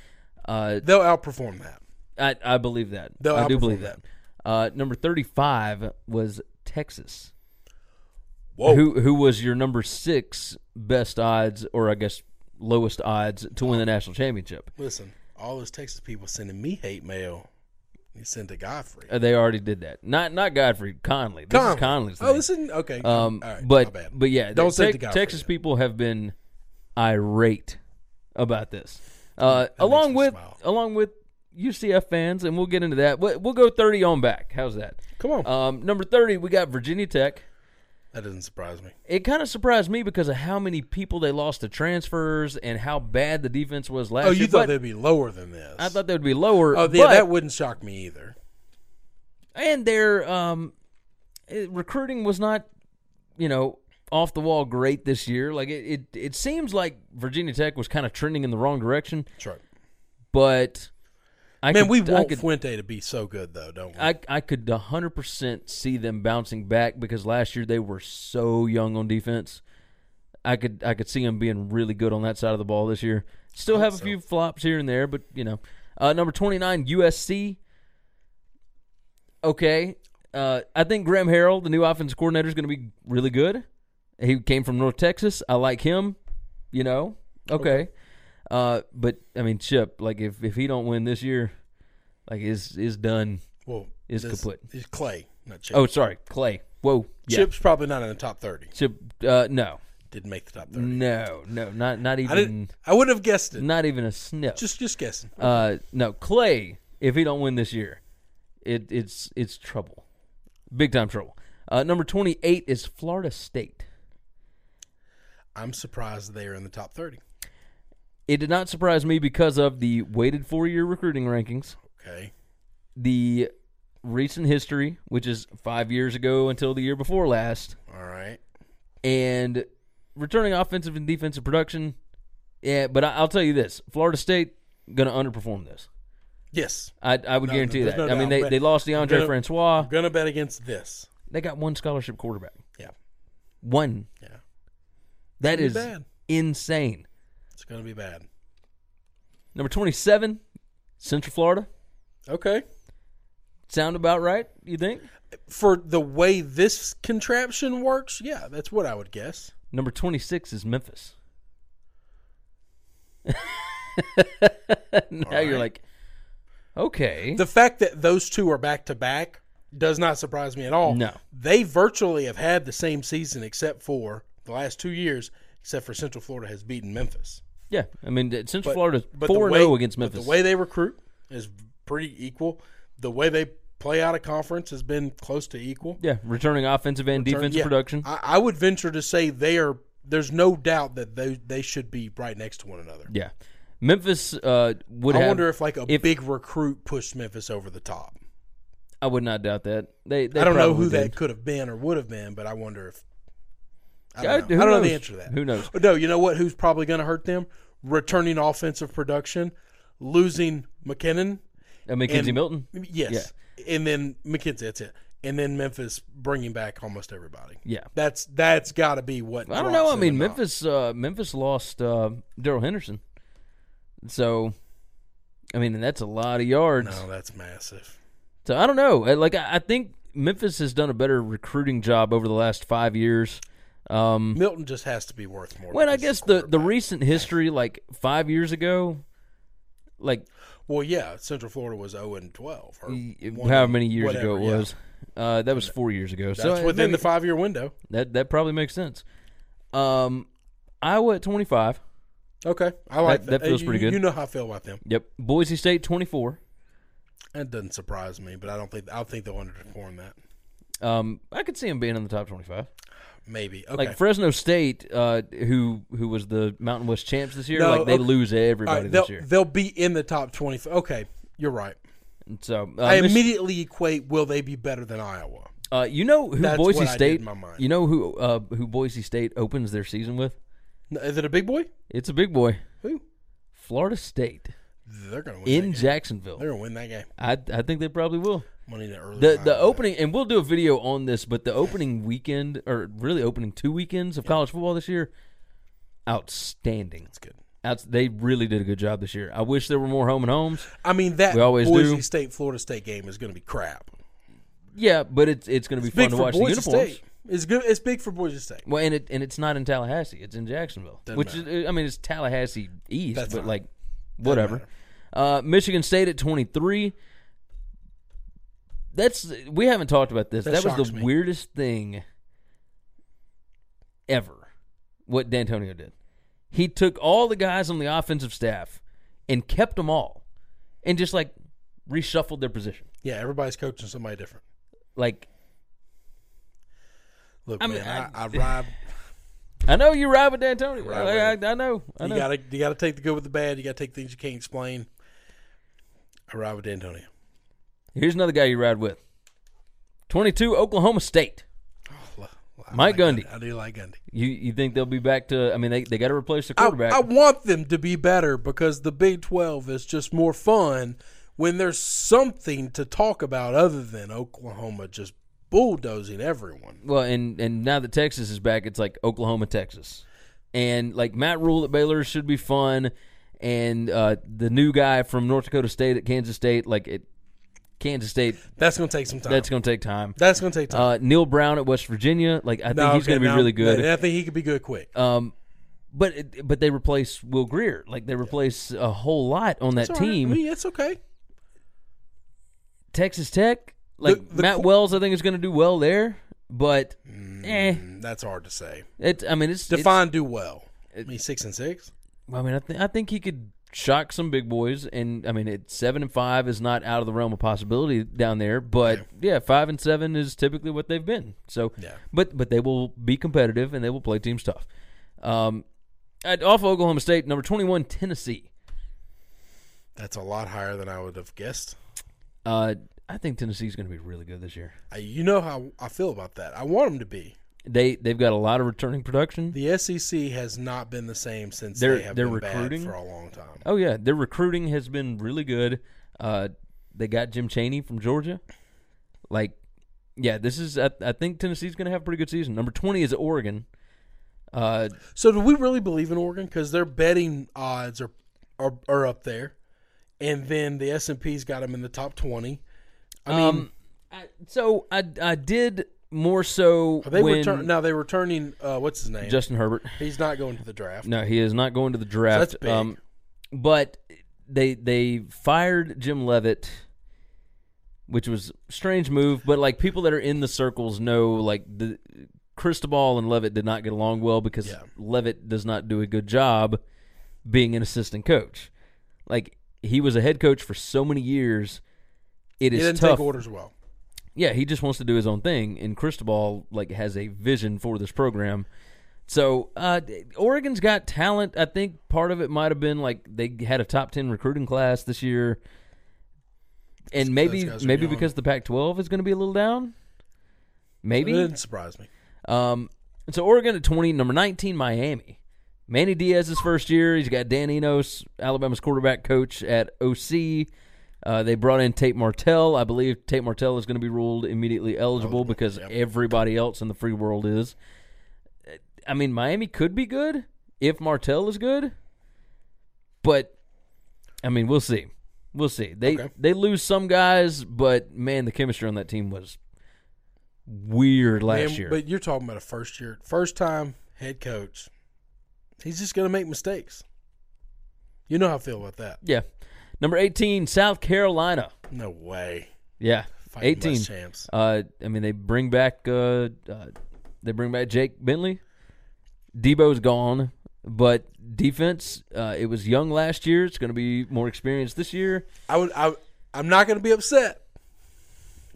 [SPEAKER 3] Uh,
[SPEAKER 4] They'll outperform that.
[SPEAKER 3] I I believe that.
[SPEAKER 4] They'll
[SPEAKER 3] I do
[SPEAKER 4] outperform
[SPEAKER 3] believe that.
[SPEAKER 4] that.
[SPEAKER 3] Uh, number thirty five was Texas.
[SPEAKER 4] Whoa.
[SPEAKER 3] Who who was your number six best odds, or I guess lowest odds to win the national championship?
[SPEAKER 4] Listen, all those Texas people sending me hate mail. You send to Godfrey.
[SPEAKER 3] Uh, they already did that. Not not Godfrey Conley. This is Conley's.
[SPEAKER 4] Oh,
[SPEAKER 3] thing.
[SPEAKER 4] this isn't okay.
[SPEAKER 3] Um,
[SPEAKER 4] all right, my
[SPEAKER 3] but
[SPEAKER 4] bad.
[SPEAKER 3] but yeah,
[SPEAKER 4] Don't
[SPEAKER 3] the
[SPEAKER 4] send
[SPEAKER 3] Tex-
[SPEAKER 4] to Godfrey
[SPEAKER 3] Texas
[SPEAKER 4] then.
[SPEAKER 3] people have been irate about this, uh, along
[SPEAKER 4] me
[SPEAKER 3] with
[SPEAKER 4] smile.
[SPEAKER 3] along with UCF fans, and we'll get into that. We'll, we'll go thirty on back. How's that?
[SPEAKER 4] Come on.
[SPEAKER 3] Um, number thirty, we got Virginia Tech.
[SPEAKER 4] that doesn't surprise me.
[SPEAKER 3] It kind of surprised me because of how many people they lost to transfers and how bad the defense was last
[SPEAKER 4] Oh,
[SPEAKER 3] year.
[SPEAKER 4] you thought
[SPEAKER 3] but
[SPEAKER 4] they'd be lower than this?
[SPEAKER 3] I thought they would be lower.
[SPEAKER 4] Oh, yeah,
[SPEAKER 3] but-
[SPEAKER 4] that wouldn't shock me either.
[SPEAKER 3] and their um, eh, recruiting was not, you know, off the wall great this year. Like it, it, it seems like Virginia Tech was kind of trending in the wrong direction.
[SPEAKER 4] That's right.
[SPEAKER 3] But I
[SPEAKER 4] Man,
[SPEAKER 3] could,
[SPEAKER 4] we
[SPEAKER 3] I
[SPEAKER 4] want
[SPEAKER 3] could,
[SPEAKER 4] Fuente to be so good, though, don't we?
[SPEAKER 3] I, I could hundred percent see them bouncing back because last year they were so young on defense. I could I could see them being really good on that side of the ball this year. Still have a few flops here and there, but you know, uh, number twenty nine USC. Okay, uh, I think Graham Harrell, the new offensive coordinator, is going to be really good. He came from North Texas. I like him. You know, okay. Uh, but I mean, Chip, like if if he don't win this year, like is is done.
[SPEAKER 4] well,
[SPEAKER 3] is
[SPEAKER 4] this-
[SPEAKER 3] kaput.
[SPEAKER 4] It's Clay, not Chip.
[SPEAKER 3] Oh, sorry, Clay. Whoa, yeah.
[SPEAKER 4] Chip's probably not in the top thirty.
[SPEAKER 3] Chip. Uh, no,
[SPEAKER 4] Didn't make the top thirty.
[SPEAKER 3] no, no, not not
[SPEAKER 4] I
[SPEAKER 3] even
[SPEAKER 4] didn't. I wouldn't have guessed it.
[SPEAKER 3] not even a sniff.
[SPEAKER 4] Just, just guessing.
[SPEAKER 3] uh, no, Clay. If he don't win this year, it it's it's trouble, big time trouble. Uh, number twenty eight is Florida State.
[SPEAKER 4] I'm surprised they are in the top thirty.
[SPEAKER 3] It did not surprise me because of the weighted four year recruiting rankings,
[SPEAKER 4] Okay.
[SPEAKER 3] the recent history, which is five years ago until the year before last,
[SPEAKER 4] All right.
[SPEAKER 3] and returning offensive and defensive production. Yeah, but I, I'll tell you this: Florida State going to underperform this.
[SPEAKER 4] Yes.
[SPEAKER 3] I, I would
[SPEAKER 4] No,
[SPEAKER 3] guarantee
[SPEAKER 4] no,
[SPEAKER 3] that.
[SPEAKER 4] there's no
[SPEAKER 3] I mean,
[SPEAKER 4] doubt.
[SPEAKER 3] they,
[SPEAKER 4] But
[SPEAKER 3] they lost DeAndre
[SPEAKER 4] gonna-
[SPEAKER 3] Francois.
[SPEAKER 4] I'm gonna bet against this.
[SPEAKER 3] They got one scholarship quarterback.
[SPEAKER 4] Yeah.
[SPEAKER 3] One.
[SPEAKER 4] Yeah.
[SPEAKER 3] That
[SPEAKER 4] Pretty
[SPEAKER 3] is
[SPEAKER 4] bad.
[SPEAKER 3] insane.
[SPEAKER 4] It's gonna be bad.
[SPEAKER 3] Number twenty-seven, Central Florida.
[SPEAKER 4] Okay.
[SPEAKER 3] Sound about right? You think?
[SPEAKER 4] For the way this contraption works, yeah, that's what I would guess.
[SPEAKER 3] Number twenty-six is Memphis. now you're like, okay,
[SPEAKER 4] The fact that those two are back to back does not surprise me at all.
[SPEAKER 3] No.
[SPEAKER 4] They virtually have had the same season except for the last two years, except for Central Florida has beaten Memphis.
[SPEAKER 3] yeah. I mean, that- Central
[SPEAKER 4] But-
[SPEAKER 3] Florida's
[SPEAKER 4] but the
[SPEAKER 3] four
[SPEAKER 4] way-
[SPEAKER 3] zero against
[SPEAKER 4] but
[SPEAKER 3] Memphis.
[SPEAKER 4] the way they recruit is pretty equal. The way they play out of conference has been close to equal.
[SPEAKER 3] yeah, returning offensive and defensive
[SPEAKER 4] Yeah,
[SPEAKER 3] production.
[SPEAKER 4] I, I would venture to say they are. There's no doubt that they they should be right next to one another.
[SPEAKER 3] yeah, Memphis uh, would.
[SPEAKER 4] I
[SPEAKER 3] have-
[SPEAKER 4] wonder if like a
[SPEAKER 3] if-
[SPEAKER 4] big recruit pushed Memphis over the top.
[SPEAKER 3] I would not doubt that. They, they
[SPEAKER 4] I don't know
[SPEAKER 3] probably
[SPEAKER 4] who
[SPEAKER 3] did.
[SPEAKER 4] that could have been or would have been, but I wonder if. I
[SPEAKER 3] Uh,
[SPEAKER 4] don't, know.
[SPEAKER 3] who
[SPEAKER 4] I don't know the
[SPEAKER 3] knows?
[SPEAKER 4] answer to that.
[SPEAKER 3] Who knows?
[SPEAKER 4] But no, you know what? Who's probably going to hurt them? Returning offensive production, losing McKinnon.
[SPEAKER 3] Uh, McKenzie
[SPEAKER 4] and-
[SPEAKER 3] Milton.
[SPEAKER 4] Yes. And then McKenzie, that's it. and then Memphis bringing back almost everybody.
[SPEAKER 3] Yeah.
[SPEAKER 4] That's that's got to be what.
[SPEAKER 3] I don't
[SPEAKER 4] drops
[SPEAKER 3] know. I
[SPEAKER 4] them
[SPEAKER 3] mean,
[SPEAKER 4] a notch.
[SPEAKER 3] Memphis. Uh, Memphis lost uh, Daryl Henderson, so I mean, and that's a lot of yards.
[SPEAKER 4] No, that's massive.
[SPEAKER 3] So I don't know. Uh, Like I, I think Memphis has done a better recruiting job over the last five years. Um,
[SPEAKER 4] Milton just has to be worth more.
[SPEAKER 3] well, I
[SPEAKER 4] because
[SPEAKER 3] guess
[SPEAKER 4] he's a
[SPEAKER 3] the the
[SPEAKER 4] quarterback.
[SPEAKER 3] recent history, like five years ago, like
[SPEAKER 4] Well, yeah, Central Florida was zero and twelve, or
[SPEAKER 3] y-
[SPEAKER 4] one
[SPEAKER 3] however
[SPEAKER 4] and
[SPEAKER 3] many years ago
[SPEAKER 4] whatever,
[SPEAKER 3] it
[SPEAKER 4] yeah.
[SPEAKER 3] was. Uh, that was four years ago.
[SPEAKER 4] That's
[SPEAKER 3] so
[SPEAKER 4] within
[SPEAKER 3] maybe-
[SPEAKER 4] the five year window.
[SPEAKER 3] that that probably makes sense. Um, Iowa at twenty five.
[SPEAKER 4] Okay, I like
[SPEAKER 3] That- that feels
[SPEAKER 4] You-
[SPEAKER 3] pretty good.
[SPEAKER 4] You know how I feel about them.
[SPEAKER 3] Yep. Boise State twenty four.
[SPEAKER 4] It doesn't surprise me, but I don't think I don't think they'll underperform that.
[SPEAKER 3] Um, I could see him being in the top twenty five.
[SPEAKER 4] Maybe okay.
[SPEAKER 3] Like Fresno State, uh, who who was the Mountain West champs this year,
[SPEAKER 4] No,
[SPEAKER 3] like they
[SPEAKER 4] okay.
[SPEAKER 3] lose
[SPEAKER 4] All
[SPEAKER 3] everybody
[SPEAKER 4] right, they'll
[SPEAKER 3] this year.
[SPEAKER 4] they'll be in the top twenty. Okay, you're right.
[SPEAKER 3] And So uh,
[SPEAKER 4] I
[SPEAKER 3] Mich-
[SPEAKER 4] immediately equate will they be better than Iowa?
[SPEAKER 3] uh, you know who
[SPEAKER 4] That's
[SPEAKER 3] Boise
[SPEAKER 4] what I did
[SPEAKER 3] State.
[SPEAKER 4] in my mind.
[SPEAKER 3] You know who uh, who Boise State opens their season with?
[SPEAKER 4] N- Is it a big boy?
[SPEAKER 3] It's a big boy,
[SPEAKER 4] Who?
[SPEAKER 3] Florida State
[SPEAKER 4] They're gonna win. that
[SPEAKER 3] in
[SPEAKER 4] game.
[SPEAKER 3] Jacksonville.
[SPEAKER 4] They're gonna win that game.
[SPEAKER 3] I I think they probably will.
[SPEAKER 4] Money to early.
[SPEAKER 3] the
[SPEAKER 4] line
[SPEAKER 3] the
[SPEAKER 4] on
[SPEAKER 3] opening and we'll do a video on this but the opening weekend or really opening two weekends of college football this year outstanding
[SPEAKER 4] That's good.
[SPEAKER 3] Outs- they really did a good job this year i wish there were more home and homes
[SPEAKER 4] I mean that
[SPEAKER 3] We always
[SPEAKER 4] Boise
[SPEAKER 3] do.
[SPEAKER 4] State Florida State game is gonna be crap.
[SPEAKER 3] yeah but it's it's going to be
[SPEAKER 4] Big
[SPEAKER 3] fun to
[SPEAKER 4] for
[SPEAKER 3] watch
[SPEAKER 4] Boise
[SPEAKER 3] the uniforms
[SPEAKER 4] State. It's good. It's big for Boise State.
[SPEAKER 3] well and it and it's not in tallahassee it's in jacksonville
[SPEAKER 4] Doesn't
[SPEAKER 3] which is i mean it's tallahassee east
[SPEAKER 4] That's
[SPEAKER 3] but
[SPEAKER 4] fine.
[SPEAKER 3] like whatever uh, michigan state at 23 that's we haven't talked about this
[SPEAKER 4] That
[SPEAKER 3] that, was
[SPEAKER 4] shocks
[SPEAKER 3] the
[SPEAKER 4] me.
[SPEAKER 3] weirdest thing ever what D'Antonio did. He took all the guys on the offensive staff and kept them all and just like reshuffled their position.
[SPEAKER 4] Yeah, everybody's coaching somebody different.
[SPEAKER 3] Like
[SPEAKER 4] Look,
[SPEAKER 3] I mean,
[SPEAKER 4] man, I,
[SPEAKER 3] I-
[SPEAKER 4] I, ride.
[SPEAKER 3] I know you ride with D'Antonio.
[SPEAKER 4] Ride with
[SPEAKER 3] I, I, I know. I know.
[SPEAKER 4] You gotta you gotta take the good with the bad. You gotta take things you can't explain. I ride with Antonio.
[SPEAKER 3] Here's another guy you ride with. 22 Oklahoma State.
[SPEAKER 4] Well, I like
[SPEAKER 3] Mike Gundy.
[SPEAKER 4] I do like Gundy.
[SPEAKER 3] You you think they'll be back to I mean they they got to replace the
[SPEAKER 4] I,
[SPEAKER 3] quarterback.
[SPEAKER 4] I want them to be better because the Big Twelve is just more fun when there's something to talk about other than Oklahoma just bulldozing everyone.
[SPEAKER 3] Well, and and now that Texas is back, it's like Oklahoma, Texas, and like Matt Rule at Baylor should be fun, and uh, the new guy from North Dakota State at Kansas State, like at Kansas State,
[SPEAKER 4] That's gonna take some time.
[SPEAKER 3] that's
[SPEAKER 4] That's,
[SPEAKER 3] going to take time.
[SPEAKER 4] gonna take time.
[SPEAKER 3] Uh, Neil Brown at West Virginia, like I think
[SPEAKER 4] No,
[SPEAKER 3] he's
[SPEAKER 4] okay,
[SPEAKER 3] going to be
[SPEAKER 4] no,
[SPEAKER 3] really good.
[SPEAKER 4] I think he could be good quick.
[SPEAKER 3] Um, but it, but they replace Will Greer, like they replace a whole lot on that
[SPEAKER 4] It's all right.
[SPEAKER 3] team.
[SPEAKER 4] I mean, it's okay.
[SPEAKER 3] Texas Tech, like
[SPEAKER 4] the
[SPEAKER 3] Matt
[SPEAKER 4] qu-
[SPEAKER 3] Wells, I think is going to do well there, but eh,
[SPEAKER 4] That's hard to say.
[SPEAKER 3] it's I mean it's it's-
[SPEAKER 4] Define do well. I mean, six and six.
[SPEAKER 3] I mean, I, th- I think he could shock some big boys, and I mean, at seven and five is not out of the realm of possibility down there. But yeah, five and seven is typically what they've been. So,
[SPEAKER 4] Yeah.
[SPEAKER 3] but but they will be competitive and they will play teams tough. Um, at, off of Oklahoma State, number twenty-one, Tennessee.
[SPEAKER 4] That's a lot higher than I would have guessed.
[SPEAKER 3] Uh, I think Tennessee's going to be really good this year.
[SPEAKER 4] I, you know how I feel about that. I want them to be.
[SPEAKER 3] They they've got a lot of returning production.
[SPEAKER 4] The SEC has not been the same since
[SPEAKER 3] They're-
[SPEAKER 4] they have
[SPEAKER 3] they're
[SPEAKER 4] been
[SPEAKER 3] recruiting?
[SPEAKER 4] bad for a long time.
[SPEAKER 3] Oh yeah, their recruiting has been really good. Uh, they got Jim Cheney from Georgia. Like, yeah, this is. I, I think Tennessee's going to have a pretty good season. Number twenty is Oregon. Uh,
[SPEAKER 4] So do we really believe in Oregon? Because their betting odds are, are are up there, and then the S and P's got them in the top twenty. I mean,
[SPEAKER 3] um, I, so I I did more so
[SPEAKER 4] are they
[SPEAKER 3] when
[SPEAKER 4] return now they're returning. Uh, what's his name?
[SPEAKER 3] Justin Herbert.
[SPEAKER 4] He's not going to the draft.
[SPEAKER 3] No, he is not going to the draft. um,
[SPEAKER 4] That's big.
[SPEAKER 3] but they they fired Jim Levitt, which was a strange move. But like people that are in the circles know, like the Cristobal and Levitt did not get along well because
[SPEAKER 4] Yeah.
[SPEAKER 3] Levitt does not do a good job being an assistant coach. Like he was a head coach for so many years. It
[SPEAKER 4] he
[SPEAKER 3] is
[SPEAKER 4] didn't
[SPEAKER 3] tough.
[SPEAKER 4] take orders well.
[SPEAKER 3] Yeah, he just wants to do his own thing, and Cristobal like has a vision for this program. So uh, Oregon's got talent. I think part of it might have been like they had a top ten recruiting class this year, and maybe
[SPEAKER 4] guys are
[SPEAKER 3] maybe
[SPEAKER 4] young.
[SPEAKER 3] because the Pac-12 is going to be a little down.
[SPEAKER 4] It
[SPEAKER 3] Maybe
[SPEAKER 4] didn't surprise me.
[SPEAKER 3] um, and so Oregon at 20, number 19, Miami. Manny Diaz's first year. He's got Dan Enos, Alabama's quarterback coach at OC. Uh, they brought in Tate Martell. I believe Tate Martell is going to be ruled immediately eligible
[SPEAKER 4] Oh,
[SPEAKER 3] because everybody else in the free world is. I mean, Miami could be good if Martell is good, but I mean, we'll see. We'll see. They
[SPEAKER 4] Okay.
[SPEAKER 3] they lose some guys, but man, the chemistry on that team was weird last
[SPEAKER 4] Man,
[SPEAKER 3] year.
[SPEAKER 4] But you're talking about a first year, first time head coach. He's just going to make mistakes. You know how I feel about that.
[SPEAKER 3] yeah, number eighteen, South Carolina.
[SPEAKER 4] No way.
[SPEAKER 3] Yeah,
[SPEAKER 4] Fighting less
[SPEAKER 3] eighteen.
[SPEAKER 4] champs.
[SPEAKER 3] Uh, I mean, they bring back uh, uh, they bring back Jake Bentley. Debo's gone, but defense. Uh, it was young last year. It's going to be more experienced this year.
[SPEAKER 4] I would. I, I'm not going to be upset.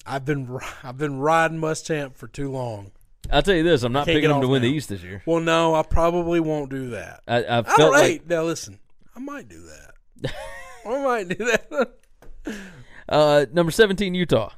[SPEAKER 4] I've been ri- I've been riding Muschamp for too long.
[SPEAKER 3] I'll tell you this: I'm not
[SPEAKER 4] Can't
[SPEAKER 3] picking
[SPEAKER 4] get
[SPEAKER 3] them to
[SPEAKER 4] off
[SPEAKER 3] win the
[SPEAKER 4] now.
[SPEAKER 3] East this year.
[SPEAKER 4] Well, no, I probably won't do that.
[SPEAKER 3] I, I
[SPEAKER 4] I
[SPEAKER 3] felt
[SPEAKER 4] don't
[SPEAKER 3] like
[SPEAKER 4] hate- now listen, I might do that. I might do that.
[SPEAKER 3] uh, number 17 Utah.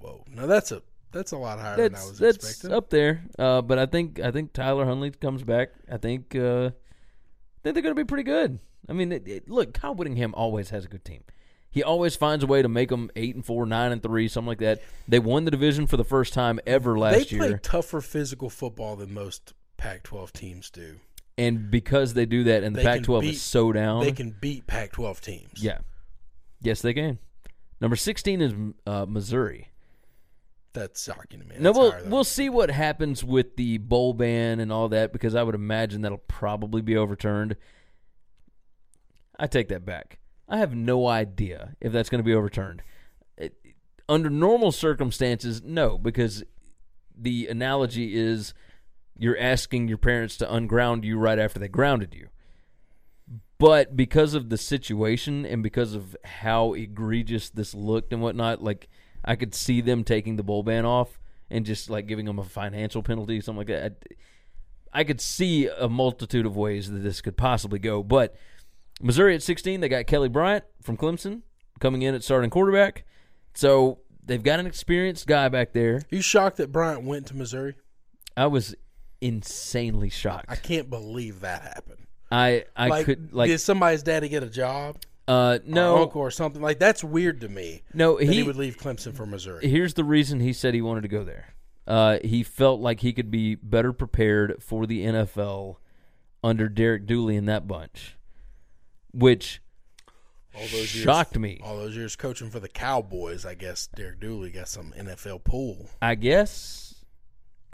[SPEAKER 4] Whoa, now that's a that's a lot higher than I
[SPEAKER 3] That's
[SPEAKER 4] was
[SPEAKER 3] that's
[SPEAKER 4] expecting.
[SPEAKER 3] up there, uh, but I think I think Tyler Hunley comes back. I think uh, I think they're going to be pretty good. I mean, it, it, look, Kyle Whittingham always has a good team. He always finds a way to make them eight and four, nine and three, something like that. They won the division for the first time ever
[SPEAKER 4] They
[SPEAKER 3] last
[SPEAKER 4] play
[SPEAKER 3] year,
[SPEAKER 4] tougher physical football than most Pac-12 teams do.
[SPEAKER 3] and because they do that, and the
[SPEAKER 4] They can
[SPEAKER 3] Pac-12
[SPEAKER 4] beat-
[SPEAKER 3] is so down,
[SPEAKER 4] They can beat Pac-12 teams.
[SPEAKER 3] yeah, yes, they can. Number sixteen is uh, Missouri.
[SPEAKER 4] that's shocking to me.
[SPEAKER 3] No,
[SPEAKER 4] That's
[SPEAKER 3] we'll
[SPEAKER 4] higher than-
[SPEAKER 3] we'll see what happens with the bowl ban and all that because I would imagine that'll probably be overturned. I take that back. I have no idea if that's going to be overturned. It- under normal circumstances, no, because the analogy is you're asking your parents to unground you right after they grounded you. But because of the situation and because of how egregious this looked and whatnot, like I could see them taking the bowl ban off and just like giving them a financial penalty, something like that. I, I could see a multitude of ways that this could possibly go. But Missouri at 16, they got Kelly Bryant from Clemson coming in at starting quarterback. So they've got an experienced guy back there.
[SPEAKER 4] You shocked that Bryant went to Missouri?
[SPEAKER 3] I was insanely shocked.
[SPEAKER 4] I can't believe that happened.
[SPEAKER 3] I I
[SPEAKER 4] like,
[SPEAKER 3] could like
[SPEAKER 4] did somebody's daddy get a job?
[SPEAKER 3] uh
[SPEAKER 4] or
[SPEAKER 3] no
[SPEAKER 4] uncle or something like that's weird to me.
[SPEAKER 3] no
[SPEAKER 4] that he,
[SPEAKER 3] he
[SPEAKER 4] would leave Clemson for Missouri.
[SPEAKER 3] here's the reason he said he wanted to go there. Uh, he felt like he could be better prepared for the NFL under Derek Dooley and that bunch, which shocked me.
[SPEAKER 4] All those years coaching for the Cowboys, I guess Derek Dooley got some NFL pool.
[SPEAKER 3] I guess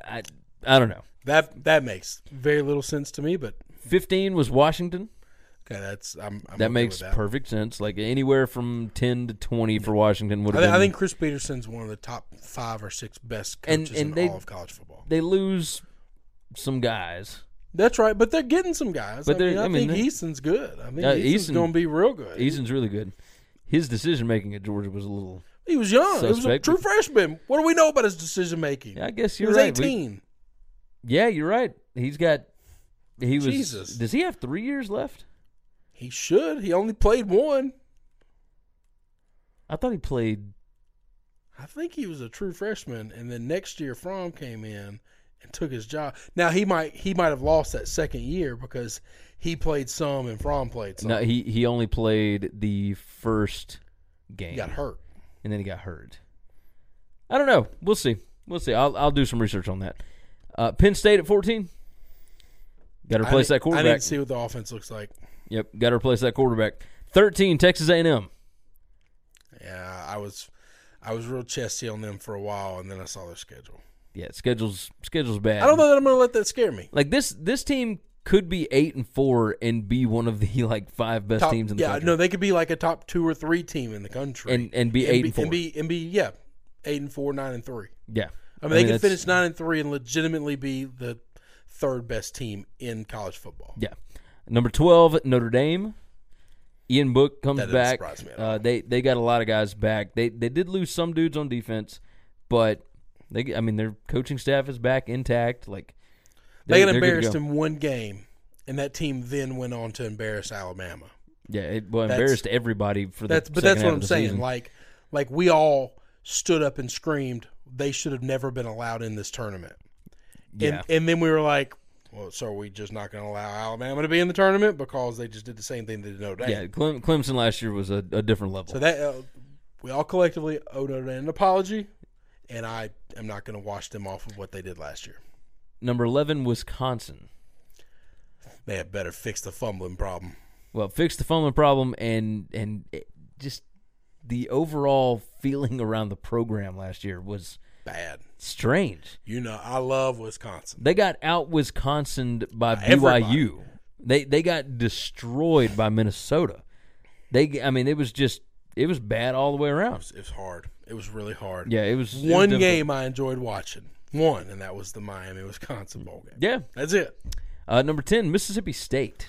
[SPEAKER 3] I I don't know.
[SPEAKER 4] That that makes very little sense to me, but
[SPEAKER 3] Fifteen was Washington.
[SPEAKER 4] okay, that's I'm, I'm okay
[SPEAKER 3] That makes
[SPEAKER 4] with that.
[SPEAKER 3] perfect sense. Like anywhere from ten to twenty for Washington would
[SPEAKER 4] I,
[SPEAKER 3] have
[SPEAKER 4] thi-
[SPEAKER 3] been.
[SPEAKER 4] I think Chris Peterson's one of the top five or six best
[SPEAKER 3] And-
[SPEAKER 4] coaches
[SPEAKER 3] and
[SPEAKER 4] in
[SPEAKER 3] they-
[SPEAKER 4] all of college football.
[SPEAKER 3] they lose some guys.
[SPEAKER 4] That's right, but they're getting some guys.
[SPEAKER 3] But
[SPEAKER 4] I mean,
[SPEAKER 3] they're-
[SPEAKER 4] I,
[SPEAKER 3] I mean,
[SPEAKER 4] think
[SPEAKER 3] they-
[SPEAKER 4] Easton's good. I think
[SPEAKER 3] Yeah,
[SPEAKER 4] Easton's
[SPEAKER 3] Eason-
[SPEAKER 4] going to be real good.
[SPEAKER 3] Eason's really good. His decision making at Georgia was a little.
[SPEAKER 4] he was young. He was a
[SPEAKER 3] Suspect.
[SPEAKER 4] true freshman. What do we know about his decision making?
[SPEAKER 3] Yeah, I guess
[SPEAKER 4] he
[SPEAKER 3] you're
[SPEAKER 4] was
[SPEAKER 3] right. We-
[SPEAKER 4] 18.
[SPEAKER 3] Yeah, you're right. He's got. He was.
[SPEAKER 4] Jesus.
[SPEAKER 3] Does he have three years left?
[SPEAKER 4] He should. He only played one.
[SPEAKER 3] I thought he played.
[SPEAKER 4] I think he was a true freshman, and then next year Fromm came in and took his job. Now he might he might have lost that second year because he played some and Fromm played some.
[SPEAKER 3] No, he he only played the first game.
[SPEAKER 4] he got hurt.
[SPEAKER 3] and then he got hurt. I don't know. We'll see. We'll see. I'll I'll do some research on that. Uh, Penn State at 14. Got to
[SPEAKER 4] I
[SPEAKER 3] replace
[SPEAKER 4] need-
[SPEAKER 3] that quarterback.
[SPEAKER 4] I need to see what the offense looks like.
[SPEAKER 3] Yep. Got to replace that quarterback. 13. Texas A&M.
[SPEAKER 4] Yeah, I was I was real chesty on them for a while, and then I saw their schedule.
[SPEAKER 3] Yeah. Schedules schedules bad.
[SPEAKER 4] I don't know that I'm going to let that scare me.
[SPEAKER 3] Like this this team could be eight and four and be one of the like five best
[SPEAKER 4] Top-
[SPEAKER 3] teams in the
[SPEAKER 4] yeah,
[SPEAKER 3] country.
[SPEAKER 4] no, they could be like a top two or three team in the country,
[SPEAKER 3] And- and be eight and four.
[SPEAKER 4] and be and be yeah, eight and four, nine and three.
[SPEAKER 3] yeah.
[SPEAKER 4] I mean, they
[SPEAKER 3] can
[SPEAKER 4] could finish nine and three and legitimately be the third best team in college football.
[SPEAKER 3] Yeah. Number twelve, Notre Dame. Ian Book comes
[SPEAKER 4] That doesn't
[SPEAKER 3] back.
[SPEAKER 4] surprise me at
[SPEAKER 3] Uh, they they got a lot of guys back. They they did lose some dudes on defense, but they I mean their coaching staff is back intact. Like
[SPEAKER 4] They got
[SPEAKER 3] they're good to
[SPEAKER 4] embarrassed
[SPEAKER 3] go.
[SPEAKER 4] in one game, and that team then went on to embarrass Alabama.
[SPEAKER 3] Yeah, it well,
[SPEAKER 4] That's-
[SPEAKER 3] embarrassed everybody for the
[SPEAKER 4] That's but
[SPEAKER 3] second
[SPEAKER 4] that's
[SPEAKER 3] half
[SPEAKER 4] what
[SPEAKER 3] of
[SPEAKER 4] I'm
[SPEAKER 3] the
[SPEAKER 4] saying.
[SPEAKER 3] season.
[SPEAKER 4] Like, like we all stood up and screamed. They should have never been allowed in this tournament.
[SPEAKER 3] Yeah.
[SPEAKER 4] And, and then we were like, Well, so are we just not going to allow Alabama to be in the tournament because they just did the same thing they did Notre Dame?
[SPEAKER 3] Yeah, Clem, Clemson last year was a, a different level.
[SPEAKER 4] So that uh, we all collectively owe Notre Dame an apology, and I am not going to wash them off of what they did last year.
[SPEAKER 3] Number 11, Wisconsin.
[SPEAKER 4] They had better fix the fumbling problem.
[SPEAKER 3] Well, fix the fumbling problem and and it- just the overall feeling around the program last year was
[SPEAKER 4] Bad.
[SPEAKER 3] strange.
[SPEAKER 4] You know, I love Wisconsin.
[SPEAKER 3] They got out Wisconsin by
[SPEAKER 4] Everybody.
[SPEAKER 3] BYU. They they got destroyed by Minnesota. They I mean it was just it was bad all the way around.
[SPEAKER 4] It was hard. It was really hard.
[SPEAKER 3] Yeah, it was it was
[SPEAKER 4] One
[SPEAKER 3] difficult.
[SPEAKER 4] game I enjoyed watching. One, and that was the Miami Wisconsin bowl game.
[SPEAKER 3] Yeah.
[SPEAKER 4] That's it.
[SPEAKER 3] Uh, number 10, Mississippi State.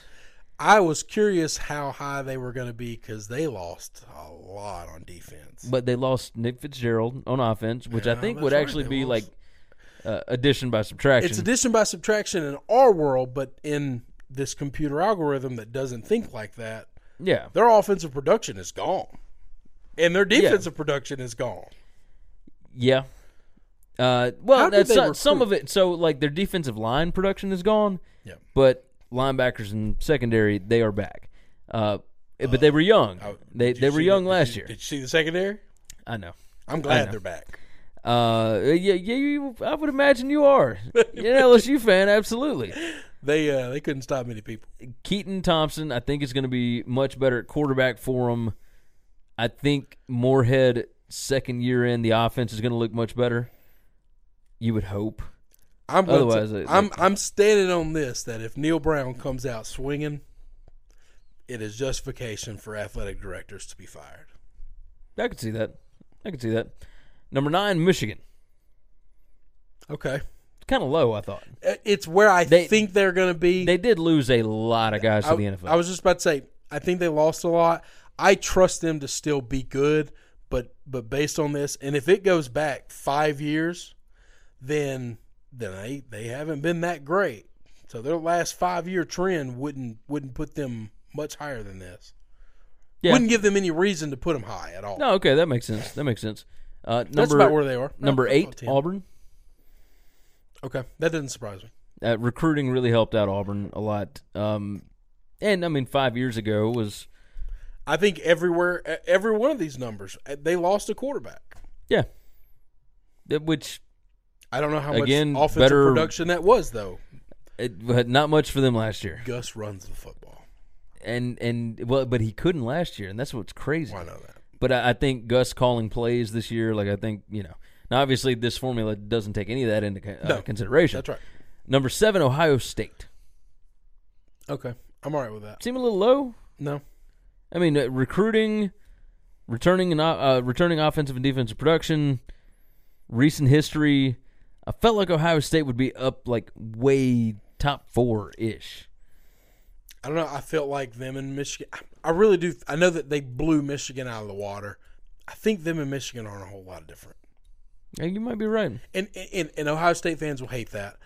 [SPEAKER 4] I was curious how high they were going to be because they lost a lot on defense.
[SPEAKER 3] But they lost Nick Fitzgerald on offense, which I
[SPEAKER 4] Yeah,
[SPEAKER 3] think
[SPEAKER 4] that's
[SPEAKER 3] would
[SPEAKER 4] right,
[SPEAKER 3] actually
[SPEAKER 4] they
[SPEAKER 3] be like
[SPEAKER 4] lost.
[SPEAKER 3] uh, addition by subtraction.
[SPEAKER 4] It's addition by subtraction in our world, but in this computer algorithm that doesn't think like that,
[SPEAKER 3] yeah.
[SPEAKER 4] their offensive production is gone. And their defensive production is gone.
[SPEAKER 3] Yeah. Uh, well,
[SPEAKER 4] How did
[SPEAKER 3] that's
[SPEAKER 4] they
[SPEAKER 3] some, some of
[SPEAKER 4] recruit?
[SPEAKER 3] it. So, like, their defensive line production is gone,
[SPEAKER 4] Yeah.
[SPEAKER 3] but linebackers and secondary, they are back. Uh, but they were young. they
[SPEAKER 4] Did
[SPEAKER 3] they
[SPEAKER 4] you
[SPEAKER 3] were
[SPEAKER 4] see
[SPEAKER 3] young
[SPEAKER 4] the- did
[SPEAKER 3] last
[SPEAKER 4] you-
[SPEAKER 3] year.
[SPEAKER 4] Did you see the secondary?
[SPEAKER 3] I know.
[SPEAKER 4] I'm glad
[SPEAKER 3] know.
[SPEAKER 4] they're back.
[SPEAKER 3] Uh, yeah, yeah. You, I would imagine you are. You're an LSU fan, absolutely.
[SPEAKER 4] They uh, they couldn't stop many people.
[SPEAKER 3] Keaton Thompson, I think, is going to be much better at quarterback for him. I think Moorhead, second year in, the offense is going to look much better. You would hope.
[SPEAKER 4] I'm gonna
[SPEAKER 3] Otherwise,
[SPEAKER 4] t-
[SPEAKER 3] it-
[SPEAKER 4] I'm I'm standing on this that if Neil Brown comes out swinging, it is justification for athletic directors to be fired.
[SPEAKER 3] I could see that. I could see that. Number nine, Michigan.
[SPEAKER 4] Okay,
[SPEAKER 3] Kind of low, I thought.
[SPEAKER 4] Uh, it's where I
[SPEAKER 3] They-
[SPEAKER 4] think they're going to be.
[SPEAKER 3] They did lose a lot of guys
[SPEAKER 4] I,
[SPEAKER 3] to the NFL.
[SPEAKER 4] I was just about to say I think they lost a lot. I trust them to still be good, but but based on this, and if it goes back five years, then then they they haven't been that great. So their last five year trend wouldn't wouldn't put them much higher than this.
[SPEAKER 3] yeah.
[SPEAKER 4] Wouldn't give them any reason to put them high at all.
[SPEAKER 3] no, okay, that makes sense. That makes sense. Uh, number
[SPEAKER 4] that's about where they are.
[SPEAKER 3] number
[SPEAKER 4] Oh,
[SPEAKER 3] eight,
[SPEAKER 4] 10.
[SPEAKER 3] Auburn.
[SPEAKER 4] Okay, that doesn't surprise me.
[SPEAKER 3] Uh, recruiting really helped out Auburn a lot. Um, and I mean, five years ago was
[SPEAKER 4] I think everywhere, e- every one of these numbers, eh, they lost a quarterback.
[SPEAKER 3] yeah, That- which
[SPEAKER 4] I don't know how
[SPEAKER 3] Again,
[SPEAKER 4] much offensive
[SPEAKER 3] better-
[SPEAKER 4] production that was though.
[SPEAKER 3] it, had not much for them last year.
[SPEAKER 4] Gus runs the football.
[SPEAKER 3] And and well, but he couldn't last year, and that's what's crazy.
[SPEAKER 4] I know that.
[SPEAKER 3] But I, I think Gus calling plays this year, like I think you know. Now, obviously, this formula doesn't take any of that into con- uh,
[SPEAKER 4] No,
[SPEAKER 3] consideration.
[SPEAKER 4] That's right.
[SPEAKER 3] Number seven, Ohio State.
[SPEAKER 4] Okay, I'm all right with that.
[SPEAKER 3] Seem a little low.
[SPEAKER 4] No,
[SPEAKER 3] I mean, uh, recruiting, returning and o- uh, returning offensive and defensive production, recent history. I felt like Ohio State would be up like way top four ish.
[SPEAKER 4] I don't know. I felt like them and Michigan. I- I really do. I know that they blew Michigan out of the water. I think them and Michigan aren't a whole lot different.
[SPEAKER 3] You might be right.
[SPEAKER 4] and, and and Ohio State fans will hate that.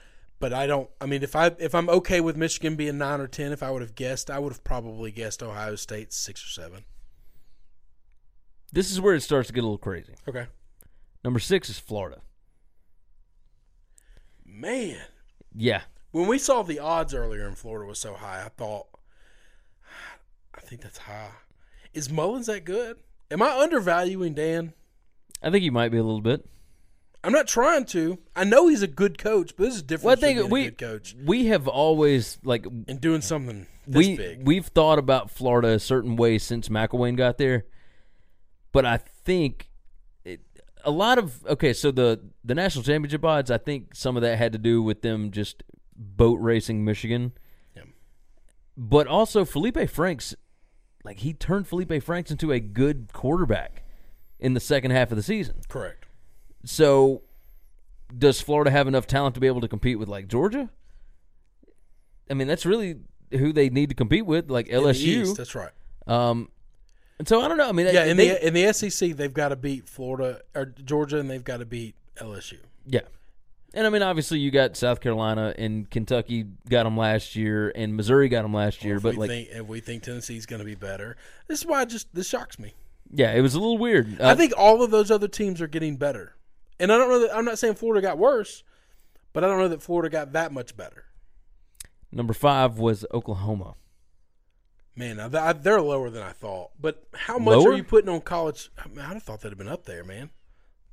[SPEAKER 4] But I don't. I mean, if I if I'm okay with Michigan being nine or ten, if I would have guessed, I would have probably guessed Ohio State six or seven.
[SPEAKER 3] This is where it starts to get a little crazy.
[SPEAKER 4] Okay,
[SPEAKER 3] Number six is Florida.
[SPEAKER 4] man.
[SPEAKER 3] Yeah,
[SPEAKER 4] When we saw the odds earlier in Florida was so high, I thought, I think that's high. Is Mullins that good? Am I undervaluing Dan?
[SPEAKER 3] I think you might be a little bit.
[SPEAKER 4] I'm not trying to. I know he's a good coach, but this is different.
[SPEAKER 3] Well, I
[SPEAKER 4] Well,
[SPEAKER 3] think
[SPEAKER 4] we
[SPEAKER 3] we
[SPEAKER 4] good coach
[SPEAKER 3] we have always like
[SPEAKER 4] and doing something this
[SPEAKER 3] we
[SPEAKER 4] big.
[SPEAKER 3] we've thought about Florida a certain way since McElwain got there, but I think it, a lot of okay. So the the national championship odds, I think some of that had to do with them just boat racing Michigan,
[SPEAKER 4] Yeah.
[SPEAKER 3] but also Felipe Franks, like he turned Felipe Franks into a good quarterback in the second half of the season.
[SPEAKER 4] Correct.
[SPEAKER 3] So, does Florida have enough talent to be able to compete with like Georgia? I mean, that's really who they need to compete with, like
[SPEAKER 4] In the
[SPEAKER 3] LSU.
[SPEAKER 4] East, that's right.
[SPEAKER 3] um, and so I don't know. I mean,
[SPEAKER 4] Yeah, in
[SPEAKER 3] they,
[SPEAKER 4] the in the SEC, they've got to beat Florida or Georgia, and they've got to beat LSU.
[SPEAKER 3] yeah, and I mean, obviously, you got South Carolina and Kentucky got them last year, and Missouri got them last year.
[SPEAKER 4] If
[SPEAKER 3] But
[SPEAKER 4] we
[SPEAKER 3] like,
[SPEAKER 4] think, if we think Tennessee's going to be better, this is why I just this shocks me.
[SPEAKER 3] yeah, it was a little weird. Uh,
[SPEAKER 4] I think all of those other teams are getting better, and I don't know that I'm not saying Florida got worse, but I don't know that Florida got that much better.
[SPEAKER 3] Number five was Oklahoma.
[SPEAKER 4] Man, I, I, they're lower than I thought. But how much
[SPEAKER 3] Lower?
[SPEAKER 4] are you putting on college? I mean, I'd have thought they'd have been up there, man.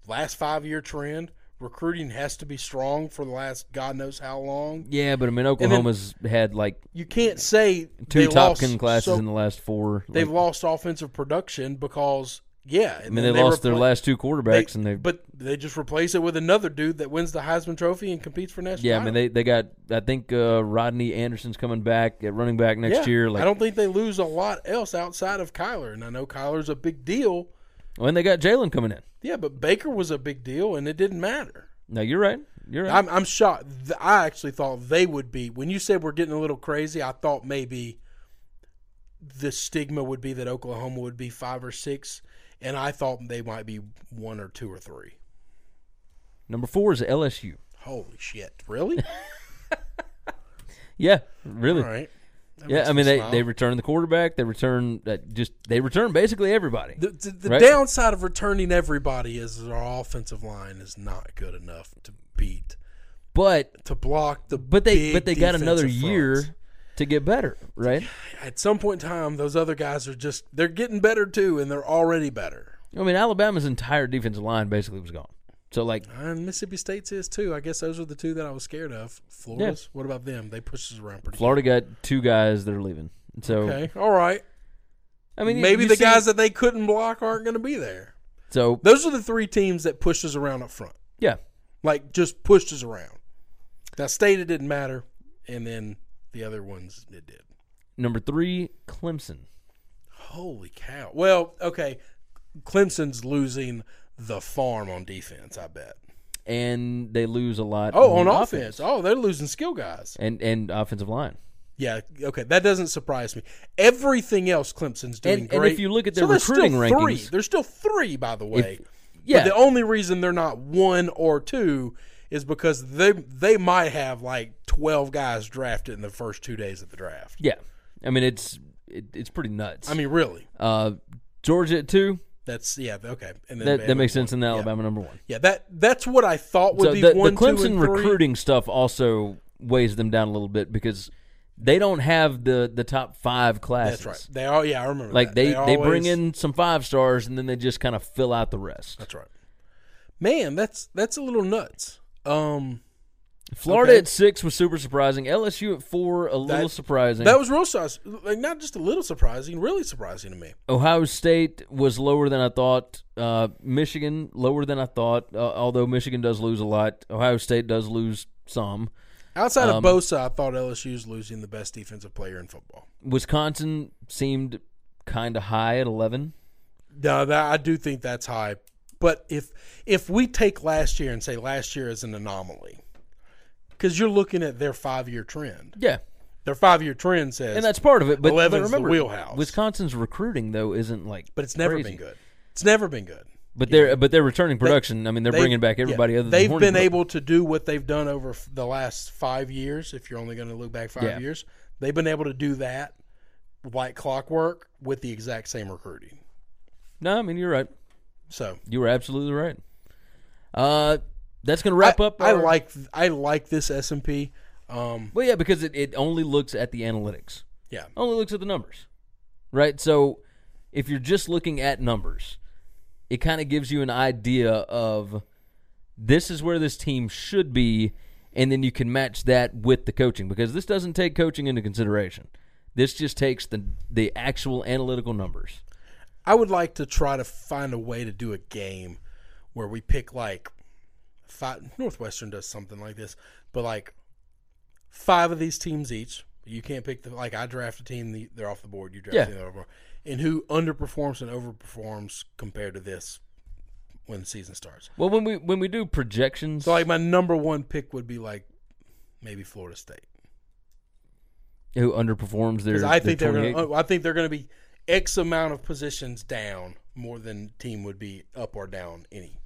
[SPEAKER 4] Last five year trend. Recruiting has to be strong for the last God knows how long.
[SPEAKER 3] Yeah, but I mean Oklahoma's had like
[SPEAKER 4] You can't say
[SPEAKER 3] two
[SPEAKER 4] they
[SPEAKER 3] top
[SPEAKER 4] lost
[SPEAKER 3] ten classes
[SPEAKER 4] so-
[SPEAKER 3] in the last four.
[SPEAKER 4] they've
[SPEAKER 3] Like,
[SPEAKER 4] lost offensive production because yeah.
[SPEAKER 3] I mean they, lost their last two quarterbacks, and they
[SPEAKER 4] but they just replace it with another dude that wins the Heisman Trophy and competes for national.
[SPEAKER 3] yeah, I mean they, they got I think uh, Rodney Anderson's coming back at running back next
[SPEAKER 4] Yeah,
[SPEAKER 3] year. Like
[SPEAKER 4] I don't think they lose a lot else outside of Kyler, and I know Kyler's a big deal.
[SPEAKER 3] when they got Jalen coming in.
[SPEAKER 4] Yeah, but Baker was a big deal, and it didn't matter.
[SPEAKER 3] No, you're right. You're right.
[SPEAKER 4] I'm, I'm shocked. Th- I actually thought they would be. When you said we're getting a little crazy, I thought maybe the stigma would be that Oklahoma would be five or six, and I thought they might be one or two or three.
[SPEAKER 3] Number four is LSU.
[SPEAKER 4] Holy shit! Really?
[SPEAKER 3] Yeah,
[SPEAKER 4] All
[SPEAKER 3] really.
[SPEAKER 4] right. That
[SPEAKER 3] Yeah,
[SPEAKER 4] makes
[SPEAKER 3] I mean
[SPEAKER 4] me
[SPEAKER 3] they,
[SPEAKER 4] smile.
[SPEAKER 3] they return the quarterback. They return uh, just they return basically everybody.
[SPEAKER 4] The, the, the
[SPEAKER 3] Right.
[SPEAKER 4] downside of returning everybody is our offensive line is not good enough to beat
[SPEAKER 3] but
[SPEAKER 4] to block the.
[SPEAKER 3] but they
[SPEAKER 4] big
[SPEAKER 3] but they got another
[SPEAKER 4] defensive
[SPEAKER 3] year
[SPEAKER 4] fronts.
[SPEAKER 3] to get better, right?
[SPEAKER 4] At some point in time, those other guys are just they're getting better too, and they're already better.
[SPEAKER 3] I mean Alabama's entire defensive line basically was gone. So like
[SPEAKER 4] And Mississippi State's is too. I guess those are the two that I was scared of. Florida's. What about them? They push us around pretty.
[SPEAKER 3] Florida got two guys that are leaving. So
[SPEAKER 4] good. Okay. All right.
[SPEAKER 3] I mean you-
[SPEAKER 4] maybe
[SPEAKER 3] you
[SPEAKER 4] the
[SPEAKER 3] see-
[SPEAKER 4] guys that they couldn't block aren't going to be there.
[SPEAKER 3] So
[SPEAKER 4] Those are the three teams that pushed us around up front.
[SPEAKER 3] yeah,
[SPEAKER 4] Like just pushed us around. Now state it didn't matter, and then the other ones it did.
[SPEAKER 3] number three Clemson.
[SPEAKER 4] Holy cow! Well, okay. Clemson's losing the farm on defense. I bet.
[SPEAKER 3] And they lose a lot.
[SPEAKER 4] Oh, on offense. Oh, they're losing skill guys.
[SPEAKER 3] and and offensive line.
[SPEAKER 4] Yeah, okay, that doesn't surprise me. Everything else Clemson's doing
[SPEAKER 3] And-
[SPEAKER 4] great.
[SPEAKER 3] and if you look at their
[SPEAKER 4] there's
[SPEAKER 3] recruiting
[SPEAKER 4] still three.
[SPEAKER 3] rankings-
[SPEAKER 4] there's still three, by the way.
[SPEAKER 3] yeah.
[SPEAKER 4] But the only reason they're not one or two is because they they might have like twelve guys drafted in the first two days of the draft.
[SPEAKER 3] Yeah, I mean it's it, it's pretty nuts.
[SPEAKER 4] I mean, really,
[SPEAKER 3] uh, Georgia at two.
[SPEAKER 4] that's yeah, okay, and then
[SPEAKER 3] That, that
[SPEAKER 4] Bama
[SPEAKER 3] makes
[SPEAKER 4] one.
[SPEAKER 3] sense. And then Alabama number one.
[SPEAKER 4] Yeah, that that's what I thought would
[SPEAKER 3] So
[SPEAKER 4] be
[SPEAKER 3] the,
[SPEAKER 4] one,
[SPEAKER 3] the
[SPEAKER 4] two,
[SPEAKER 3] Clemson
[SPEAKER 4] and three.
[SPEAKER 3] recruiting stuff also weighs them down a little bit because they don't have the the top five classes.
[SPEAKER 4] That's right. They all yeah, I remember.
[SPEAKER 3] Like
[SPEAKER 4] that.
[SPEAKER 3] they, they, bring
[SPEAKER 4] always-
[SPEAKER 3] in some five stars and then they just kind of fill out the rest.
[SPEAKER 4] That's right. Man, that's that's a little nuts. Um.
[SPEAKER 3] Florida
[SPEAKER 4] Okay.
[SPEAKER 3] at six was super surprising. LSU at four, a little
[SPEAKER 4] That-
[SPEAKER 3] surprising.
[SPEAKER 4] That was real sus- like not just a little surprising, really surprising to me.
[SPEAKER 3] Ohio State was lower than I thought. Uh, Michigan lower than I thought. Uh, although Michigan does lose a lot, Ohio State does lose some.
[SPEAKER 4] Outside
[SPEAKER 3] Um,
[SPEAKER 4] of Bosa, I thought LSU's losing the best defensive player in football.
[SPEAKER 3] Wisconsin seemed kind of high at eleven.
[SPEAKER 4] No, that, I do think that's high. But if if we take last year and say last year is an anomaly, because you're looking at their five year trend.
[SPEAKER 3] Yeah,
[SPEAKER 4] Their five year trend says,
[SPEAKER 3] and that's part of it. But, but
[SPEAKER 4] 11's the
[SPEAKER 3] remember,
[SPEAKER 4] wheelhouse.
[SPEAKER 3] Wisconsin's recruiting though isn't like,
[SPEAKER 4] but it's never
[SPEAKER 3] crazy.
[SPEAKER 4] been good. It's never been good.
[SPEAKER 3] But they're but they're returning production. I mean, they're
[SPEAKER 4] They-
[SPEAKER 3] bringing back
[SPEAKER 4] yeah,
[SPEAKER 3] everybody other than
[SPEAKER 4] they've
[SPEAKER 3] Hornibrook.
[SPEAKER 4] been able to do what they've done over f- the last five years. If you're only going to look back five
[SPEAKER 3] Yeah.
[SPEAKER 4] years, they've been able to do that like clockwork with the exact same recruiting.
[SPEAKER 3] No, I mean you're right.
[SPEAKER 4] So
[SPEAKER 3] You were absolutely right. Uh, that's gonna wrap
[SPEAKER 4] I,
[SPEAKER 3] up.
[SPEAKER 4] I
[SPEAKER 3] our-
[SPEAKER 4] like I like this S and P. Um,
[SPEAKER 3] Well, yeah, because it, it only looks at the analytics.
[SPEAKER 4] yeah,
[SPEAKER 3] only looks at the numbers, right? So if you're just looking at numbers, it kind of gives you an idea of this is where this team should be, and then you can match that with the coaching because this doesn't take coaching into consideration. This just takes the the actual analytical numbers.
[SPEAKER 4] I would like to try to find a way to do a game where we pick like five. Northwestern does something like this, but like five of these teams each. You can't pick the like I draft a team, the- they're off the board. You draft
[SPEAKER 3] Yeah.
[SPEAKER 4] a team, they're off the board. And who underperforms and overperforms compared to this when the season starts.
[SPEAKER 3] Well, when we when we do projections,
[SPEAKER 4] So like my number one pick would be like maybe Florida State.
[SPEAKER 3] who underperforms their,
[SPEAKER 4] Because I think
[SPEAKER 3] their
[SPEAKER 4] they're going
[SPEAKER 3] 28
[SPEAKER 4] to. I think they're going to be X amount of positions down more than team would be up or down any.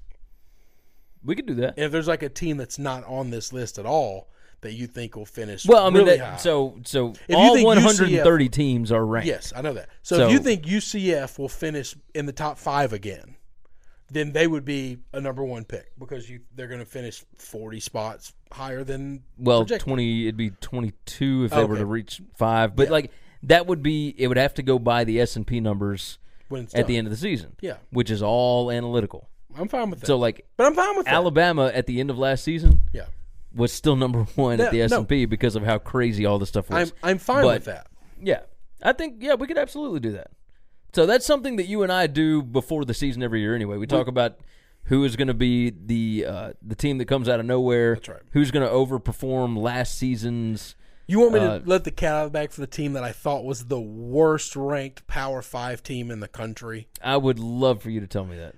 [SPEAKER 3] we could do that.
[SPEAKER 4] And if there's like a team that's not on this list at all that you think will finish,
[SPEAKER 3] Well, I mean,
[SPEAKER 4] really high.
[SPEAKER 3] that, so so
[SPEAKER 4] you
[SPEAKER 3] all
[SPEAKER 4] think
[SPEAKER 3] 130 teams are ranked.
[SPEAKER 4] yes, I know that. So,
[SPEAKER 3] So-
[SPEAKER 4] if you think UCF will finish in the top five again, then they would be a number one pick because you they're going to finish forty spots higher than
[SPEAKER 3] Well,
[SPEAKER 4] projected.
[SPEAKER 3] twenty. It'd be twenty-two if they were
[SPEAKER 4] Okay.
[SPEAKER 3] to reach five. But like that would be. It would have to go by the S and P numbers
[SPEAKER 4] when it's
[SPEAKER 3] at the end of the season.
[SPEAKER 4] Yeah.
[SPEAKER 3] which is all analytical.
[SPEAKER 4] I'm fine with that.
[SPEAKER 3] So like
[SPEAKER 4] but I'm fine with that.
[SPEAKER 3] Alabama at the end of last season
[SPEAKER 4] Yeah,
[SPEAKER 3] was still number one at the
[SPEAKER 4] Yeah,
[SPEAKER 3] S
[SPEAKER 4] no.
[SPEAKER 3] and P because of how crazy all this stuff
[SPEAKER 4] I'm
[SPEAKER 3] was.
[SPEAKER 4] I'm fine
[SPEAKER 3] But-
[SPEAKER 4] with that.
[SPEAKER 3] Yeah, I think yeah we could absolutely do that. So that's something that you and I do before the season every year. Anyway, we talk about who is going to be the uh, the team that comes out of nowhere. That's
[SPEAKER 4] right.
[SPEAKER 3] Who's going to overperform last season's?
[SPEAKER 4] You want me
[SPEAKER 3] Uh,
[SPEAKER 4] to let the cat out of the bag for the team that I thought was the worst ranked Power Five team in the country?
[SPEAKER 3] I would love for you to tell me that.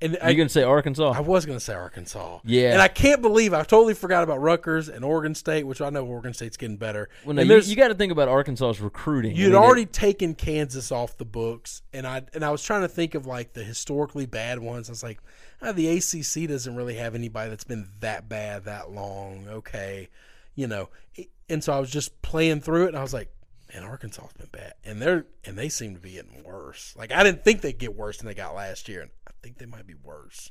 [SPEAKER 4] And
[SPEAKER 3] Are
[SPEAKER 4] I,
[SPEAKER 3] you going to say Arkansas?
[SPEAKER 4] I was going to say Arkansas.
[SPEAKER 3] Yeah.
[SPEAKER 4] And I can't believe I totally forgot about Rutgers and Oregon State, which I know Oregon State's getting better.
[SPEAKER 3] well, no,
[SPEAKER 4] and
[SPEAKER 3] you,
[SPEAKER 4] there's-
[SPEAKER 3] you got to think about Arkansas's recruiting. I
[SPEAKER 4] You'd
[SPEAKER 3] mean, it-
[SPEAKER 4] already taken Kansas off the books, and I and I was trying to think of like the historically bad ones. I was like, ah, the ACC doesn't really have anybody that's been that bad that long. Okay, you know, and so I was just playing through it, and I was like, man, Arkansas's been bad, and they're and they seem to be getting worse. Like I didn't think they'd get worse than they got last year, and I think they might be worse.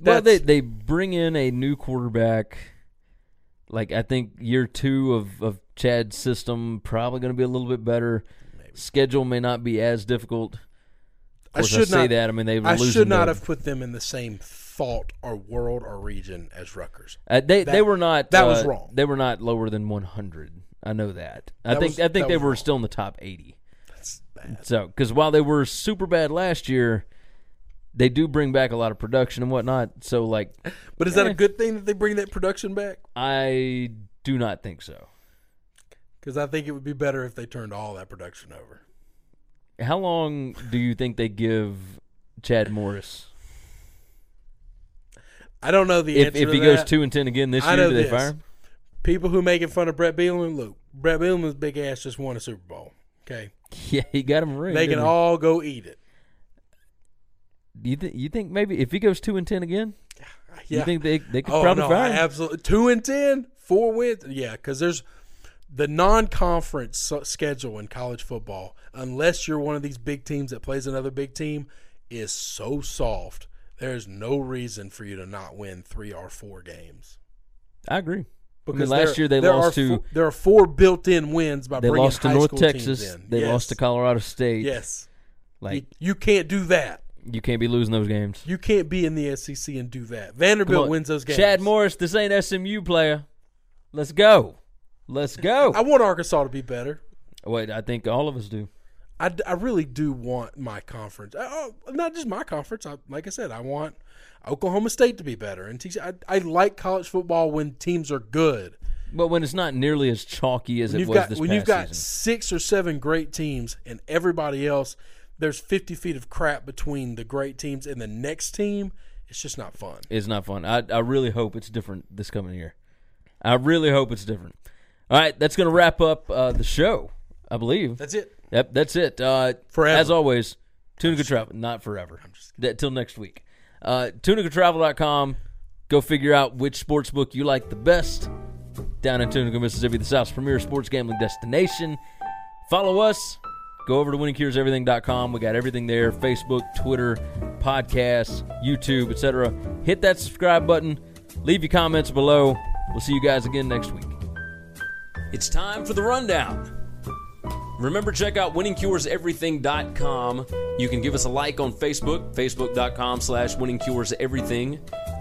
[SPEAKER 3] well, they
[SPEAKER 4] That's-
[SPEAKER 3] they bring in a new quarterback. Like I think year two of of Chad's system probably going to be a little bit better. Schedule may not be as difficult. Of
[SPEAKER 4] I
[SPEAKER 3] course,
[SPEAKER 4] should
[SPEAKER 3] say
[SPEAKER 4] not-
[SPEAKER 3] that. I mean, they were
[SPEAKER 4] I
[SPEAKER 3] losing
[SPEAKER 4] should not
[SPEAKER 3] to-
[SPEAKER 4] have put them in the same thought or world or region as Rutgers.
[SPEAKER 3] Uh, they
[SPEAKER 4] That-
[SPEAKER 3] they were not.
[SPEAKER 4] that was
[SPEAKER 3] uh,
[SPEAKER 4] wrong.
[SPEAKER 3] They were not lower than 100. I know that. I
[SPEAKER 4] That
[SPEAKER 3] think
[SPEAKER 4] was-
[SPEAKER 3] I think
[SPEAKER 4] that
[SPEAKER 3] they
[SPEAKER 4] was
[SPEAKER 3] were
[SPEAKER 4] wrong.
[SPEAKER 3] still in the top 80.
[SPEAKER 4] That's bad.
[SPEAKER 3] So because while they were super bad last year, they do bring back a lot of production and whatnot. So like,
[SPEAKER 4] But is that a good thing that they bring that production back?
[SPEAKER 3] I do not think so.
[SPEAKER 4] Because I think it would be better if they turned all that production over.
[SPEAKER 3] How long do you think they give Chad Morris?
[SPEAKER 4] I don't know the
[SPEAKER 3] If,
[SPEAKER 4] answer.
[SPEAKER 3] if
[SPEAKER 4] to
[SPEAKER 3] he goes
[SPEAKER 4] that.
[SPEAKER 3] two and ten again this
[SPEAKER 4] I
[SPEAKER 3] year,
[SPEAKER 4] know
[SPEAKER 3] do they
[SPEAKER 4] this.
[SPEAKER 3] fire him?
[SPEAKER 4] people who making fun of Brett Bielema, look, Brett Bielema's big ass just won a Super Bowl. Okay,
[SPEAKER 3] Yeah, he got him ringed.
[SPEAKER 4] they can
[SPEAKER 3] didn't he?
[SPEAKER 4] all go eat it.
[SPEAKER 3] You, th- you think maybe if he goes two and ten again,
[SPEAKER 4] Yeah.
[SPEAKER 3] you think they they could
[SPEAKER 4] oh
[SPEAKER 3] probably
[SPEAKER 4] no,
[SPEAKER 3] fire
[SPEAKER 4] I
[SPEAKER 3] him?
[SPEAKER 4] absolutely two and ten, four wins. Yeah, because there's the non-conference so- schedule in college football. Unless you're one of these big teams that plays another big team, is so soft. There's no reason for you to not win three or four games.
[SPEAKER 3] I agree.
[SPEAKER 4] Because
[SPEAKER 3] last
[SPEAKER 4] there-
[SPEAKER 3] year they
[SPEAKER 4] there
[SPEAKER 3] lost
[SPEAKER 4] are
[SPEAKER 3] to-
[SPEAKER 4] four- there are four built-in wins by
[SPEAKER 3] They
[SPEAKER 4] bringing
[SPEAKER 3] lost to
[SPEAKER 4] high
[SPEAKER 3] North
[SPEAKER 4] school
[SPEAKER 3] Texas.
[SPEAKER 4] Teams in.
[SPEAKER 3] They
[SPEAKER 4] Yes.
[SPEAKER 3] lost to Colorado State.
[SPEAKER 4] Yes,
[SPEAKER 3] like
[SPEAKER 4] you, you can't do that.
[SPEAKER 3] you can't be losing those games.
[SPEAKER 4] You can't be in the SEC and do that.
[SPEAKER 3] Come
[SPEAKER 4] Vanderbilt
[SPEAKER 3] on.
[SPEAKER 4] wins those games.
[SPEAKER 3] Chad Morris, this ain't SMU player. Let's go. Let's go.
[SPEAKER 4] I want Arkansas to be better.
[SPEAKER 3] Wait, I think all of us do.
[SPEAKER 4] I, d- I really do want my conference. I- Oh, not just my conference. I, like I said, I want Oklahoma State to be better. And TC, I, I like college football when teams are good.
[SPEAKER 3] But when it's not nearly as chalky as
[SPEAKER 4] when
[SPEAKER 3] it
[SPEAKER 4] you've
[SPEAKER 3] was
[SPEAKER 4] got
[SPEAKER 3] this
[SPEAKER 4] when
[SPEAKER 3] past
[SPEAKER 4] you've got
[SPEAKER 3] season.
[SPEAKER 4] six or seven great teams and everybody else there's 50 feet of crap between the great teams and the next team it's just not fun
[SPEAKER 3] It's not fun. I, I really hope it's different this coming year. I really hope it's different. All right, that's going to wrap up uh, the show, I believe.
[SPEAKER 4] that's it
[SPEAKER 3] Yep, that's it. Uh,
[SPEAKER 4] Forever.
[SPEAKER 3] As always, Tunica Travel. Not forever. I'm just Till next week. Uh, TunicaTravel.com. Go figure out which sports book you like the best. Down in Tunica, Mississippi, the South's premier sports gambling destination. Follow us. Go over to winningcureseverything.com. We got everything there Facebook, Twitter, podcasts, YouTube, etc. Hit that subscribe button. Leave your comments below. We'll see you guys again next week. It's time for the rundown. Remember, check out winningcureseverything.com. You can give us a like on Facebook, facebook.com slash winningcureseverything.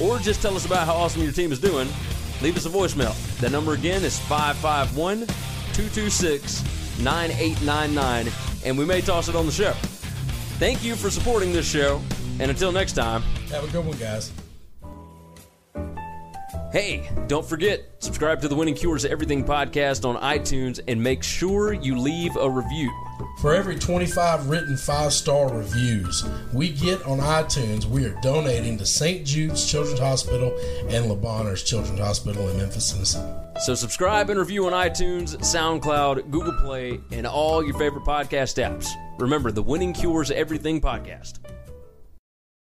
[SPEAKER 3] or just tell us about how awesome your team is doing, leave us a voicemail. That number again is 551 226 9899. And we may toss it on the show. Thank you for supporting this show. And until next time,
[SPEAKER 4] have a good one guys
[SPEAKER 3] Hey, don't forget, subscribe to the Winning Cures Everything podcast on iTunes and make sure you leave a review.
[SPEAKER 4] For every 25 written five star reviews we get on iTunes, we are donating to St. Jude's Children's Hospital and Le Bonheur's Children's Hospital in Memphis, Tennessee.
[SPEAKER 3] So subscribe and review on iTunes, SoundCloud, Google Play, and all your favorite podcast apps. Remember the Winning Cures Everything podcast.